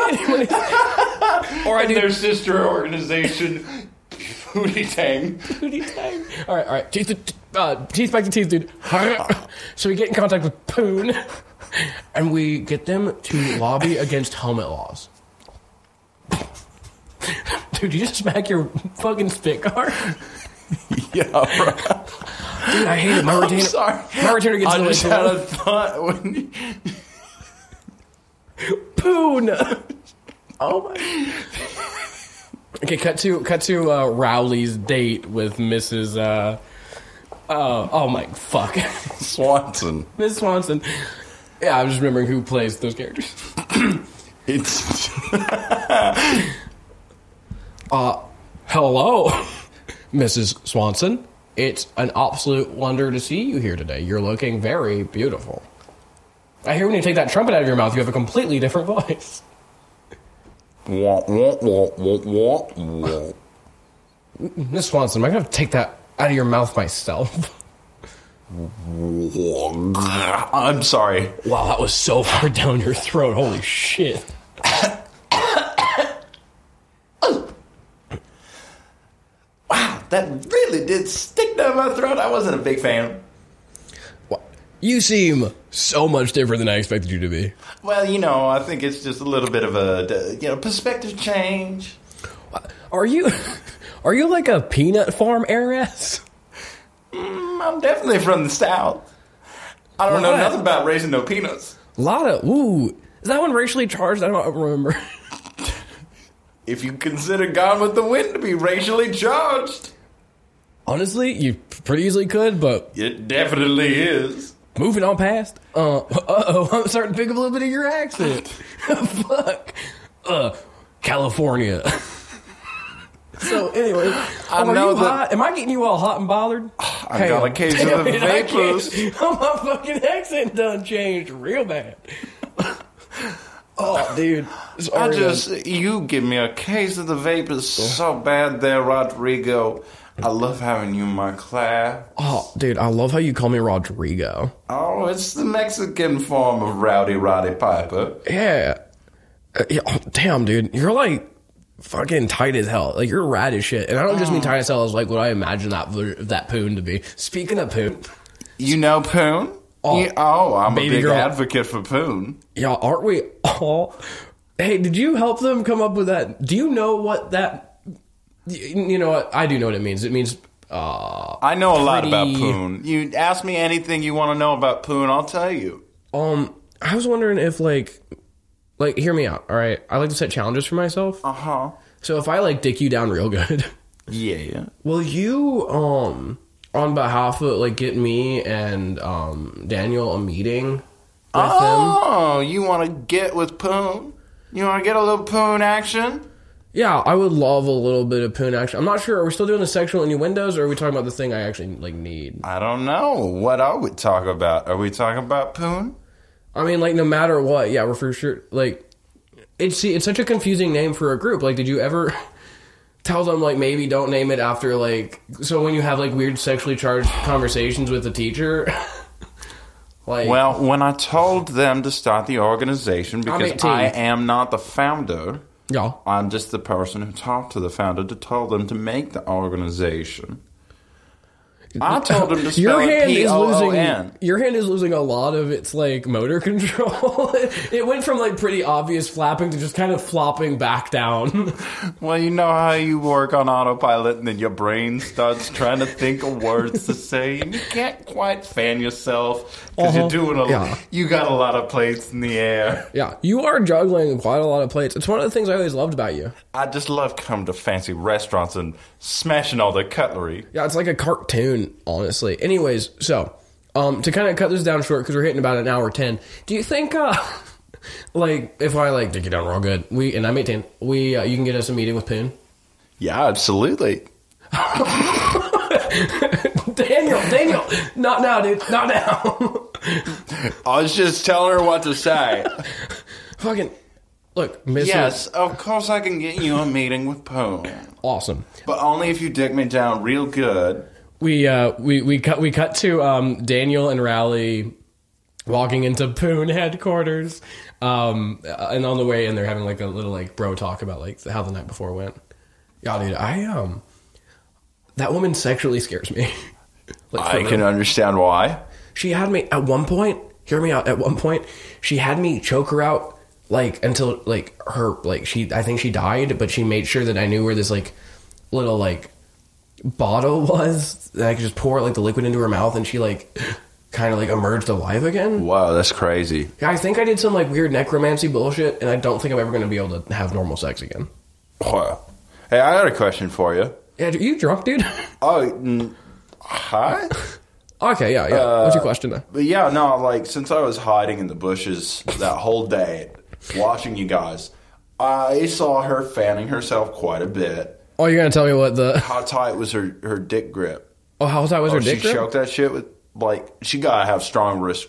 [SPEAKER 2] Anyways, or I do
[SPEAKER 5] Their sister organization, Hootie Tang.
[SPEAKER 2] Booty time. All right, all right. Teeth, to, t- uh, teeth back to teeth, dude. so we get in contact with Poon, and we get them to lobby against helmet laws. Dude, you just smack your fucking spit guard.
[SPEAKER 3] Yeah, bro.
[SPEAKER 2] Dude, I hate it. (laughs) My retainer.
[SPEAKER 3] sorry.
[SPEAKER 2] My retainer gets in
[SPEAKER 3] I
[SPEAKER 2] the way.
[SPEAKER 3] just
[SPEAKER 2] so
[SPEAKER 3] had
[SPEAKER 2] loud.
[SPEAKER 3] a thought when
[SPEAKER 2] Poon. Oh my. Okay, cut to cut to uh, Rowley's date with Mrs. Uh, uh, oh my fuck. (laughs)
[SPEAKER 3] Swanson.
[SPEAKER 2] Miss Swanson. Yeah, I'm just remembering who plays those characters.
[SPEAKER 3] It's
[SPEAKER 2] Hello, (laughs) Mrs. Swanson. It's an absolute wonder to see you here today. You're looking very beautiful. I hear when you take that trumpet out of your mouth, you have a completely different (laughs) voice.
[SPEAKER 3] wah, wah, wah, wah, wah, wah.
[SPEAKER 2] Miss Swanson, am I gonna have to take that out of your mouth myself?
[SPEAKER 5] I'm sorry.
[SPEAKER 2] (laughs) Wow, that was so far down your throat. Holy shit.
[SPEAKER 5] That really did stick down my throat. I wasn't a big fan.
[SPEAKER 2] You seem so much different than I expected you to be.
[SPEAKER 5] Well, you know, I think it's just a little bit of a you know perspective change.
[SPEAKER 2] Are you (laughs) are you like a peanut farm heiress?
[SPEAKER 5] I'm definitely from the south. I don't know
[SPEAKER 2] What?
[SPEAKER 5] nothing about raising no peanuts.
[SPEAKER 2] Lotta ooh. Is that one racially charged? I don't remember. (laughs)
[SPEAKER 5] If you consider Gone with the Wind to be racially charged,
[SPEAKER 2] Honestly, you pretty easily could, but
[SPEAKER 5] it definitely is.
[SPEAKER 2] moving on past. Uh oh, (laughs) I'm starting to pick up a little bit of your accent. (laughs) Fuck. Uh, California. so anyway, I
[SPEAKER 5] know
[SPEAKER 2] you
[SPEAKER 5] that-
[SPEAKER 2] hot? Am I getting you all hot and bothered? I
[SPEAKER 5] got a case of the vapors.
[SPEAKER 2] (laughs) Oh, My fucking accent done changed real bad. oh, dude, it's
[SPEAKER 5] I
[SPEAKER 2] already-
[SPEAKER 5] just you give me a case of the vapors so bad there, Rodrigo. I love having you in my class.
[SPEAKER 2] Oh, dude, I love how you call me Rodrigo.
[SPEAKER 5] Oh, it's the Mexican form of Rowdy Roddy Piper.
[SPEAKER 2] Yeah. Uh, yeah. oh, damn, dude. You're like fucking tight as hell. Like you're rad as shit. And I don't just mean tight as hell as like what I imagine that ver- that poon to be. Speaking of poon,
[SPEAKER 5] You know Poon?
[SPEAKER 2] Oh.
[SPEAKER 5] You- oh, I'm
[SPEAKER 2] Baby
[SPEAKER 5] a big
[SPEAKER 2] girl.
[SPEAKER 5] advocate for Poon.
[SPEAKER 2] y'all aren't we all? Hey, did you help them come up with that? Do you know what that? y- You know what? I do know what it means. It means uh
[SPEAKER 5] I know a lot about
[SPEAKER 2] Pretty-
[SPEAKER 5] Poon. You ask me anything you want to know about Poon, I'll tell you.
[SPEAKER 2] um. I was wondering if like like hear me out. All right, I like to set challenges for myself.
[SPEAKER 5] Uh huh.
[SPEAKER 2] So if I like dick you down real good. (laughs)
[SPEAKER 5] Yeah.
[SPEAKER 2] Will you, um, on behalf of like get me and um Daniel a meeting with him?
[SPEAKER 5] Oh, you want to get with Poon? You want to get a little Poon action?
[SPEAKER 2] Yeah, I would love a little bit of poon action. I'm not sure. Are we still doing the sexual innuendos, or are we talking about the thing I actually like need?
[SPEAKER 5] I don't know. What are we talking about? Are we talking about Poon?
[SPEAKER 2] I mean, like no matter what, yeah, we're for sure. Like, it's see, it's such a confusing name for a group. Like, did you ever? (laughs) Tell them like maybe don't name it after like so when you have like weird sexually charged conversations with the teacher, (laughs) like
[SPEAKER 5] Well, when I told them to start the organization because
[SPEAKER 2] 18.
[SPEAKER 5] I am not the founder,
[SPEAKER 2] y'all
[SPEAKER 5] I'm just the person who talked to the founder to tell them to make the organization.
[SPEAKER 2] (laughs)
[SPEAKER 5] I told him to spell
[SPEAKER 2] Your
[SPEAKER 5] it
[SPEAKER 2] hand is losing.
[SPEAKER 5] P-O-O-N.
[SPEAKER 2] Your hand is losing a lot of its like motor (laughs) control. it went from like pretty obvious flapping to just kind of flopping back down. (laughs)
[SPEAKER 5] Well, you know how you work on autopilot and then your brain starts trying to think of words to say and you can't quite fan yourself because you're doing a
[SPEAKER 2] Yeah.
[SPEAKER 5] you got a lot of plates in the air.
[SPEAKER 2] yeah, you are juggling quite a lot of plates. It's one of the things I always loved about you.
[SPEAKER 5] I just love coming to fancy restaurants and smashing all their cutlery.
[SPEAKER 2] Yeah, it's like a cartoon, honestly. Anyways, so um, to kind of cut this down short because we're hitting about an hour ten. Do you think, uh, (laughs) like, if I like dig it down real good, we and I'm eighteen, we uh, you can get us a meeting with Poon. (laughs)
[SPEAKER 5] Yeah, absolutely.
[SPEAKER 2] Daniel, Daniel, not now, dude, not now. (laughs)
[SPEAKER 5] I was just telling her what to say.
[SPEAKER 2] Fucking look,
[SPEAKER 5] (laughs)
[SPEAKER 2] Mrs.
[SPEAKER 5] yes, of course I can get you a meeting with Pone.
[SPEAKER 2] awesome.
[SPEAKER 5] But only if you dick me down real good.
[SPEAKER 2] We uh we we cut we cut to um Daniel and Rally walking into Poon headquarters. Um uh, and on the way in they're having like a little like bro talk about like how the night before went. Yeah, dude, I um that woman sexually scares me. (laughs) like
[SPEAKER 5] I
[SPEAKER 2] for real.
[SPEAKER 5] can understand why.
[SPEAKER 2] She had me at one point. Hear me out. At one point, she had me choke her out like until like her like she. I think she died, but she made sure that I knew where this like little like bottle (laughs) was that I could just pour like the liquid into her mouth, and she like kind of like emerged alive again.
[SPEAKER 5] Wow, that's crazy.
[SPEAKER 2] I think I did some like weird necromancy bullshit, and I don't think I'm ever gonna be able to have normal sex again.
[SPEAKER 5] Wow. Hey, I got a question for you.
[SPEAKER 2] Yeah, are you drunk, dude? (laughs)
[SPEAKER 5] Oh, n- hi.
[SPEAKER 2] okay, yeah, yeah. What's
[SPEAKER 5] Uh,
[SPEAKER 2] your question though?
[SPEAKER 5] But yeah, no, like since I was hiding in the bushes that whole day, watching you guys, I saw her fanning herself quite a bit.
[SPEAKER 2] Oh, you're gonna tell me what the
[SPEAKER 5] How tight was her her dick grip?
[SPEAKER 2] oh how tight was her
[SPEAKER 5] Oh,
[SPEAKER 2] dick?
[SPEAKER 5] she
[SPEAKER 2] grip?
[SPEAKER 5] choked that shit with like she gotta have strong wrist.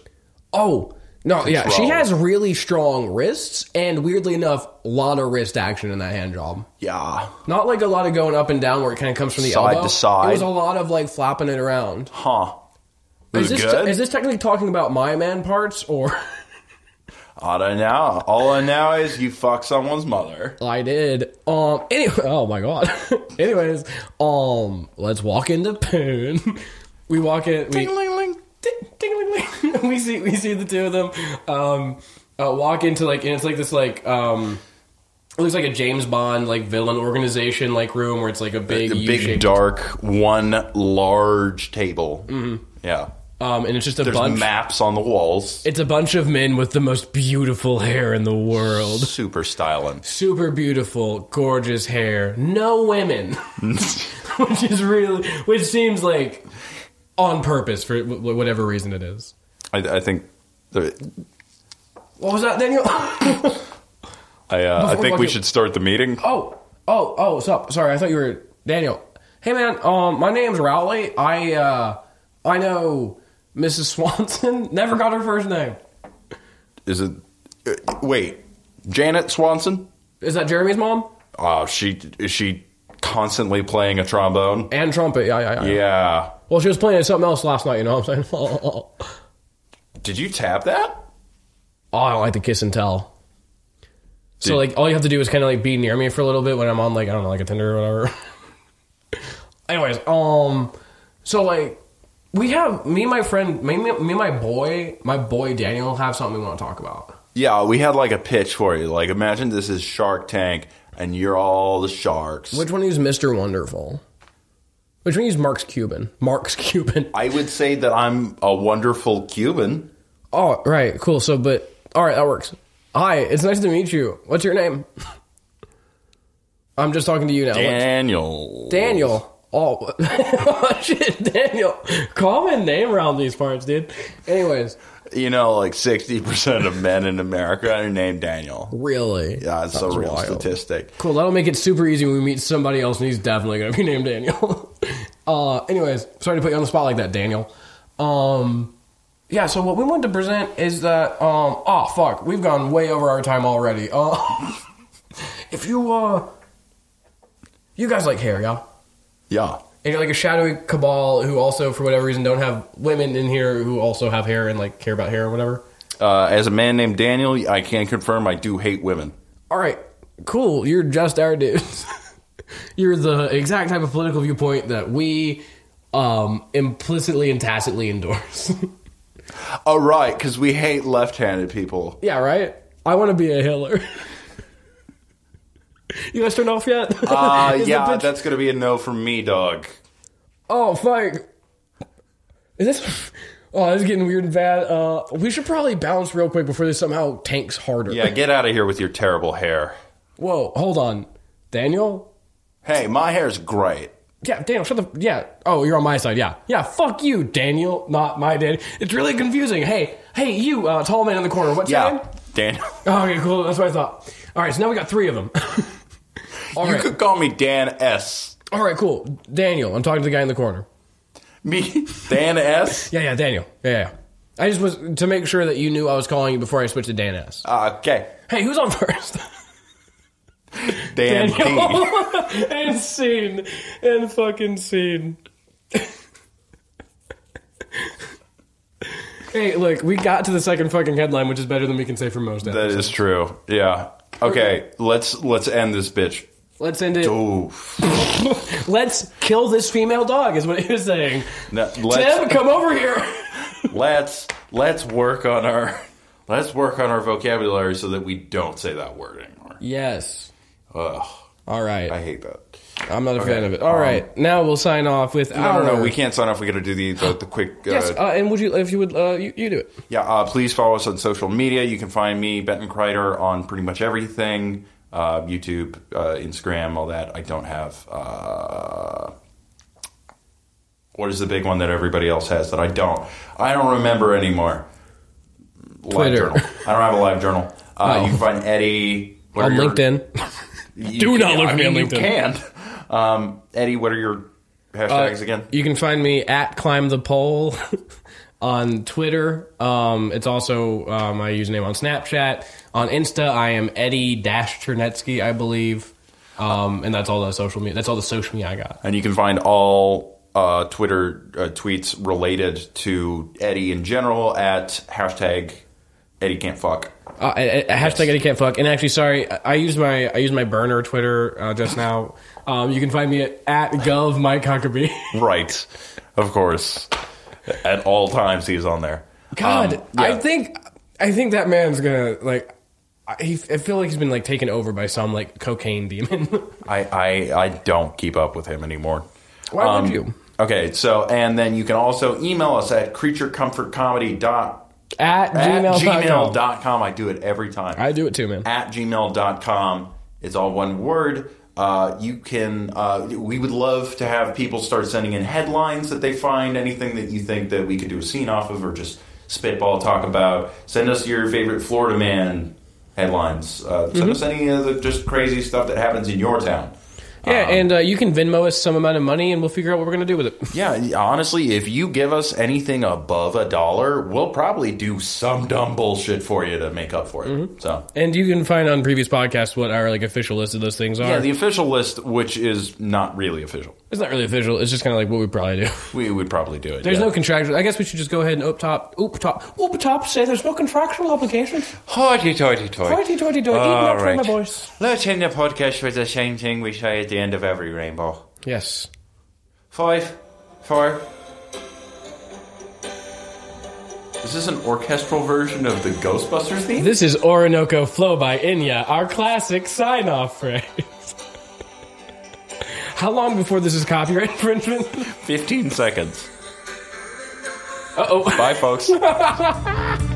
[SPEAKER 2] Oh no, yeah, she
[SPEAKER 5] Control.
[SPEAKER 2] has really strong wrists, and weirdly enough, a lot of wrist action in that hand job.
[SPEAKER 5] Yeah,
[SPEAKER 2] Not like a lot of going up and down where it kind of comes from the
[SPEAKER 5] Side
[SPEAKER 2] elbow.
[SPEAKER 5] to side.
[SPEAKER 2] It was a lot of like flapping it around.
[SPEAKER 5] huh? Was
[SPEAKER 2] Is
[SPEAKER 5] it
[SPEAKER 2] this
[SPEAKER 5] good?
[SPEAKER 2] is this technically talking about my man parts or (laughs)
[SPEAKER 5] I don't know. All I know is you fuck someone's mother.
[SPEAKER 2] I did? Um. Anyway, oh my god. (laughs) Anyways, um, let's walk into Poon. (laughs) We walk in. We, Ding, ding, ding, (laughs) ding. we see we see the two of them um, uh, walk into like and it's like this like um, it looks like a James Bond like villain organization like room where it's like a big
[SPEAKER 5] The big
[SPEAKER 2] U-shaped-
[SPEAKER 5] dark one large table. Yeah,
[SPEAKER 2] um, and it's just a
[SPEAKER 5] there's
[SPEAKER 2] Mm-hmm. bunch.
[SPEAKER 5] maps on the walls.
[SPEAKER 2] it's a bunch of men with the most beautiful hair in the world.
[SPEAKER 5] Super styling.
[SPEAKER 2] Super beautiful, gorgeous hair.
[SPEAKER 5] (laughs)
[SPEAKER 2] No women, (laughs) which is really which seems like on purpose for wh- whatever reason it is.
[SPEAKER 5] I, I think the,
[SPEAKER 2] What was that, Daniel? (laughs)
[SPEAKER 5] I, uh, I
[SPEAKER 2] Before
[SPEAKER 5] think we
[SPEAKER 2] Bucket-
[SPEAKER 5] should start the meeting.
[SPEAKER 2] Oh, oh, oh, sup. Sorry, I thought you were Daniel. Hey man, um my name's Rowley. I uh I know Mrs. (laughs) Swanson. Never got her first name.
[SPEAKER 5] Is it? uh, Wait, Janet Swanson?
[SPEAKER 2] Is that Jeremy's mom?
[SPEAKER 5] Oh, she is she constantly playing a trombone?
[SPEAKER 2] And trumpet. Yeah, yeah, yeah.
[SPEAKER 5] Yeah.
[SPEAKER 2] Well, she was playing something else last night, you know what I'm saying? (laughs) Oh,
[SPEAKER 5] Did you tap that?
[SPEAKER 2] Oh, I don't like to kiss and tell. So like all you have to do is kind of like be near me for a little bit when I'm on like I don't know like a Tinder or whatever. (laughs) Anyways, um, so like we have me and my friend, me, me me and my boy, my boy Daniel have something we want to talk about.
[SPEAKER 5] Yeah, we had like a pitch for you. Like, imagine this is Shark Tank, and you're all the sharks.
[SPEAKER 2] Which one is Mister Wonderful? Which one is Mark's Cuban? Mark's Cuban.
[SPEAKER 5] I would say that I'm a wonderful Cuban.
[SPEAKER 2] (laughs) Oh, right, cool. So, but all right, that works. Hi, it's nice to meet you. What's your name? (laughs) I'm just talking to you now.
[SPEAKER 5] Daniel.
[SPEAKER 2] Daniel. Oh (laughs) shit, Daniel. Common name around these parts, dude. Anyways,
[SPEAKER 5] You know, like 60% of men in America are named Daniel.
[SPEAKER 2] really.
[SPEAKER 5] Yeah, it's a real statistic.
[SPEAKER 2] Cool. That'll make it super easy when we meet somebody else, and he's definitely gonna be named Daniel. (laughs) uh, anyways, sorry to put you on the spot like that, Daniel. Um, yeah. So what we wanted to present is that um, oh fuck, we've gone way over our time already. Uh, (laughs) if you uh, you guys like hair, yeah.
[SPEAKER 5] Yeah.
[SPEAKER 2] And you're like a shadowy cabal who also, for whatever reason, don't have women in here who also have hair and like care about hair or whatever.
[SPEAKER 5] Uh, as a man named Daniel, I can confirm I do hate women.
[SPEAKER 2] All right, cool. (laughs) You're just our dudes. you're the exact type of political viewpoint that we um, implicitly and tacitly endorse. (laughs)
[SPEAKER 3] Oh, right, because we hate left-handed people.
[SPEAKER 2] (laughs) yeah, right. I want to be a Hitler. (laughs) you guys turned off yet?
[SPEAKER 3] Uh,
[SPEAKER 2] (laughs) Is the
[SPEAKER 3] yeah,
[SPEAKER 2] pitch-
[SPEAKER 3] that's gonna be a no from me, dog.
[SPEAKER 2] Oh fuck! Is this? (laughs) Oh, this is getting weird and bad. Uh, we should probably bounce real quick before this somehow tanks harder.
[SPEAKER 5] Yeah, get out of here with your terrible hair.
[SPEAKER 2] Whoa, hold on, Daniel.
[SPEAKER 3] Hey, my hair's great.
[SPEAKER 2] Yeah, Daniel, shut the. Yeah. Oh, you're on my side. Yeah, yeah. Fuck you, Daniel. Not my Daniel. It's really confusing. Hey, hey, you, uh, tall man in the corner. What's your
[SPEAKER 3] Yeah,
[SPEAKER 2] name?
[SPEAKER 5] (laughs)
[SPEAKER 3] Dan.
[SPEAKER 2] Oh, okay, cool. That's what I thought. All right, so now we got three of them. (laughs) All
[SPEAKER 3] You
[SPEAKER 2] right,
[SPEAKER 3] could call me Dan S.
[SPEAKER 2] all right, cool. Daniel, I'm talking to the guy in the corner.
[SPEAKER 3] Me, Dan
[SPEAKER 5] (laughs)
[SPEAKER 3] S.
[SPEAKER 2] Yeah, yeah, Daniel. Yeah, yeah. I just was to make sure that you knew I was calling you before I switched to Dan S.
[SPEAKER 5] Uh,
[SPEAKER 3] Okay,
[SPEAKER 2] Hey, who's on (laughs) first?
[SPEAKER 3] Dan P.
[SPEAKER 2] (laughs) and scene. And fucking scene. hey, look, we got to the second fucking headline, which is better than we can say for most of
[SPEAKER 5] That is true. Yeah. Okay, let's let's end this bitch.
[SPEAKER 2] Let's end it.
[SPEAKER 5] Ooh.
[SPEAKER 2] Let's kill this female dog, is what he was saying.
[SPEAKER 5] No,
[SPEAKER 2] Tim,
[SPEAKER 5] let's
[SPEAKER 2] come over here.
[SPEAKER 5] let's let's work on our (laughs) let's work on our vocabulary so that we don't say that word anymore.
[SPEAKER 2] yes.
[SPEAKER 5] Ugh,
[SPEAKER 2] All right.
[SPEAKER 5] I hate that.
[SPEAKER 2] I'm not a fan
[SPEAKER 5] Um,
[SPEAKER 2] of it. All right. Now we'll sign off with
[SPEAKER 5] I
[SPEAKER 2] our.
[SPEAKER 5] don't know. We can't sign off. We got to do the the, the quick. Uh,
[SPEAKER 2] Uh, Yes, uh, and would you, if you would, uh, you, you do it.
[SPEAKER 5] Yeah, uh, please follow us on social media. You can find me, Benton Kreider, on pretty much everything uh, YouTube, uh, Instagram, all that. I don't have. Uh, what is the big one that everybody else has that I don't? I don't remember anymore. Live
[SPEAKER 2] Twitter. Oh.
[SPEAKER 5] journal. I don't have a live journal. Uh, You can find Eddie. what
[SPEAKER 2] On
[SPEAKER 5] are your-
[SPEAKER 2] LinkedIn.
[SPEAKER 5] you can-
[SPEAKER 2] Do not look
[SPEAKER 5] I
[SPEAKER 2] for me
[SPEAKER 5] mean,
[SPEAKER 2] on
[SPEAKER 5] you
[SPEAKER 2] LinkedIn.
[SPEAKER 5] can. Um, Eddie, what are your hashtags again?
[SPEAKER 2] You can find me at climb the pole (laughs) on Twitter. Um, it's also uh, my username on Snapchat. On Insta, I am Eddie Dash Chernetsky, I believe. Um, and that's all the social media. That's all the social media I got.
[SPEAKER 5] and you can find all uh, Twitter uh, tweets related to Eddie in general at hashtag Eddie can't fuck.
[SPEAKER 2] Uh, I- I- hashtag Eddie can't fuck. And actually, sorry, I, I used my I used my burner Twitter uh, just now. Um, you can find me at, at gov Mike Huckabee.
[SPEAKER 5] Right, of course. At all times, he's on there.
[SPEAKER 2] (laughs) God,
[SPEAKER 5] Um,
[SPEAKER 2] I
[SPEAKER 5] yeah.
[SPEAKER 2] think I think that man's gonna like. I, he, I feel like he's been like taken over by some like cocaine demon. (laughs)
[SPEAKER 5] I I, I don't keep up with him anymore.
[SPEAKER 2] Why
[SPEAKER 5] Um,
[SPEAKER 2] would you?
[SPEAKER 5] Okay, so and then you can also email us at creaturecomfortcomedy dot
[SPEAKER 2] At,
[SPEAKER 5] at
[SPEAKER 2] gmail.com.
[SPEAKER 5] gmail dot com. I do it every time.
[SPEAKER 2] I do it too, man.
[SPEAKER 5] at gmail.com. It's all one word. Uh, you can, uh, we would love to have people start sending in headlines that they find, anything that you think that we could do a scene off of or just spitball talk about. Send us your favorite Florida man headlines. Uh, Send us any of the just crazy stuff that happens in your town.
[SPEAKER 2] yeah, and uh, you can Venmo us some amount of money, and we'll figure out what we're gonna do with it. (laughs)
[SPEAKER 5] Yeah, honestly, if you give us anything above a dollar, we'll probably do some dumb bullshit for you to make up for it. So.
[SPEAKER 2] And you can find on previous podcasts what our like official list of those things are.
[SPEAKER 5] Yeah, the official list, which is not really official.
[SPEAKER 2] it's not really official. It's just kind of like what
[SPEAKER 5] (laughs)
[SPEAKER 2] we probably do.
[SPEAKER 5] We would probably do it.
[SPEAKER 2] There's
[SPEAKER 5] yeah.
[SPEAKER 2] no contractual. I guess we should just go ahead and up top, oop top, oop top. Say there's no contractual obligation.
[SPEAKER 5] Hoity toity toity.
[SPEAKER 2] Hoity toity toity. Even up from my voice.
[SPEAKER 5] Let's end the podcast with the same thing we say at the end of every rainbow.
[SPEAKER 2] Yes.
[SPEAKER 5] Five, four. Is this an orchestral version of the Ghostbusters theme?
[SPEAKER 2] This is Orinoco Flow by Inya, our classic sign off phrase. (laughs) How long before this is copyright (laughs) infringement?
[SPEAKER 5] 15 seconds.
[SPEAKER 2] Uh oh.
[SPEAKER 5] Bye, folks. (laughs)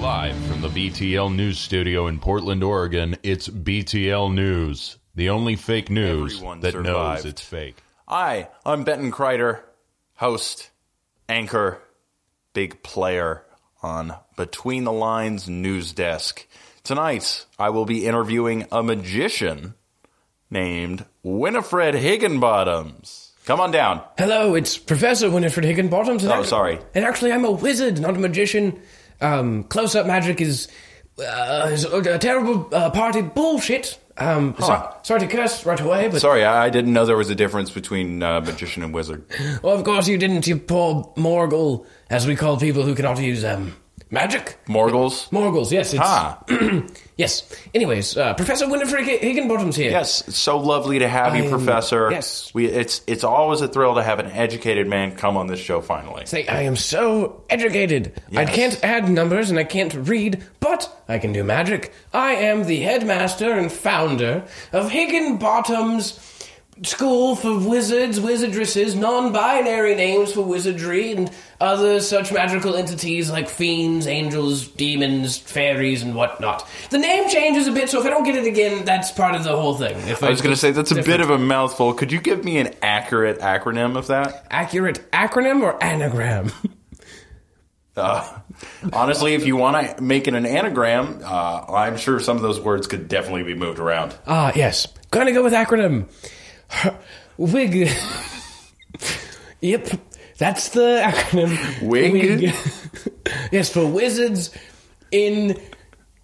[SPEAKER 9] Live from the BTL News Studio in Portland, Oregon, it's BTL News, the only fake news
[SPEAKER 5] Everyone
[SPEAKER 9] that knows
[SPEAKER 5] survived.
[SPEAKER 9] it's fake.
[SPEAKER 5] Hi, I'm Benton Kreider, host, anchor, big player on Between the Lines News Desk. Tonight, I will be interviewing a magician named Winifred Higginbottoms. Come on down.
[SPEAKER 2] Hello, it's Professor Winifred Higginbottom.
[SPEAKER 5] Oh, sorry.
[SPEAKER 2] And actually, I'm a wizard, not a magician. Um, Close up magic is, uh, is a terrible uh, party bullshit. Um, so- sorry to curse right away, but.
[SPEAKER 5] Sorry, I I didn't know there was a difference between uh, magician and wizard.
[SPEAKER 2] Well, of course you didn't, you poor Morgul, as we call people who cannot use um, Magic?
[SPEAKER 5] Morgals.
[SPEAKER 2] Morgals, yes. It's,
[SPEAKER 5] Ah,
[SPEAKER 2] (clears throat) Yes. Anyways, uh, Professor Winifred Hi- Higginbottom's here.
[SPEAKER 5] yes. It's so lovely to have you,
[SPEAKER 2] I'm-
[SPEAKER 5] Professor.
[SPEAKER 2] yes.
[SPEAKER 5] We, it's, it's always a thrill to have an educated man come on this show finally.
[SPEAKER 2] Say, I am so educated. I
[SPEAKER 5] Yes.
[SPEAKER 2] can't add numbers and I can't read, but I can do magic. I am the headmaster and founder of Higginbottom's School for Wizards, Wizardresses, Non Binary Names for Wizardry, and other such magical entities like fiends, angels, demons, fairies, and whatnot. The name changes a bit, so if I don't get it again, that's part of the whole thing. If
[SPEAKER 5] I was going to say, that's a bit
[SPEAKER 2] Different.
[SPEAKER 5] of a mouthful. Could you give me an accurate acronym of that?
[SPEAKER 2] Accurate acronym or anagram? (laughs)
[SPEAKER 5] Uh, honestly, if you want to make it an anagram, uh, I'm sure some of those words could definitely be moved around.
[SPEAKER 2] Ah, yes. Gonna go with acronym. Wig. (laughs) yep. That's the acronym.
[SPEAKER 5] Wig?
[SPEAKER 2] (laughs) yes, for wizards in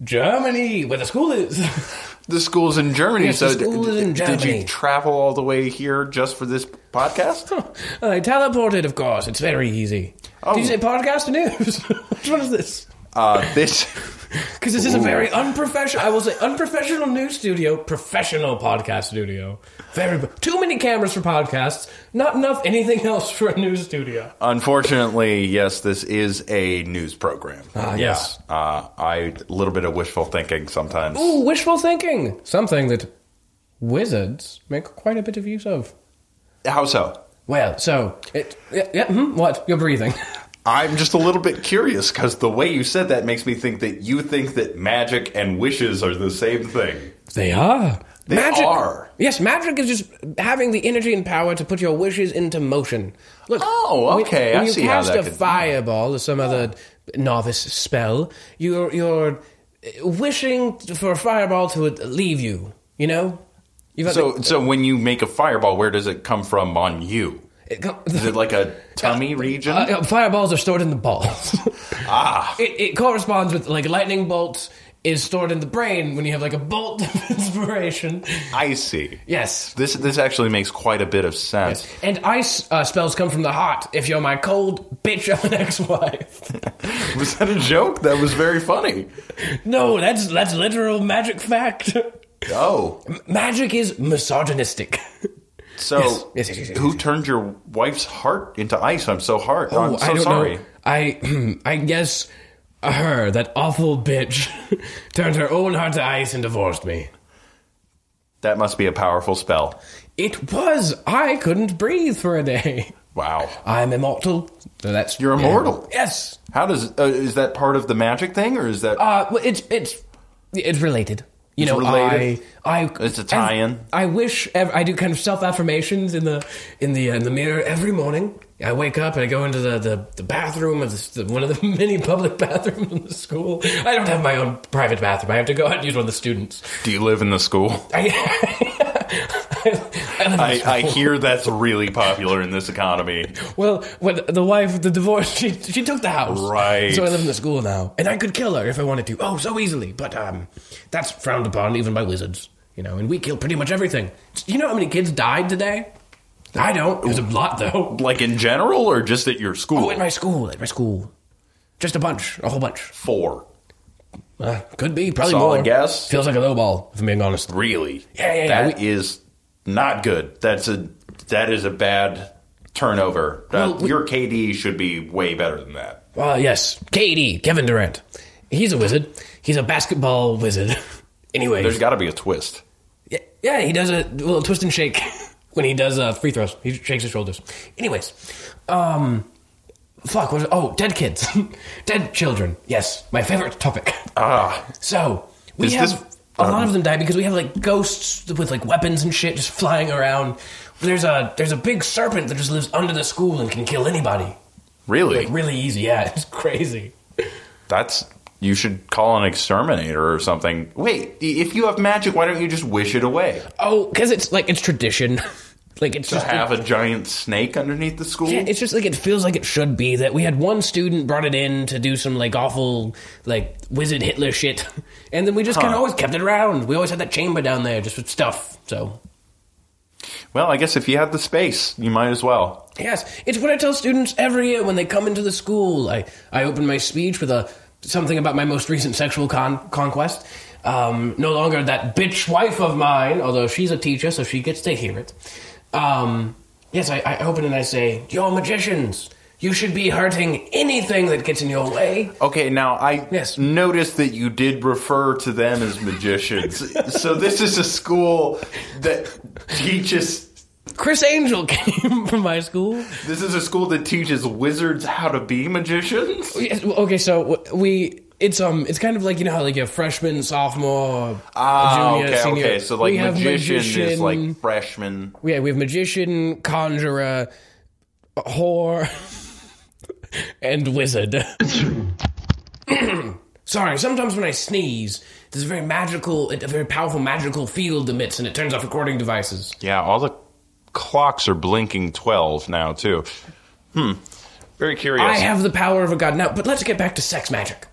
[SPEAKER 2] Germany, where the school is. (laughs)
[SPEAKER 5] The school's in Germany,
[SPEAKER 2] Yes,
[SPEAKER 5] so
[SPEAKER 2] the school is in
[SPEAKER 5] d- did
[SPEAKER 2] Germany.
[SPEAKER 5] you travel all the way here just for this podcast?
[SPEAKER 2] I teleported, of course. It's very easy. Did you say podcast or news? (laughs) Which one is this?
[SPEAKER 5] (laughs) Uh, this
[SPEAKER 2] Because this is a very unprofessional. I will say unprofessional news studio, professional podcast studio. Very too many cameras for podcasts. Not enough anything else for a news studio.
[SPEAKER 5] Unfortunately, yes, this is a news program. Ah,
[SPEAKER 2] yes.
[SPEAKER 5] Uh, I a little bit of wishful thinking sometimes.
[SPEAKER 2] Ooh, wishful thinking. Something that wizards make quite a bit of use of.
[SPEAKER 5] How so?
[SPEAKER 2] Well, so it. Yeah, yeah, hmm, what? You're breathing. (laughs)
[SPEAKER 5] I'm just a little bit curious because the way you said that makes me think that you think that magic and wishes are the same thing.
[SPEAKER 2] They are.
[SPEAKER 5] They are.
[SPEAKER 2] Yes, magic is just having the energy and power to put your wishes into motion. Look.
[SPEAKER 5] Oh,
[SPEAKER 2] when-
[SPEAKER 5] okay,
[SPEAKER 2] When,
[SPEAKER 5] I
[SPEAKER 2] you
[SPEAKER 5] see how
[SPEAKER 2] cast
[SPEAKER 5] that
[SPEAKER 2] a
[SPEAKER 5] could-
[SPEAKER 2] fireball or some other novice spell, you're you're uh, wishing for a fireball to leave you. You know. You've got
[SPEAKER 5] So, so when you make a fireball, where does it come from on you?
[SPEAKER 2] the- it come-
[SPEAKER 5] Is it like a
[SPEAKER 2] (laughs)
[SPEAKER 5] tummy region?
[SPEAKER 2] Uh, uh, fireballs are stored in the balls.
[SPEAKER 5] (laughs) Ah.
[SPEAKER 2] It, it corresponds with like lightning bolts is stored in the brain when you have like a bolt (laughs) of inspiration.
[SPEAKER 5] I see.
[SPEAKER 2] Yes.
[SPEAKER 5] This this actually makes quite a bit of
[SPEAKER 2] (laughs)
[SPEAKER 5] sense.
[SPEAKER 2] And ice uh, spells come from the heart. If you're my cold bitch of
[SPEAKER 5] (laughs)
[SPEAKER 2] an ex-wife.
[SPEAKER 5] Was that a joke? That was very funny.
[SPEAKER 2] no, that's that's literal magic fact.
[SPEAKER 5] Oh,
[SPEAKER 2] magic is misogynistic.
[SPEAKER 5] so
[SPEAKER 2] Yes, yes, yes, yes, yes,
[SPEAKER 5] who
[SPEAKER 2] yes. Oh,
[SPEAKER 5] turned your wife's heart into ice? I'm so hard. I'm so
[SPEAKER 2] I don't
[SPEAKER 5] sorry.
[SPEAKER 2] know. I (clears throat) I guess her that awful bitch (laughs) turned her own heart to ice and divorced me.
[SPEAKER 5] That must be a powerful spell.
[SPEAKER 2] It was. I couldn't breathe for a day.
[SPEAKER 5] Wow.
[SPEAKER 2] I'm immortal. So that's
[SPEAKER 5] You're
[SPEAKER 2] yeah.
[SPEAKER 5] immortal?
[SPEAKER 2] Yes.
[SPEAKER 5] How does uh, is that part of the magic thing, or is that
[SPEAKER 2] Uh, well, it's it's it's related. You
[SPEAKER 5] It's
[SPEAKER 2] know,
[SPEAKER 5] related?
[SPEAKER 2] I, I
[SPEAKER 5] It's a tie-in?
[SPEAKER 2] I, I wish ev- I do kind of self affirmations in the in the uh, in the mirror every morning. I wake up and I go into the, the, the bathroom of the, s- the, one of the (laughs) many public bathrooms in the school. I don't have my own private bathroom. I have to go out and use one of the students.
[SPEAKER 5] do you live in the school?
[SPEAKER 2] I, (laughs) I live in
[SPEAKER 5] I,
[SPEAKER 2] (laughs) this
[SPEAKER 5] I hear that's really popular in this economy.
[SPEAKER 2] Well, when the wife, the divorce, (laughs) she she took the house.
[SPEAKER 5] Right.
[SPEAKER 2] So I live in the school now, and I could kill her if I wanted to. Oh, so easily. But um, that's frowned upon even by wizards, you know. And we kill pretty much everything. You know how many kids died today? I don't. It was a lot though.
[SPEAKER 5] Like in general, or just at your school?
[SPEAKER 2] Oh, at my school, at my school, just a bunch, a whole bunch.
[SPEAKER 5] Four.
[SPEAKER 2] Uh, could be, probably
[SPEAKER 5] Solid
[SPEAKER 2] more.
[SPEAKER 5] guess.
[SPEAKER 2] Feels like a low ball, if I'm being honest.
[SPEAKER 5] Really?
[SPEAKER 2] Yeah, yeah, yeah.
[SPEAKER 5] That is not good. That's a that is a bad turnover. That-
[SPEAKER 2] Well, we-
[SPEAKER 5] your KD should be way better than that.
[SPEAKER 2] Well, yes, KD, Kevin Durant. He's a wizard. He's a basketball wizard. (laughs) anyway,
[SPEAKER 5] There's got to be a twist.
[SPEAKER 2] Yeah, yeah, he does a little twist and shake (laughs) when he does uh, free throws. He shakes his shoulders. Anyways, um, fuck. What, oh, dead kids, (laughs) dead children. Yes, my favorite topic. (laughs)
[SPEAKER 5] Ah,
[SPEAKER 2] So we
[SPEAKER 5] Is
[SPEAKER 2] have
[SPEAKER 5] this- um,
[SPEAKER 2] a lot of them die because we have like ghosts with like weapons and shit just flying around. There's a there's a big serpent that just lives under the school and can kill anybody.
[SPEAKER 5] really?
[SPEAKER 2] Like really easy. Yeah, (laughs) it's crazy.
[SPEAKER 5] That's you should call an exterminator or something. Wait, i- if you have magic, why don't you just wish it away?
[SPEAKER 2] Oh, because it's like it's tradition. (laughs) like it's
[SPEAKER 5] To
[SPEAKER 2] just
[SPEAKER 5] have a giant snake underneath the school?
[SPEAKER 2] Yeah, it's just like it feels like it should be that we had one student brought it in to do some like awful like wizard Hitler shit, (laughs) and then we just kind of always kept it around. We always had that chamber down there just with stuff. So
[SPEAKER 5] well, I guess if you have the space, you might as well.
[SPEAKER 2] yes, it's what I tell students every year when they come into the school. I I open my speech with a something about my most recent sexual con- conquest. Um, no longer that bitch wife of mine, although she's a teacher, so she gets to hear it. Um, yes, I, I open and I say, You're magicians. You should be hurting anything that gets in your way.
[SPEAKER 5] Okay, now I
[SPEAKER 2] Yes.
[SPEAKER 5] noticed that you did refer to them as magicians. so this is a school that teaches.
[SPEAKER 2] Chris Angel (laughs) came from my school.
[SPEAKER 5] This is a school that teaches wizards how to be magicians.
[SPEAKER 2] Yes, well, okay, so w- we it's um it's kind of like you know how like a freshman, sophomore,
[SPEAKER 5] Ah,
[SPEAKER 2] junior,
[SPEAKER 5] okay,
[SPEAKER 2] senior.
[SPEAKER 5] okay. So like
[SPEAKER 2] We have
[SPEAKER 5] magician, is
[SPEAKER 2] magician-
[SPEAKER 5] like freshman.
[SPEAKER 2] yeah, we have magician, conjurer, whore, and wizard. (coughs) Sorry, sometimes when I sneeze, there's a very magical, a very powerful magical field emits, and it turns off recording devices.
[SPEAKER 5] Yeah, all the clocks are blinking twelve now too. Hmm. Very curious.
[SPEAKER 2] I have the power of a god now, but let's get back to sex magic,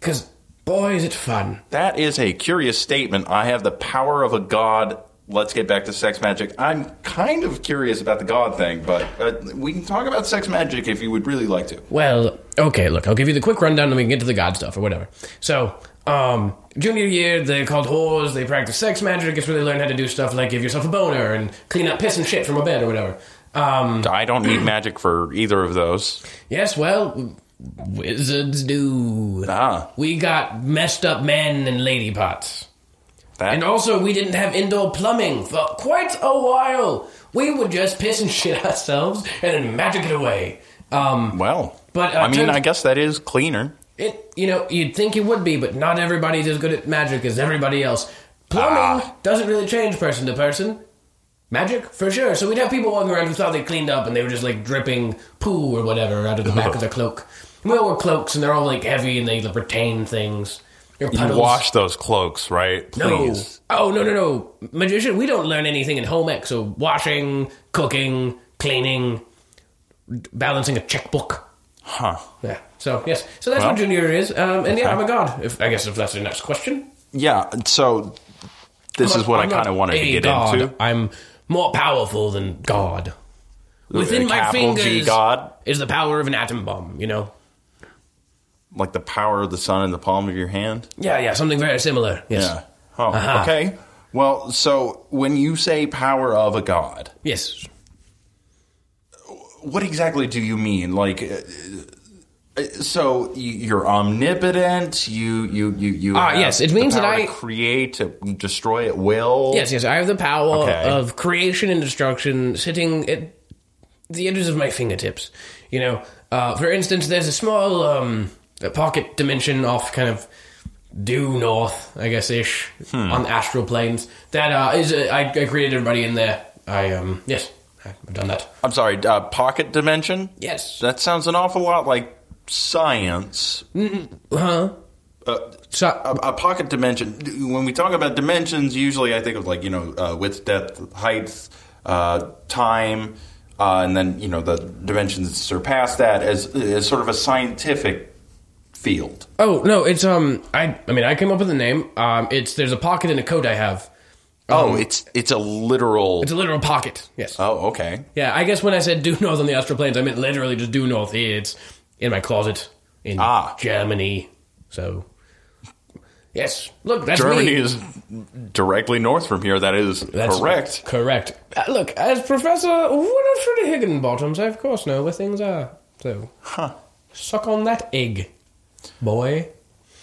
[SPEAKER 2] because boy, is it fun.
[SPEAKER 5] That is a curious statement. I have the power of a god. Let's get back to sex magic. I'm kind of curious about the god thing, but uh, we can talk about sex magic if you would really like to.
[SPEAKER 2] Well, okay, look, I'll give you the quick rundown and we can get to the god stuff or whatever. So, um, junior year, they're called whores, they practice sex magic, it's where they learn how to do stuff like give yourself a boner and clean up piss and shit from a bed or whatever. Um,
[SPEAKER 5] I don't need magic for either of those.
[SPEAKER 2] yes, well, wizards do.
[SPEAKER 5] Ah,
[SPEAKER 2] We got messed up men and lady pots.
[SPEAKER 5] that
[SPEAKER 2] And also, we didn't have indoor plumbing for quite a while. We would just piss and shit (laughs) ourselves and then magic it away. Um,
[SPEAKER 5] well.
[SPEAKER 2] But, uh,
[SPEAKER 5] I mean,
[SPEAKER 2] turns-
[SPEAKER 5] I guess that is cleaner.
[SPEAKER 2] It, you know, you'd think it would be, but not everybody's as good at magic as everybody else. Plumbing
[SPEAKER 5] Ah.
[SPEAKER 2] doesn't really change person to person. Magic, for sure. So we'd have people walking around who thought they cleaned up and they were just like dripping poo or whatever out of the
[SPEAKER 5] (laughs)
[SPEAKER 2] back of their cloak. We all wear cloaks and they're all like heavy and they like, retain things. They're
[SPEAKER 5] You
[SPEAKER 2] puddles.
[SPEAKER 5] wash those cloaks, right?
[SPEAKER 2] no.
[SPEAKER 5] Please.
[SPEAKER 2] Oh, no, no, no. Magician, we don't learn anything in home ec. So washing, cooking, cleaning, d- balancing a checkbook.
[SPEAKER 5] Huh.
[SPEAKER 2] Yeah. So yes. So that's what junior year is. Um, and yeah, I'm a god. If I guess if that's your next question.
[SPEAKER 5] Yeah, so this is what
[SPEAKER 2] I'm
[SPEAKER 5] I kind
[SPEAKER 2] not
[SPEAKER 5] of wanted to
[SPEAKER 2] a
[SPEAKER 5] get
[SPEAKER 2] god.
[SPEAKER 5] into.
[SPEAKER 2] I'm more powerful than God. Within my
[SPEAKER 5] Capital
[SPEAKER 2] fingers
[SPEAKER 5] G God,
[SPEAKER 2] is the power of an atom bomb. You know.
[SPEAKER 5] like the power of the sun in the palm of your hand.
[SPEAKER 2] Yeah. Yeah. Something very similar. Yes.
[SPEAKER 5] Yeah. Oh, okay. Well, so when you say power of a god,
[SPEAKER 2] Yes.
[SPEAKER 5] what exactly do you mean? Like, uh, uh, so y- you're omnipotent. You you you you.
[SPEAKER 2] Ah,
[SPEAKER 5] have
[SPEAKER 2] yes, it
[SPEAKER 5] the
[SPEAKER 2] means that
[SPEAKER 5] power
[SPEAKER 2] I-
[SPEAKER 5] to create, to destroy at will.
[SPEAKER 2] Yes. Yes. I have the power
[SPEAKER 5] Okay.
[SPEAKER 2] of creation and destruction, sitting at the edges of my fingertips. You know. Uh, for instance, there's a small um, pocket dimension off kind of due north, I guess ish, on the astral planes. That uh, is, uh, I, I created everybody in there. I um, yes, I've done that.
[SPEAKER 5] I'm sorry. Uh, pocket dimension.
[SPEAKER 2] Yes,
[SPEAKER 5] That sounds an awful lot like science.
[SPEAKER 2] huh? Uh-huh. so,
[SPEAKER 5] A, a pocket dimension. When we talk about dimensions, usually I think of like you know uh, width, depth, height, uh, time, uh, and then you know the dimensions that surpass that as as sort of a scientific field.
[SPEAKER 2] oh no, it's um, I, I mean, I came up with the name. Um, it's there's a pocket in a code I have.
[SPEAKER 5] Oh, it's it's a literal.
[SPEAKER 2] It's a literal pocket. Yes.
[SPEAKER 5] oh, okay.
[SPEAKER 2] yeah, I guess when I said due (laughs) north on the astral planes, I meant literally just due north. It's in my closet in
[SPEAKER 5] Ah.
[SPEAKER 2] Germany. So, yes, look, that's me.
[SPEAKER 5] Germany is directly north from here. That is
[SPEAKER 2] That's
[SPEAKER 5] correct.
[SPEAKER 2] Correct. Uh, look, as Professor Winifred Higginbottoms, I of course know where things are. So, suck on that egg, boy.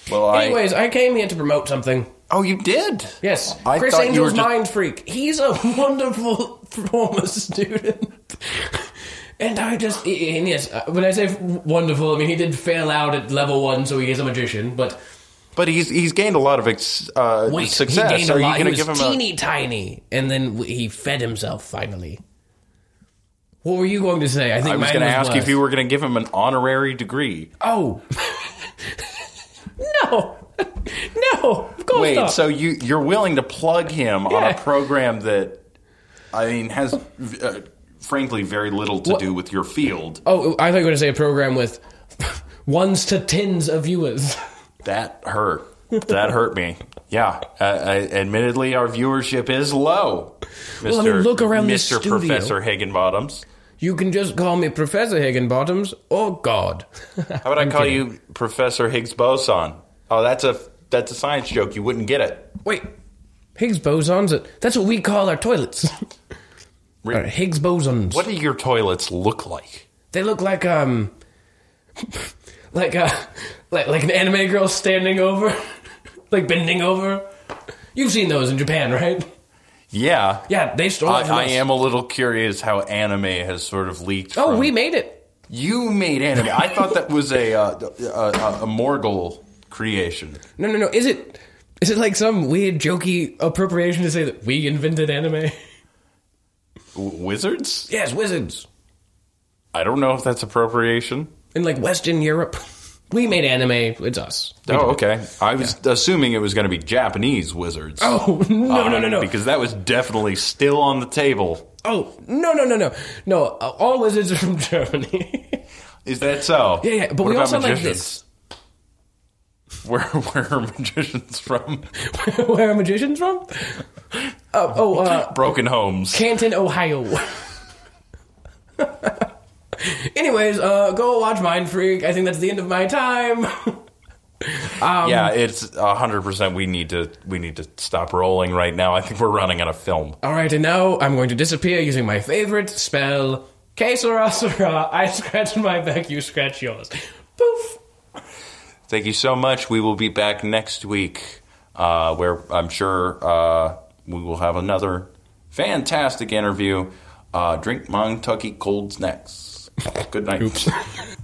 [SPEAKER 5] Well, I,
[SPEAKER 2] Anyways, I came here to promote something.
[SPEAKER 5] oh, you did.
[SPEAKER 2] Yes,
[SPEAKER 5] I
[SPEAKER 2] Chris
[SPEAKER 5] thought you
[SPEAKER 2] Angel's
[SPEAKER 5] were just-
[SPEAKER 2] mind freak. He's a (laughs) wonderful former student. (laughs) And I just, and yes, uh, when I say wonderful, I mean he did fail out at level one, so he is a magician. But
[SPEAKER 5] But he's he's gained a lot of ex, uh,
[SPEAKER 2] wait,
[SPEAKER 5] success.
[SPEAKER 2] he gained a
[SPEAKER 5] Are
[SPEAKER 2] lot.
[SPEAKER 5] you
[SPEAKER 2] He
[SPEAKER 5] going to
[SPEAKER 2] was
[SPEAKER 5] give him a?
[SPEAKER 2] teeny tiny, and then w- he fed himself finally. What were you going to say? I think
[SPEAKER 5] I was
[SPEAKER 2] going to
[SPEAKER 5] ask if you were going to give him an honorary degree.
[SPEAKER 2] Oh, (laughs) no, no, of course
[SPEAKER 5] Wait,
[SPEAKER 2] not.
[SPEAKER 5] so you you're willing to plug him on
[SPEAKER 2] Yeah.
[SPEAKER 5] a program that I mean has uh, frankly very little to do with your field.
[SPEAKER 2] oh, I thought you were going to say a program with (laughs) ones to tens of viewers.
[SPEAKER 5] That hurt. That hurt me. Yeah. Uh, I, admittedly, our viewership is low. Mr.
[SPEAKER 2] Well, I mean, look around this
[SPEAKER 5] Mr.
[SPEAKER 2] studio.
[SPEAKER 5] Professor Higginbottoms.
[SPEAKER 2] You can just call me Professor Higginbottoms or God.
[SPEAKER 5] How would I call you Professor Higgs boson? Oh, that's a that's a science joke. You wouldn't get it.
[SPEAKER 2] Wait, Higgs bosons? It That's what we call
[SPEAKER 5] (laughs)
[SPEAKER 2] our toilets.
[SPEAKER 5] Re-
[SPEAKER 2] Our Higgs bosons.
[SPEAKER 5] What do your toilets look like?
[SPEAKER 2] They look like um, (laughs) like a like like an anime girl standing over, (laughs) like bending over. You've seen those in Japan, right?
[SPEAKER 5] Yeah,
[SPEAKER 2] Yeah, they stole
[SPEAKER 5] I,
[SPEAKER 2] it from
[SPEAKER 5] I
[SPEAKER 2] us.
[SPEAKER 5] am a little curious how anime has sort of leaked.
[SPEAKER 2] Oh,
[SPEAKER 5] from-
[SPEAKER 2] we made it.
[SPEAKER 5] you made anime. I thought that was a uh, a, a, a Morgul creation.
[SPEAKER 2] No, no, no. Is it is it like some weird jokey appropriation to say that we invented anime? (laughs)
[SPEAKER 5] W- wizards?
[SPEAKER 2] yes, wizards
[SPEAKER 5] I don't know if that's appropriation.
[SPEAKER 2] in like Western Europe. (laughs) We made anime. It's us.
[SPEAKER 5] Oh, okay. I was assuming it was going to be Japanese wizards.
[SPEAKER 2] Oh (laughs) no, no, no, no.
[SPEAKER 5] Because that was definitely still on the table.
[SPEAKER 2] Oh no, no, no, no, no. Uh, all wizards are from (laughs) Germany.
[SPEAKER 5] Is that so?
[SPEAKER 2] yeah, yeah. But
[SPEAKER 5] What
[SPEAKER 2] we
[SPEAKER 5] about
[SPEAKER 2] also like
[SPEAKER 5] magicians?
[SPEAKER 2] this.
[SPEAKER 5] (laughs) Where where are magicians from?
[SPEAKER 2] (laughs) Where are magicians from? Uh, oh, uh,
[SPEAKER 5] Broken homes.
[SPEAKER 2] Canton, Ohio. (laughs) Anyways, uh, go watch Mind Freak. I think that's the end of my time. (laughs) Um,
[SPEAKER 5] yeah, it's hundred percent. We need to we need to stop rolling right now. I think we're running out of film.
[SPEAKER 2] All right, and now I'm going to disappear using my favorite spell, Que sera, sera. I scratch my back, you scratch yours. Poof.
[SPEAKER 5] Thank you so much. We will be back next week, uh, where I'm sure uh, we will have another fantastic interview. Uh, drink Montucky cold snacks. Good night.